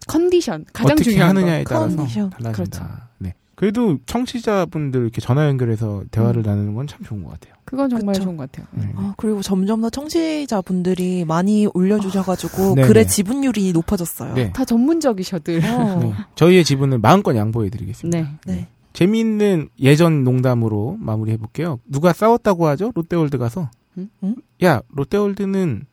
C: 컨디션 가장
B: 어떻게
C: 중요한
B: 하느냐에
C: 거.
B: 따라서
C: 컨디션.
B: 달라진다.
C: 그렇죠.
B: 네. 그래도 청취자분들 이렇게 전화 연결해서 대화를
C: 음.
B: 나누는 건 참 좋은 것 같아요.
C: 그건 정말
A: 그쵸.
C: 좋은 것 같아요.
B: 네. 음.
A: 아, 그리고 점점 더 청취자분들이 많이 올려주셔가지고
B: 아, 네네.
A: 글의 지분율이 높아졌어요. 어,
B: 네.
C: 다 전문적이셔들.
B: 네. 저희의 지분을 마음껏 양보해드리겠습니다.
C: 네.
A: 네.
B: 재미있는 예전 농담으로 마무리해볼게요. 누가 싸웠다고 하죠? 롯데월드 가서.
C: 응?
B: 야, 롯데월드는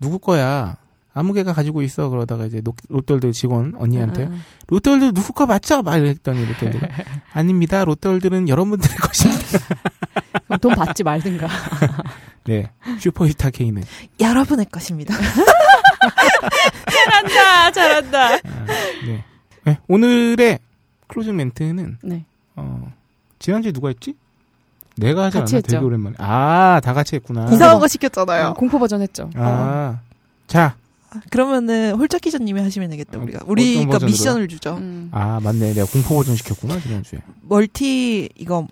B: 누구 거야? 아무개가 가지고 있어. 그러다가 이제 노- 롯데월드 직원 언니한테
C: 아.
B: 롯데월드 누구 거 맞죠? 막 이랬더니 롯데월드가 아닙니다. 롯데월드는 여러분들의 것입니다.
C: 그럼 아, 돈 받지 말든가.
B: 네. 슈퍼히타 K는
A: 여러분의 것입니다.
C: 잘한다, 잘한다.
B: 네. 네, 오늘의 클로징 멘트는
C: 네.
B: 어, 지난주에 누가 했지? 내가 하지
C: 같이
B: 않았나? 되게
C: 했죠.
B: 오랜만에. 아, 다 같이 했구나.
A: 이상한 거 시켰잖아요.
B: 음.
C: 어, 공포 버전 했죠.
B: 아, 자,
A: 그러면은 홀짝 기자님이 하시면 되겠다 우리가.
B: 음, 어떤
A: 우리가 그러니까
B: 버전으로요?
A: 미션을 주죠.
C: 음.
B: 아 맞네. 내가 공포 버전 시켰구나 지난주에.
A: 멀티 이거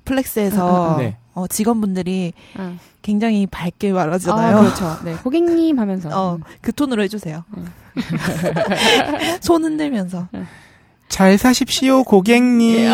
B: 응, 응,
A: 플렉스에서
B: 응. 네.
A: 어, 직원분들이
C: 응.
A: 굉장히 밝게 말하잖아요.
C: 아, 그렇죠. 네, 고객님 하면서.
A: 어, 그 톤으로 해주세요.
C: 음.
A: 손 흔들면서.
C: 예, 어,
B: 잘 사십시오 고객님.